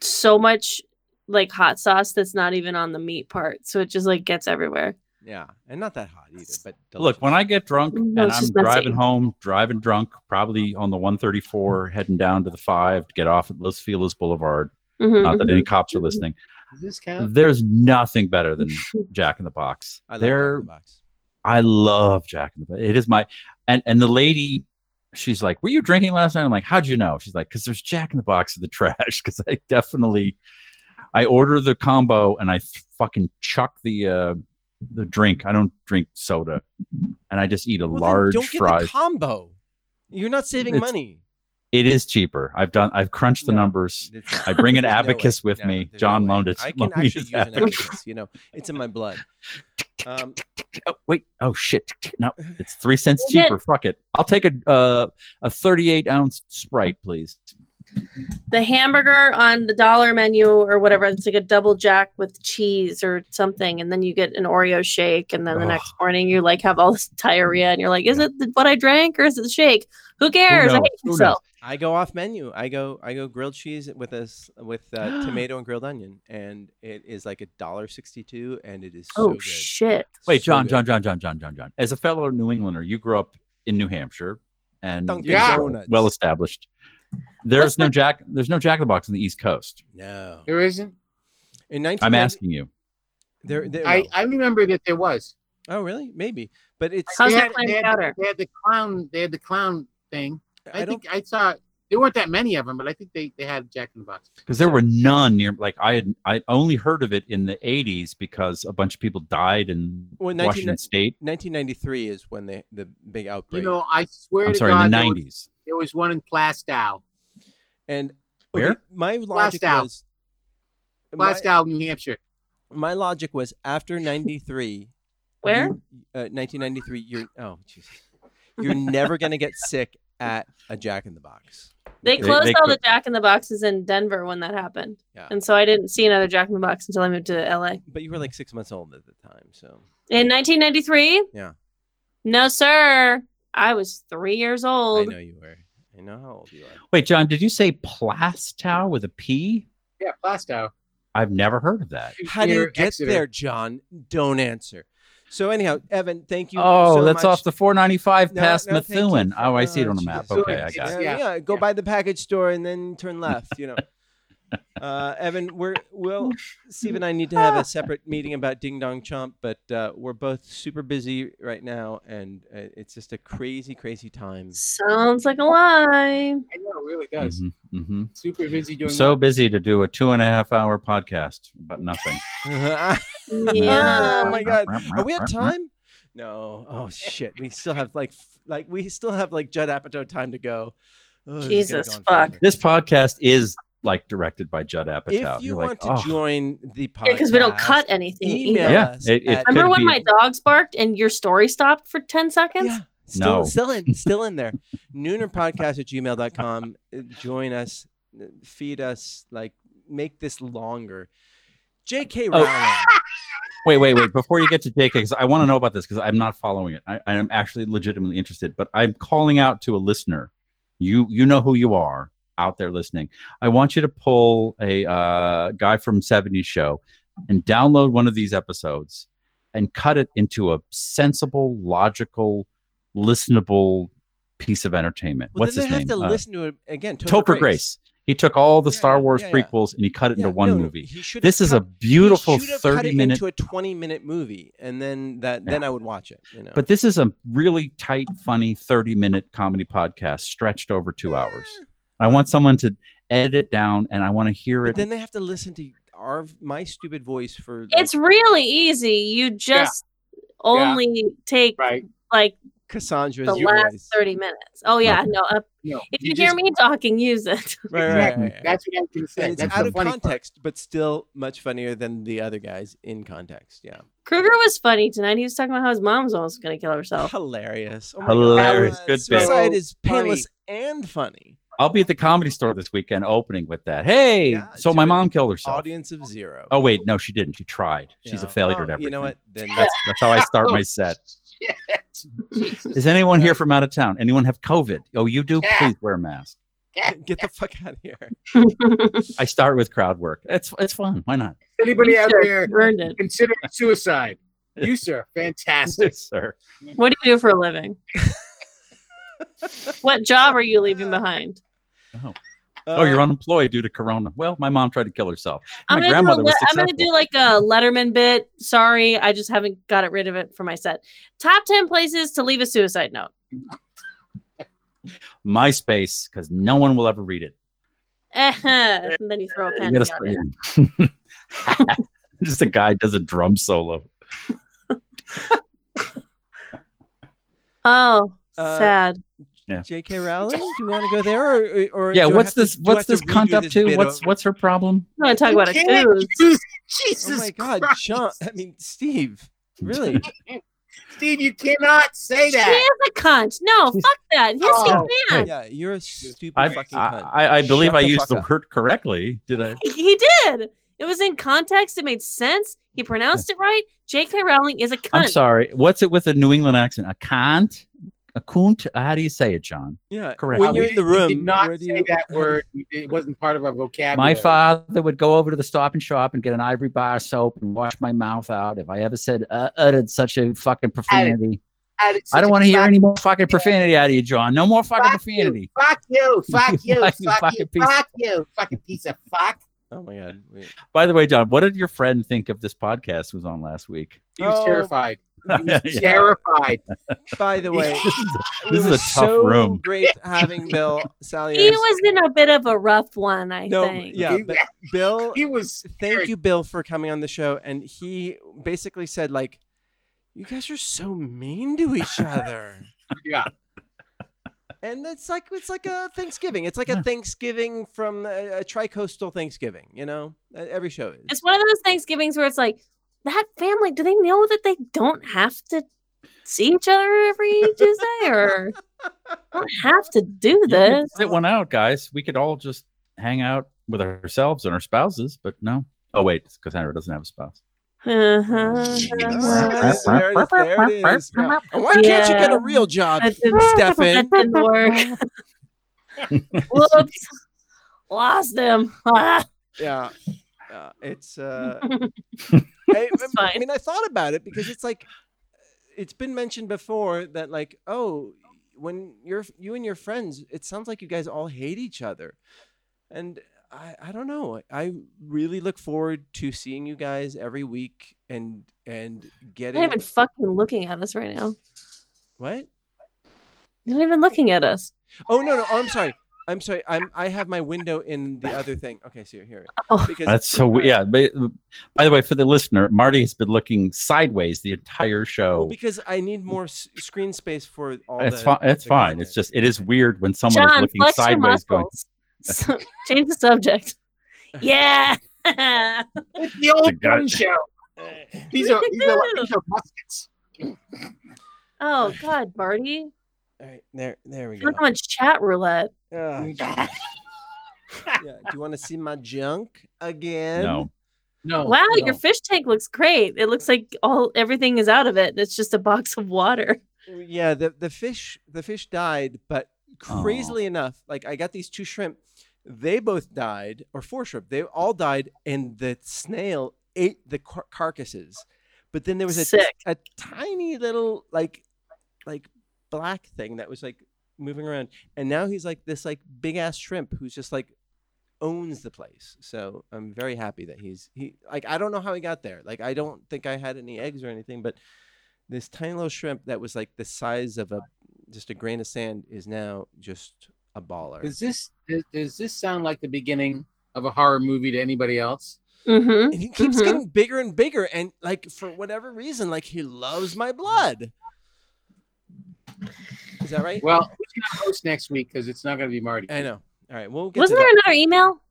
so much like hot sauce that's not even on the meat part, so it just like gets everywhere.
yeah, and not that hot either, but delicious.
Look, when I get drunk
No,
and
it's
I'm
just messy.
driving home, driving drunk, probably on the 134, heading down to the five to get off at Los Feliz Boulevard.
Mhm,
Not that
mhm.
any cops are listening.
Does this count?
There's nothing better
Mm-hmm.
than Jack in the Box.
I love Jack in
There,
the Box.
I love Jack in the Box. It is my and and the lady, she's like, "Were you drinking last night?" I'm like, "How'd you know?" She's like, "Cause there's Jack in the Box in the trash." Because I definitely, I order the combo and I th- fucking chuck the uh the drink. I don't drink soda, and I just eat a
Well, then
large
don't
fry.
get the combo. You're not saving
It's-
money.
it is cheaper. I've done. I've crunched the
No.
numbers.
It's-
I bring an
there's no way.
abacus with
No,
me.
there's no
John
way.
loaned it.
I can
loaned me
actually
his
use an
abacus.
abacus. You know, it's in my blood. Um,
Oh, wait. Oh shit. No, it's three cents
Dang it.
cheaper. Fuck it. I'll take a uh, a thirty-eight ounce Sprite, please.
the hamburger on the dollar menu or whatever, it's like a double jack with cheese or something, and then you get an Oreo shake, and then the
Ugh.
next morning you like have all this diarrhea, and you're like, is it the, what I drank or is it the shake? Who cares? I
knows?
hate
Who
myself.
I go off menu. I go I go grilled cheese with us with uh, tomato and grilled onion, and it is like a dollar sixty-two, and it is so
Oh
good.
shit!
Wait,
So
John,
good.
John, John, John, John, John, John. As a fellow New Englander, you grew up in New Hampshire, and
Dunkin'
yeah.
Donuts.
well established. There's
What's
no
the-
Jack. There's no Jack in the Box on the East Coast.
No,
There isn't.
in
I'm
1990
asking you.
There, there,
I,
no.
I remember that there was.
oh really? Maybe, but it's
How's
They
the
had-
clam
they had-
chowder?
They had the clown. They had the clown thing. I,
I don't.
think I saw there weren't that many of them, but I think they, they had Jack in the Box.
because there were none near. Like I had, I only heard of it in the '80s because a bunch of people died in
Well, 1990
Washington State.
1993 is when they the big
You
outbreak.
know, I swear
I'm
to
sorry,
God,
in the
there was-
'90s.
there was one in Plastow,
and
Where?
okay, my logic
out.
was my,
Plastow, New Hampshire.
my logic was after 93
Where?
you- uh, 1993 you're oh Jesus. You're never going to get sick at a Jack in the Box.
They
They-
closed
they
all
clo-
the Jack in the Boxes in Denver when that happened.
Yeah.
And so I didn't see another Jack in the Box until I moved to LA.
But you were like 6 months old at the time, so
In 1993?
Yeah.
No, sir. I was three years
I
old.
know you were. I know how old you are.
Wait, John, did you say Plastow with a P?
Yeah, Plastow.
I've never heard of that.
How do you
Near
get
Exeter.
there, John? Don't answer. So anyhow, Evan, thank you
oh,
so
that's
much.
off the 495
No,
past
no, thank you
Methuen.
for-
Oh, I see it
oh,
on the map.
Jesus.
Okay, I
It's-
got it.
uh, yeah,
it.
yeah, go
Yeah.
by the package store and then turn left you know uh, evan we're will steve and i need to have a separate meeting about ding dong chomp but uh, we're both super busy right now and uh, it's just a crazy crazy time
Sounds like a lie.
I know, it really does.
Mhm, mhm.
Mm-hmm.
Super busy
I'm
doing.
so busy to do a two and a half hour podcast about nothing.
Yeah.
Oh my God. are we at time no oh shit we still have like f- like we still have like judd apatow time to go Oh, this is gonna
Jesus,
go on
fuck.
forever.
This podcast is like directed by Judd Apatow.
if you
You're like,
want to
oh.
join the podcast
Because we don't cut anything.
email
either.
Yeah,
us
it- it
at-
Remember
Could
when
be.
my dogs barked and your story stopped for 10 seconds?
Yeah. Still,
No.
still in still in there. Noonerpodcast at gmail.com. Uh, Join us, uh, feed us, like make this longer. JK
Oh.
Rowling.
Wait, wait, wait. Before you get to JK, because I want to know about this because I'm not following it. I, I am actually legitimately interested, but I'm calling out to a listener. You you know who you are out there listening. I want you to pull a uh, guy from 70s show and download one of these episodes and cut it into a sensible, logical, listenable piece of entertainment.
Well,
What's
then
his
they
name?
have to
Uh,
listen to it again. Topher,
Topher Grace. He took all the
Yeah,
Star Wars
yeah, yeah.
prequels and he cut it
Yeah,
into one
no, no,
movie.
he should've
This is a
cut- he
beautiful
should've cut it
30 minute
into a 20 minute movie, and then that then I would watch it. You know,
But this is a really tight, funny 30 minute comedy podcast stretched over two hours. I want someone to edit it down and I want to hear
But
it.
then they have to listen to our my stupid voice for.
It's really easy. You just only take
Right.
like
Cassandra's
the
voice.
last 30 minutes. Oh, yeah. No, up.
No,
If you,
just-
hear me talking, use it.
Right, right, right,
Exactly.
right, right.
That's what I was gonna say.
and it's
That's
out
the
of
funny part.
context, but still much funnier than the other guys in context. Yeah,
Kruger was funny tonight. He was talking about how his mom's almost going to kill herself.
hilarious, oh my
Hilarious.
God.
Good bit.
Suicide
So
is painless and funny.
I'll be at the comedy store this weekend opening with that. Hey,
Yeah,
so
do
my
it.
mom killed herself.
Audience of zero.
Oh, wait. No, she didn't. She tried. She's a
Yeah.
failure
Oh,
at everything.
You know what? Then
That's, that's how I start my set. Is anyone here from out of town? Anyone have COVID? Oh, you do?
Yeah.
Please wear a mask.
that's- get the fuck out of here.
I start with crowd work. It's, it's fun. Why not?
Anybody out there
Earned it.
considering suicide? You sir, fantastic.
Sir.
What do you do for a living? what job are you leaving behind?
Oh, you're unemployed due to Corona. Well, my mom tried to kill herself. My
Uh, I'm gonna, do, a
grandmother was
le- I'm gonna
successful.
do like a Letterman bit. Sorry, I just haven't got it rid of it for my set. Top ten places to leave a suicide note.
MySpace because no one will ever read it.
and then you throw a
You
pen.
gotta
down it.
start- Just a guy does a drum solo.
Oh,
Uh,
sad.
J.K. Uh, Rowling. Do you want to go there, or, or
Yeah,
do I
what's
have to-
this?
do I
what's
have to
this cunt
redo
up
this
to?
bit
What's
over?
what's her problem?
I'm gonna talk
You
about a
can't
goose.
choose-
Oh
Jesus
my God,
Christ.
John. I mean, Steve. Really?
Steve, you cannot say
She
that.
is a cunt. No, fuck that. He's
Oh.
a man.
yeah, you're a stupid
I
fucking cunt.
I, I, I believe
Shut
I
the
used
fuck
the
up.
word correctly. Did I?
He did. It was in context. It made sense. He pronounced it right. J.K. Rowling is a cunt.
I'm sorry. What's it with a New England accent? A cunt? A cunt? How do you say it, John?
yeah,
Correct.
When you're in the room,
We did not
where do
say
you-
that word. We did- It wasn't part of our vocabulary.
My father would go over to the stop and shop and get an ivory bar soap and wash my mouth out if I ever said uh, uttered such a fucking profanity.
Had it
I
such
don't
a
want to hear
fuck-
any more fucking profanity out of you, John. No more fucking
Fuck
profanity.
Fuck you! Fuck you!
Fuck
Fuck
you, fucking
you! Fuck you!
piece of-
Fuck you! Fucking piece of fuck!
Oh my God. Wait.
By the way, John, what did your friend think of this podcast was on last week?
He was
Oh.
terrified. terrified.
By the way, it
this is a
was
tough
so
room.
Great having Bill Salieri.
He was in a bit of a rough one, I
no,
think.
yeah, but Bill
He was
thank you bill for coming on the show and he basically said like you guys are so mean to each other
yeah.
and it's like it's like a thanksgiving it's like a
Yeah.
thanksgiving from a, a tri-coastal thanksgiving you know Uh, every show is
It's one of those Thanksgivings where it's like, that family, do they know that they don't have to see each other every Tuesday or don't have to do
You can
this?
sit one out, guys. We could all just hang out with ourselves and our spouses, but no. Oh wait, because Henry doesn't have a spouse.
Uh-huh.
Yes, there it is, there it is. Yeah. And why can't you get
Yeah.
a real job
That didn't,
stefan
that didn't work. Whoops. Lost him. Ah.
yeah uh, it's uh I, I
fine.
mean, I thought about it because it's like it's been mentioned before that like, oh, when you're you and your friends, it sounds like you guys all hate each other, and I I don't know. I really look forward to seeing you guys every week and and
They're
getting
not even fucking looking at us right now.
what?
They're not even looking at us.
Oh no no! Oh, I'm sorry. I'm sorry. I'm I have my window in the other thing. Okay, so here.
Oh.
Because
That's so we- yeah. By, by the way, for the listener, Marty has been looking sideways the entire
well,
show.
because I need more s- screen space for all.
It's
the-
fine. It's
the
fine. It's
content.
just it is weird when someone is looking
flex your
sideways. Going,
muscles. So- change the subject. Yeah.
It's the old
guy-
gun show. These are these are, like, these are muskets.
oh God, Marty.
All right, there, there we go.
You're on chat roulette.
Ugh. yeah. Do you want to see my junk again?
no,
Oh,
No.
Wow,
no.
your fish tank looks great. It looks like all everything is out of it. It's just a box of water.
Uh, Yeah, the, the fish the fish died, but
Aw.
crazily enough, like I got these two shrimp, they both died, or four shrimp, they all died, and the snail ate the car- carcasses. But then there was a, t-
Sick.
a tiny little like like black thing that was like moving around, and now he's like this like big ass shrimp who's just like owns the place. So I'm very happy that he's he like I don't know how he got there. Like I don't think I had any eggs or anything, but this tiny little shrimp that was like the size of a just a grain of sand is now just a baller.
Does this does- does this sound like the beginning of a horror movie to anybody else?
Mm-hmm.
and he keeps
Mhm.
getting bigger and bigger and like for whatever reason like he loves my blood. Is that right?
Well, who's gonna host next week? Because it's not gonna be Marty.
I know. All right, we'll get
Wasn't
to
there another email?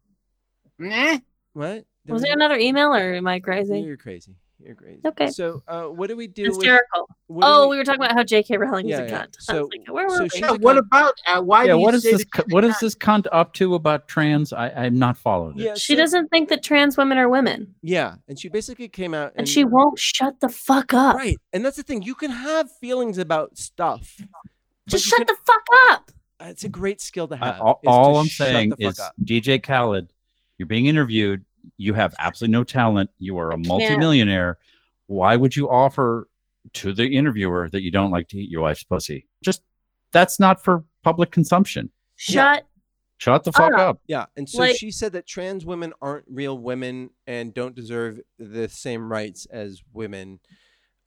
Nah.
that. What? There
Was
was
there
no-
another email or am I crazy?
You're crazy. You're crazy.
Okay.
So, uh, what do we do? With,
Hysterical.
what do
Oh,
we-
we were talking about how J.K. Rowling is
Yeah,
a
yeah.
cunt. I
So-
was like, where were
so
we?
she-
Yeah, what about uh, why
yeah.
do you
What is
say
this?
that-
cu- What is this cunt up to about trans? I, I'm not following it.
yeah,
She
so-
doesn't think that trans women are women,
Yeah, and she basically came out
and she won't shut the fuck up.
right, and that's the thing. You can have feelings about stuff. but
Just
you
shut
can- Ah,
the fuck up.
It's a great skill to
I-
have.
all
is to
all I'm
shut the
saying
fuck
is
up.
DJ Khaled, you're being interviewed. You have absolutely no talent. You are a
can't.
multimillionaire. Why would you offer to the interviewer that you don't like to eat your wife's pussy? Just that's not for public consumption.
Yeah.
Shut.
Shut the fuck
Shut
up.
yeah, and so
like-
she said that trans women aren't real women and don't deserve the same rights as women.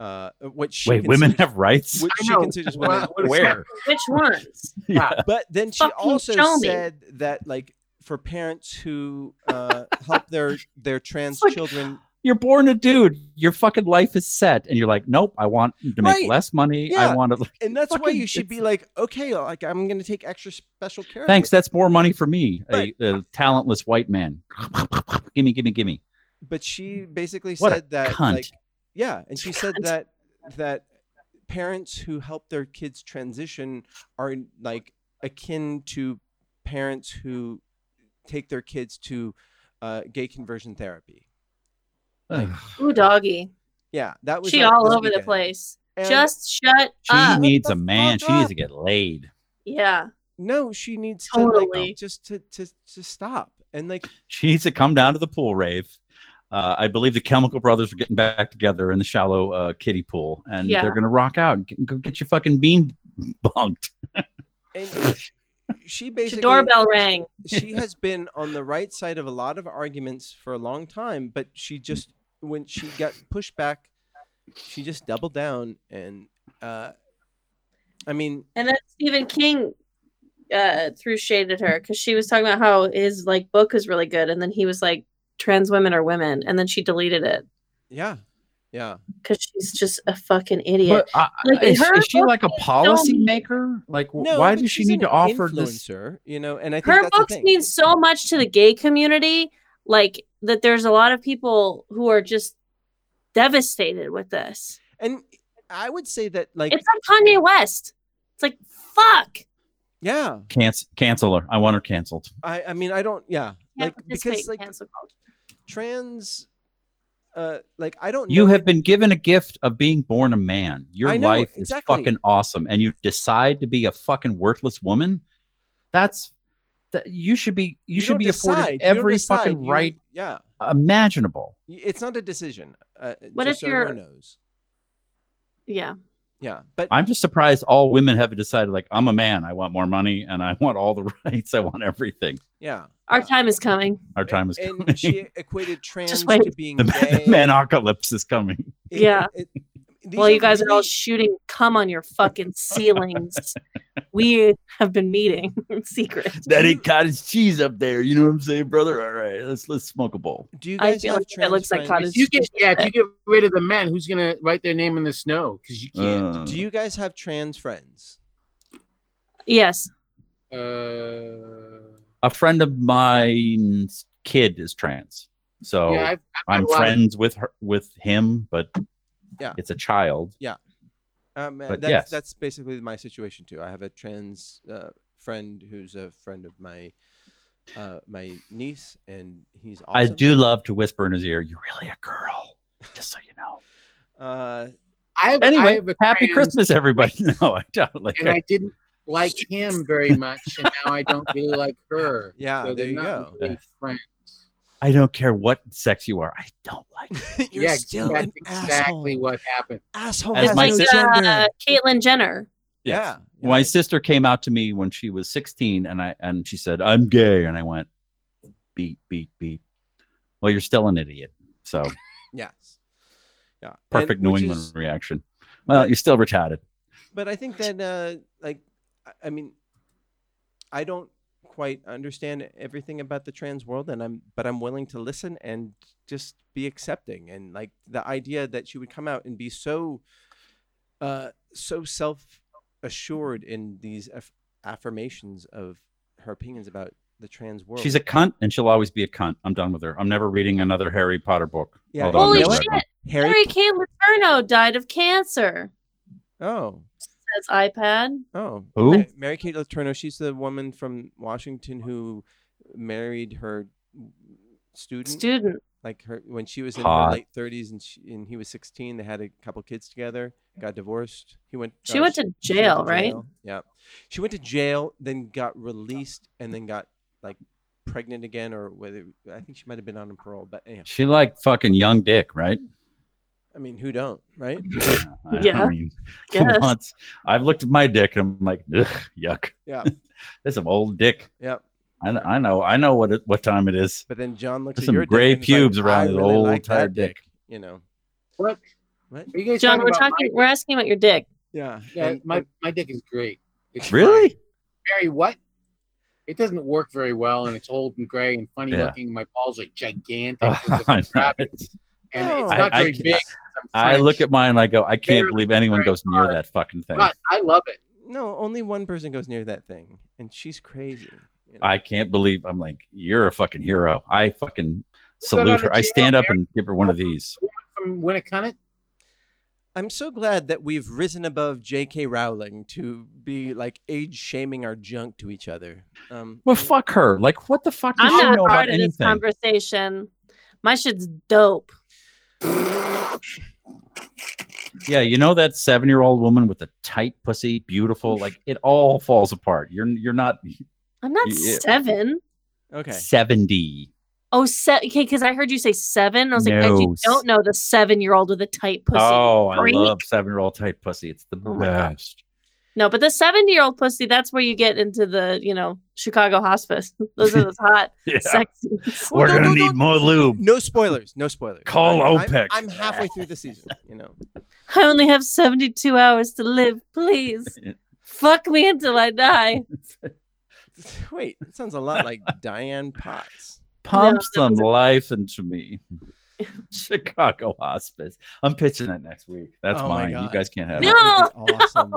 Uh, what she
Wait,
considers-
women have rights?
what
I
she
know.
considers
What-
women.
what is
Where?
Which ones?
But then she
Fucking
also
show me.
said that like for parents who uh, help their their trans
like-
children
You're born a dude. Your fucking life is set, and you're like, nope. I want to make
Right.
less money.
Yeah.
I want to.
and that's why
Fucking-
you should be like okay like i'm gonna take extra special care of
Thanks. That's more money for me,
Right.
a, a talentless white man. gimme, gimme, gimme.
you." but she basically
What a
said that
cunt.
like yeah and she said
Cunt.
that that parents who help their kids transition are like akin to parents who take their kids to uh, gay conversion therapy Uh,
Ugh.
Ooh, doggy.
yeah that was
She
like,
all
this
over the
weekend.
place.
And-
Just shut
She
up.
needs
Shut
a
the
man.
fuck
She needs to get
up.
laid.
yeah.
no she needs to
Totally.
like just to, to to stop and like
She needs to come down to the pool rave. Uh, I believe the Chemical Brothers are getting back together in the shallow uh, kiddie pool, and
Yeah.
they're gonna rock out. and Get, go get your fucking bean bunked.
and she
The
basically
doorbell rang.
she has been on the right side of a lot of arguments for a long time but she just when she got pushed back she just doubled down and uh I mean,
And then Stephen King uh, threw shade at her because she was talking about how his like book is really good, and then he was like, "Trans women are women," and then she deleted it
yeah. Yeah.
because she's just a fucking idiot.
But, uh,
Like,
is,
her
is she
book
like a
is so-
policymaker? Like, w-
No,
why
but
does she
she's
need
an
to offer this?
influencer, You know, and I think
her
that's the
books
thing.
mean so much to the gay community, like that. There's a lot of people who are just devastated with this.
And I would say that, like,
It's like Kanye West. It's like fuck.
yeah,
Canc- cancel her. I want her canceled.
I, I mean, I don't, yeah,
Can't
like
participate
because
in
like
cancel culture.
trans, uh, like I don't.
You
know-
have been given a gift of being born a man. Your
I know,
life
exactly.
is fucking awesome, and you decide to be a fucking worthless woman. That's that you should be. You, should
don't
be afforded
decide, you don't
every
decide,
fucking
you-
right
Yeah,
imaginable.
Y- it's not a decision. Uh,
What
just
if
so everyone
you're-
knows?
Yeah.
Yeah, but
I'm just surprised all women haven't decided like I'm a man. I want more money, and I want all the rights. I want everything.
yeah,
Our
yeah.
time is coming.
Our time is
and
coming.
she equated trans
wait.
to being
the,
gay.
the manocalypse is coming.
It-
Yeah.
it- these
Well, you guys are all
really-
shooting cum on your fucking ceilings. we have been meeting in secret.
That ain't cottage cheese up there. You know what I'm saying, brother? All right, let's let's smoke a bowl.
Do you
I
guys
feel
have
like that looks
trans
like
friends?
cottage-
you get yeah, if you get rid of the men, who's gonna write their name in the snow? Because you can't.
Uh,
Do you guys have trans friends?
Yes.
Uh,
a friend of mine's kid is trans, so
yeah, I've, I've
I'm
had a lot of-
friends with her, with him, but
Yeah.
it's a child.
Um, uh,
But
that's,
yes.
that's basically my situation too. I have a trans uh, friend who's a friend of my uh, my niece, and he's awesome.
I do love to whisper in his ear, "You're really a girl," just so you know.
Uh,
I have, I
Anyway,
have a
happy
friend,
Christmas, everybody. No, I don't like.
And I didn't like him very much, and now I don't really like her.
Yeah,
so
there
they're
you
not
go.
really friends.
I don't care what sex you are. I don't like. it.
you're
yeah,
still
that's
an
exactly
asshole.
what happened.
Asshole
As
has
my
no
sister-
gender.
uh, Caitlyn Jenner.
yeah,
My
yeah.
sister came out to me when she was 16, and I and she said, "I'm gay," and I went, "Beep, beep, beep." Well, you're still an idiot. So
Yes. Yeah. and
perfect New
which
England
is-
reaction. Well, you're still retarded.
but I think that uh, like, I- I mean, I don't quite understand everything about the trans world, and I'm but I'm willing to listen and just be accepting. And like the idea that she would come out and be so, uh, so self assured in these aff- affirmations of her opinions about the trans world.
She's a cunt, and she'll always be a cunt. I'm done with her. I'm never reading another Harry Potter book.
Yeah,
Although I'm
Holy
never
what?
that one.
shit.
Harry.
Mary Kay Letourneau died of cancer.
oh,
Says iPad.
oh.
Who?
Ma- Mary Kate Letourneau. She's the woman from Washington who married her student.
Student.
like her when she was in
Hot.
her late 30s and she, and he was 16 they had a couple kids together got divorced he went
She
uh,
went to
she went
jail,
to
right?
jail. yeah she went to jail then got released and then got like pregnant again or whether i think she might have been on parole but anyhow
She like fucking young dick, right?
i mean who don't right
I
Yeah.
mean,
Yes.
once I've looked at my dick and I'm like, Ugh, yuck.
Yeah.
That's some old dick.
yeah
I, I know. I know what it, what time it is.
but then john looks
There's
at
some
your dick
gray
and is like,
pubes
"I
around the
really
old
like that
tired dick.
you know
What?
What?
Are you guys
John, we're
about
talking. We're asking about your dick.
yeah
My, yeah,
and-
my,
and-
my dick is great. It's fine.
Really?
very what? It doesn't work very well, and it's old and gray and funny
Yeah.
looking. My balls are gigantic,
Oh,
because of the
I,
trap, and it's
No.
not
I- I
very
can't-
big. 'cause I'm
I look
French,
at mine and I go, I can't
Very
believe anyone
very
goes near
hard.
that fucking thing.
but I love it.
no only one person goes near that thing and she's crazy you know?
I can't believe I'm like, you're a fucking hero. I fucking
Put on
salute
a
her. I
jail,
stand up
Eric.
and give her one of these.
From Winnicott,
I'm so glad that we've risen above J.K. Rowling to be like age shaming our junk to each other. Um,
Well, fuck her. Like, what the fuck does
I'm
she
not
know about
part of this
anything?
conversation. My shit's dope.
Yeah, you know that seven-year-old woman with a tight pussy, beautiful. Like, it all falls apart. You're you're not
I'm not
Yeah.
seven.
okay.
seventy.
Oh, se- okay, because I heard you say seven. I was like, guys,
No,
you
s-
don't know the seven year old with a tight pussy.
Oh, I
Freak.
love seven-year-old tight pussy. It's the
Oh my
best.
No, but the 70 year old pussy, that's where you get into the, you know, Chicago hospice. Those are those hot,
Yeah.
sexy.
Well,
We're
no,
gonna
no,
need
no.
more lube.
No spoilers. No spoilers.
Call
I'm-
OPEC.
I'm, I'm halfway through the season. You know.
I only have 72 hours to live. Please fuck me until I die.
Wait, it sounds a lot like Diane Potts.
Pump
that
some
was a-
life into me. Chicago hospice. I'm pitching that next week. That's
Oh
mine.
my
You
God.
guys can't have
No.
it.
That would be awesome.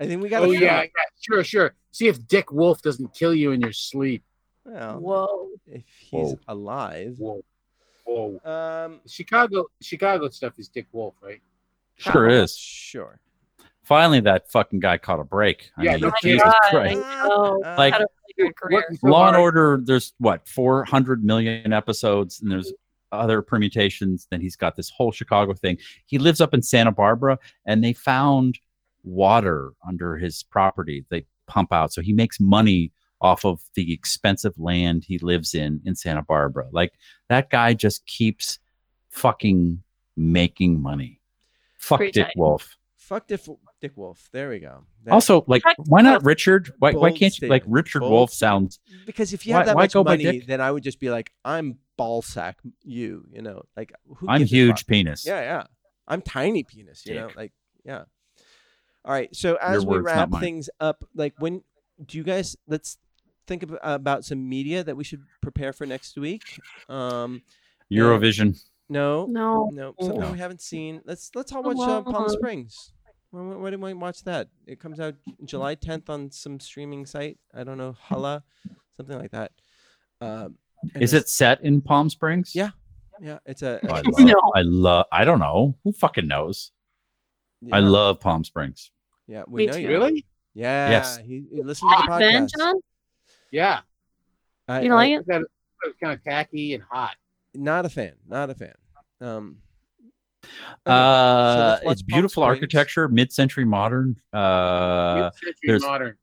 I think we got.
Oh yeah, yeah, sure, sure. See if Dick Wolf doesn't kill you in your sleep.
Well,
Whoa.
if he's
Whoa.
alive.
Whoa, whoa.
Um,
Chicago, Chicago stuff is Dick Wolf, right?
Sure is.
Sure.
Finally, that fucking guy caught a break. I
Yeah,
mean,
Oh
no
Jesus
kidding.
Christ.
Oh,
know.
Uh,
Like-
How to your career.
Working so
Law and
hard.
Order, there's what, 400 million episodes, and there's other permutations. Then he's got this whole Chicago thing. He lives up in Santa Barbara, and they found water under his property they pump out. So he makes money off of the expensive land he lives in in Santa Barbara. Like that guy just keeps fucking making money. Fuck
Pretty
Dick
tight.
Wolf.
fuck Dick, Dick Wolf. There we go. That-
Also, like,
Heck,
why not
that's
Richard? Why, why
bold
can't you like
statement.
Richard
Bold
Wolf
statement.
sounds?
because if you
why-
have that
why
much
go by
money,
Dick?
then I would just be like, I'm ballsack you. You know, like who
I'm
gives a
huge
fuck?
penis.
Yeah, yeah. I'm tiny penis. You know,
Dick.
like yeah. All right. So as we
words, not
wrap
mine.
things up, like when do you guys let's think ab- about some media that we should prepare for next week? Um,
Eurovision.
no,
No.
No, something
No.
we haven't seen. Let's let's all watch uh, Palm
Alone.
Springs. Why, why why didn't we watch that? It comes out July 10th on some streaming site. I don't know, Hala, something like that. Um, and
Is it
it's-
set in Palm Springs?
Yeah. Yeah, it's a.
Oh, I
it's-
love.
No.
I love. I don't know. Who fucking knows? I
yeah,
love Palm Springs.
Yeah, we
Me
know
too.
you.
Really?
Yeah.
Yes.
He, he listened to the
Hot man,
podcast.
John?
Yeah.
I-
You don't
I-
like it?
That was kind of tacky and hot.
Not a fan. Not a fan. Um, okay, so
Uh,
let's watch
it's
Palm
beautiful
Springs.
architecture, mid-century modern. Uh,
Mid-century
there's-
modern.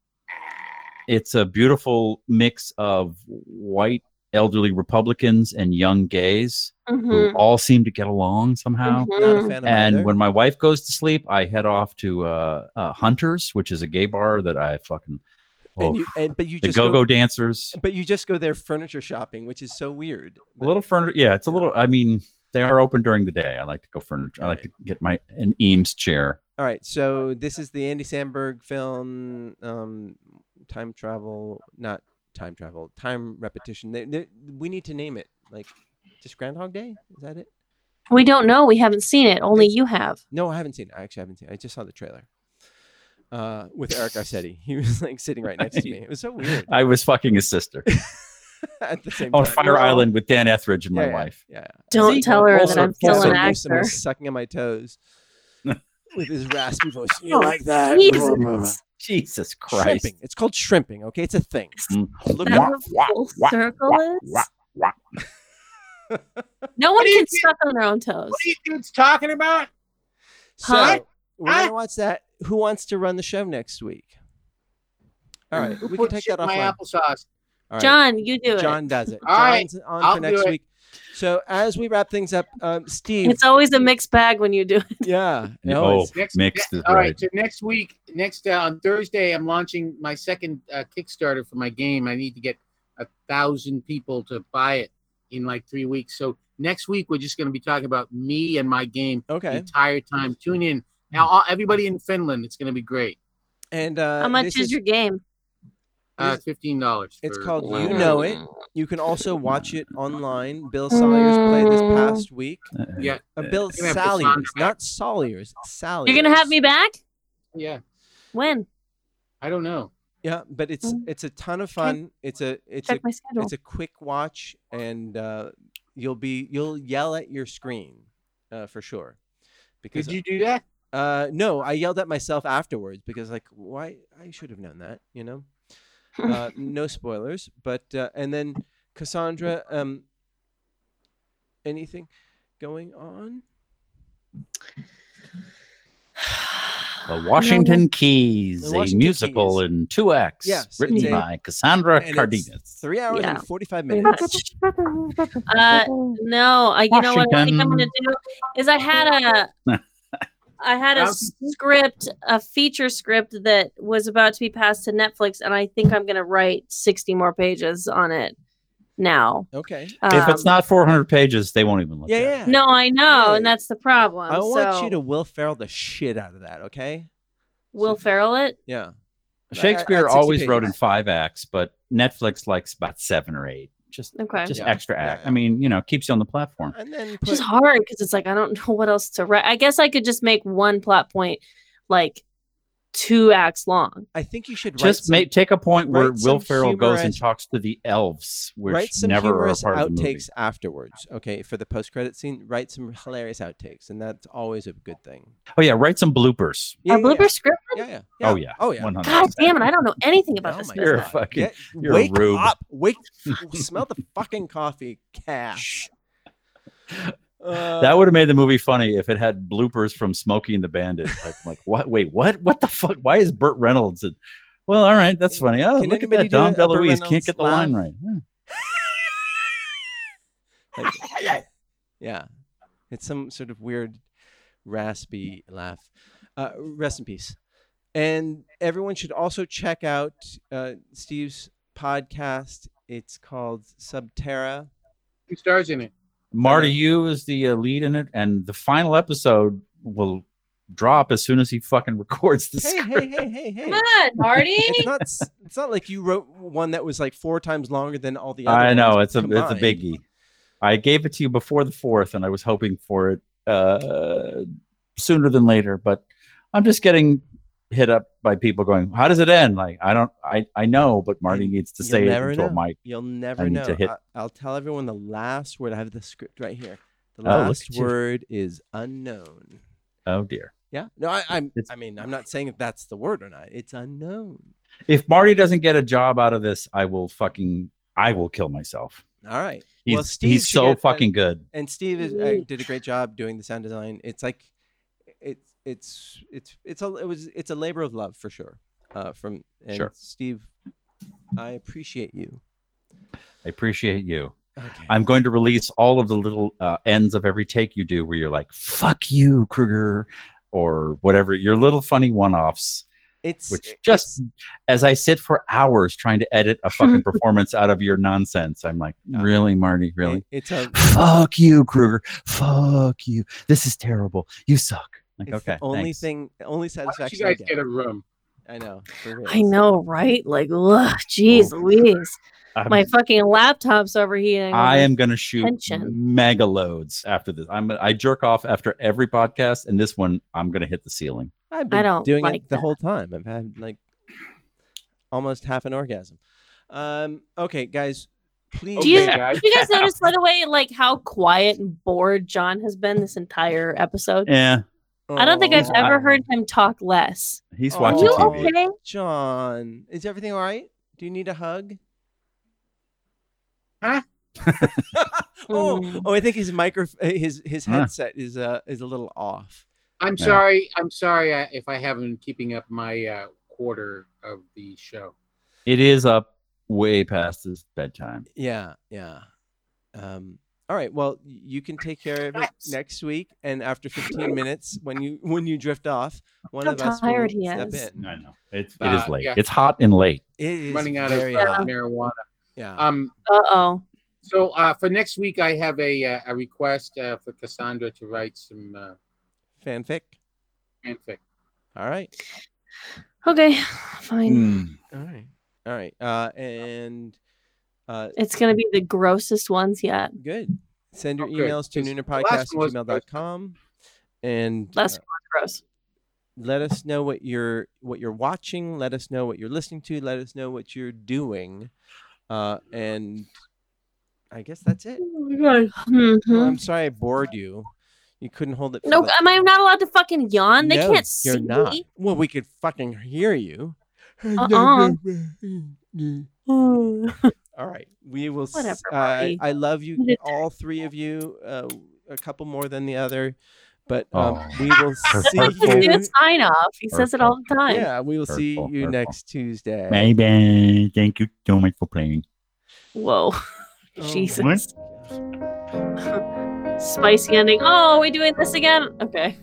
it's a beautiful mix of white elderly Republicans and young gays
Mhm.
who all seem to get along somehow.
Not a
Mhm.
fan of
and
either.
when my wife goes to sleep, I head off to uh, uh, Hunters, which is a gay bar that I fucking. Oh,
and you, and, but you
the
just
go-go
go,
dancers,
but you just go there furniture shopping, which is so weird.
a little furniture. Yeah, it's a little. I mean, they are open during the day. I like to go furniture. I like to get my an Eames chair.
All right, so this is the Andy Samberg film, um, time travel, not time travel, time repetition. They, they, we need to name it, like just Groundhog Day. Is that it?
We don't know. We haven't seen it. Only you have.
No, I haven't seen. It. I actually haven't seen. It. I just saw the trailer. Uh, with Eric Garcetti, he was like sitting right next to me. It was so weird.
I was fucking his sister
At the same
on
time.
Fire Island with Dan Etheridge and
yeah,
my
yeah,
wife.
Yeah,
Don't
See,
tell her
also-
that I'm still
also
an
Newsom
actor.
was sucking on my toes with his raspy voice. You
Oh,
like that?
Jesus.
Jesus Christ!
Shrimping. It's called shrimping. Okay, it's a thing.
Mm.
Look
That
it up.
what full circle is?
wah, wah.
No
What
one
do you
can
mean?
suck on their own toes.
What are you dudes talking about?
So
Huh?
we're gonna watch that. Who wants to run the show next week? All right,
Who
we can
put
take
shit
that
in
off.
My applesauce.
All right.
John, you do it.
John does it.
All right,
John's on
I'll
for
do
next
it.
week. So as we wrap things up, um, Steve.
It's always a mixed bag when you do it.
yeah. no,
Oh,
it's-
Next,
mixed
ne-
is
all right,
right.
So next week, next uh, on Thursday, I'm launching my second uh, Kickstarter for my game. I need to get a thousand people to buy it in like three weeks. So next week, we're just going to be talking about me and my game the
okay. Hmm.
entire time. Tune in now, all, everybody in Finland. It's going to be great.
And uh,
How much
this
is, your game?
Uh,
This-
Fifteen dollars.
It's called You Know It. You can also watch it online. Bill Salyers played this
Mm.
past week.
Yeah.
Uh, Bill
You're gonna have to
Salyers,
sound
not Salyers. Salyers.
You're gonna have me back?
Yeah,
When?
I don't know.
Yeah, but it's
Mm.
it's a ton of fun. It's a it's a
Check my schedule.
It's a quick watch, and uh, you'll be you'll yell at your screen uh, for sure. Because
Did you do that?
uh, no, I yelled at myself afterwards because like why I should have known that, you know. Uh, no spoilers, but uh, and then Cassandra, um, anything going on?
The Washington Keys,
The
a
Washington
musical
Keys.
in two acts,
Yes,
written
it's a-
by Cassandra
And it's
Cardenas.
Three hours
Yeah.
and forty-five minutes.
Uh, no, I, you know what I think I'm gonna do is I had a I had a
Wow.
script, a feature script that was about to be passed to Netflix, and I think I'm going to write 60 more pages on it now.
Okay.
if it's
Um,
not 400 pages, they won't even look
Yeah,
at
yeah.
no, I know,
Yeah.
and that's the problem.
I want
so
you to Will Ferrell the shit out of that. Okay.
Will Ferrell it.
Yeah.
it. Shakespeare
At- at
always
60
wrote in
pages.
five acts, but Netflix likes about seven or eight. Just
Okay.
just
Yeah.
extra
Yeah,
act.
yeah.
I mean, you know, keeps you on the platform.
And then
It's
put,
just hard because it's like I don't know what else to write. I guess I could just make one plot point like two acts long.
I think you should
Just
write
make, take a point where
write
Will
some
Ferrell goes and
humorous-
talks to the elves,
some,
which
write some
never are a
humorous
part of the movie.
outtakes afterwards. Okay, for the post credit scene, write some hilarious outtakes, and that's always a good thing.
Oh yeah, write some bloopers.
Yeah,
Are
yeah,
blooper script?
yeah, yeah,
Oh yeah.
oh yeah.
100%.
God damn it! I don't know anything about
Oh
this
my
You're
business.
a
God.
fucking.
Get-
you're a
wake
rube.
up! Wake! smell the fucking coffee, cash. Uh,
That would have made the movie funny if it had bloopers from Smokey and the Bandit. Like, like what? Wait, what? What the fuck? Why is Burt Reynolds? And, well, all right, that's funny. Oh,
Can
look at
anybody
that.
do
Dom
a- a Burt
DeLuise can't
Reynolds
get the line
laugh?
right. Hmm. Yeah.
like- yeah, it's some sort of weird, raspy laugh. Uh, rest in peace. And everyone should also check out uh, Steve's podcast. It's called Subterra.
Two stars in it.
Marty
Okay.
you is the uh, lead in it, and the final episode will drop as soon as he fucking records the
Hey,
script.
hey, hey, hey, hey!
Come on, Marty.
It's not. s- It's not like you wrote one that was like four times longer than all the other.
I know
ones
it's a
combined.
it's a biggie. I gave it to you before the fourth, and I was hoping for it uh, sooner than later. But I'm just getting hit up by people going, "How does it end?" Like I don't, I I know, but Marty
You-
needs to
you'll
say it
never
until
know.
Mike.
You'll never
I need
know.
to hit-
I, will tell everyone the last word. I have the script right here. The
Oh, look
last
at you.
word is unknown.
Oh dear.
Yeah. No, I, I'm.
It's-
I mean, I'm not saying if that's the word or not. It's unknown.
If Marty doesn't get a job out of this, I will fucking, I will kill myself.
All right.
He's
well, Steve
he's
should
so
get-
fucking good.
And, and Steve is, uh,
Ooh.
did a great job doing the sound design. It's like, it's it's it's it's a it was it's a labor of love for sure. Uh, from and
Sure.
Steve, I appreciate you.
I appreciate you.
Okay.
I'm going to release all of the little uh, ends of every take you do where you're like, "Fuck you, Kruger," or whatever. Your little funny one-offs.
it's
which
it-
just as I sit for hours trying to edit a fucking performance out of your nonsense, I'm like,
Yeah.
really, Marty,
it-
really?
it's a
Fuck you, Kruger. Fuck you. This is terrible. You suck. Like,
It's
okay.
the only
thanks.
thing, the only
Why don't you
satisfaction I
guys
get.
get a room?
I know. for real.
I know, right? Like, ugh,
Oh,
jeez, Louise,
I'm-
my fucking laptop's overheating.
I am gonna shoot
Tension.
mega loads after this. I'm I jerk off after every podcast, and this one I'm gonna hit the ceiling.
I've been
don't
doing
like
it the
that.
whole time. I've had like almost half an orgasm. Um. Okay, guys, please.
Do you-
Okay, guys.
Did you guys notice, by the way, like how quiet and bored John has been this entire episode?
Yeah,
I don't think I've
Oh,
ever heard him talk less.
he's
Oh.
watching
You
Watch
TV.
okay?
John, is everything all right? Do you need a hug?
Huh?
Hmm.
oh, oh, I think his micro, his his
Huh.
headset is uh is a little off.
I'm
Yeah.
sorry. I'm sorry uh, if I haven't been keeping up my uh, quarter of the show.
It is up way past his bedtime.
Yeah, yeah. Um, all right. Well, y- you can take care of it
Yes.
next week, and after 15 minutes, when you when you drift off, one
How
of us
tired
will
he
step
is.
in.
know it's it
Uh,
is late.
yeah.
It's hot and late.
It is
Running out of
very
uh,
hot.
marijuana.
Yeah.
Um.
Uh oh.
So uh, for next week, I have a uh, a request uh, for Cassandra to write some uh,
Fanfic.
fanfic.
All right.
Okay, fine.
All right. All right. Uh, and uh,
It's gonna be the grossest ones yet.
good. Send your
Okay,
emails to
because Oh, the
noonerpodcast at
last one was-
gmail.com. And uh,
Last Gross.
let us know what you're what you're watching let us know what you're listening to let us know what you're doing uh and i guess that's it Well,
Mhm.
i'm sorry i bored you you couldn't hold it for
No,
the-
am I not allowed to fucking yawn? They
No,
can't see
you're not
me.
well we could fucking hear you
Uh-uh.
all right we will s-
Whatever,
uh,
Marty.
i love you
You did
all three of you uh, a couple more than the other but um,
Oh.
we will
hurtful.
see
Do
you
a sign off. He says it all the time.
yeah we will see
Hurtful,
you
hurtful.
next tuesday
Maybe. Thank you so much for playing.
Whoa.
Oh my
Jesus. Spicy ending. Oh, are we doing this again? Okay.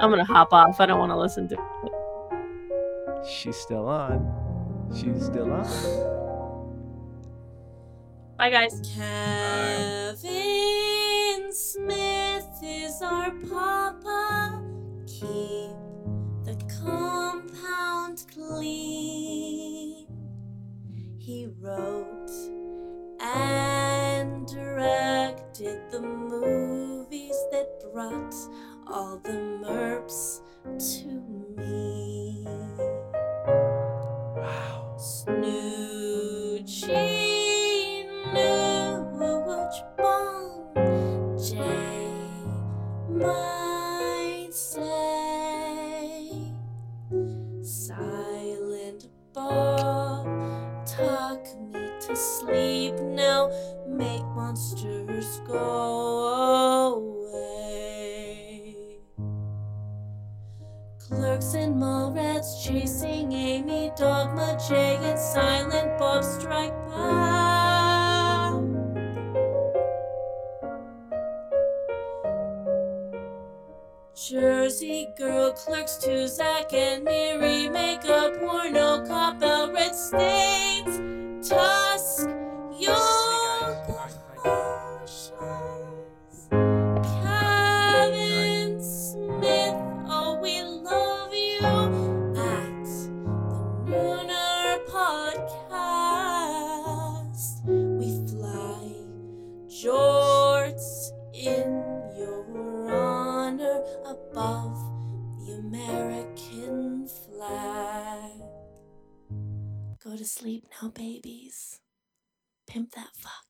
I'm gonna hop off. I don't want to listen to.
She's still on. She's still on.
Bye, guys.
Kevin Smith is our papa. Keep the compound clean. He wrote and directed the movies that brought all the merps to me. Wow. Snoochie Nooch Bong Jay might say Silent Bob Tuck me to sleep now Make monsters go away Clerks and mall rats chasing Amy, Dogma, Jay, and Silent Bob strike back. Jersey Girl, Clerks to Zack and Miri, Makeup, Porno, Cop out, Red State, Tusk, Yonkers. Kevin Smith, oh, we love you at the Nooner Podcast. We fly jorts in your honor above the American flag. Go to sleep now, babies. Pimp that fuck.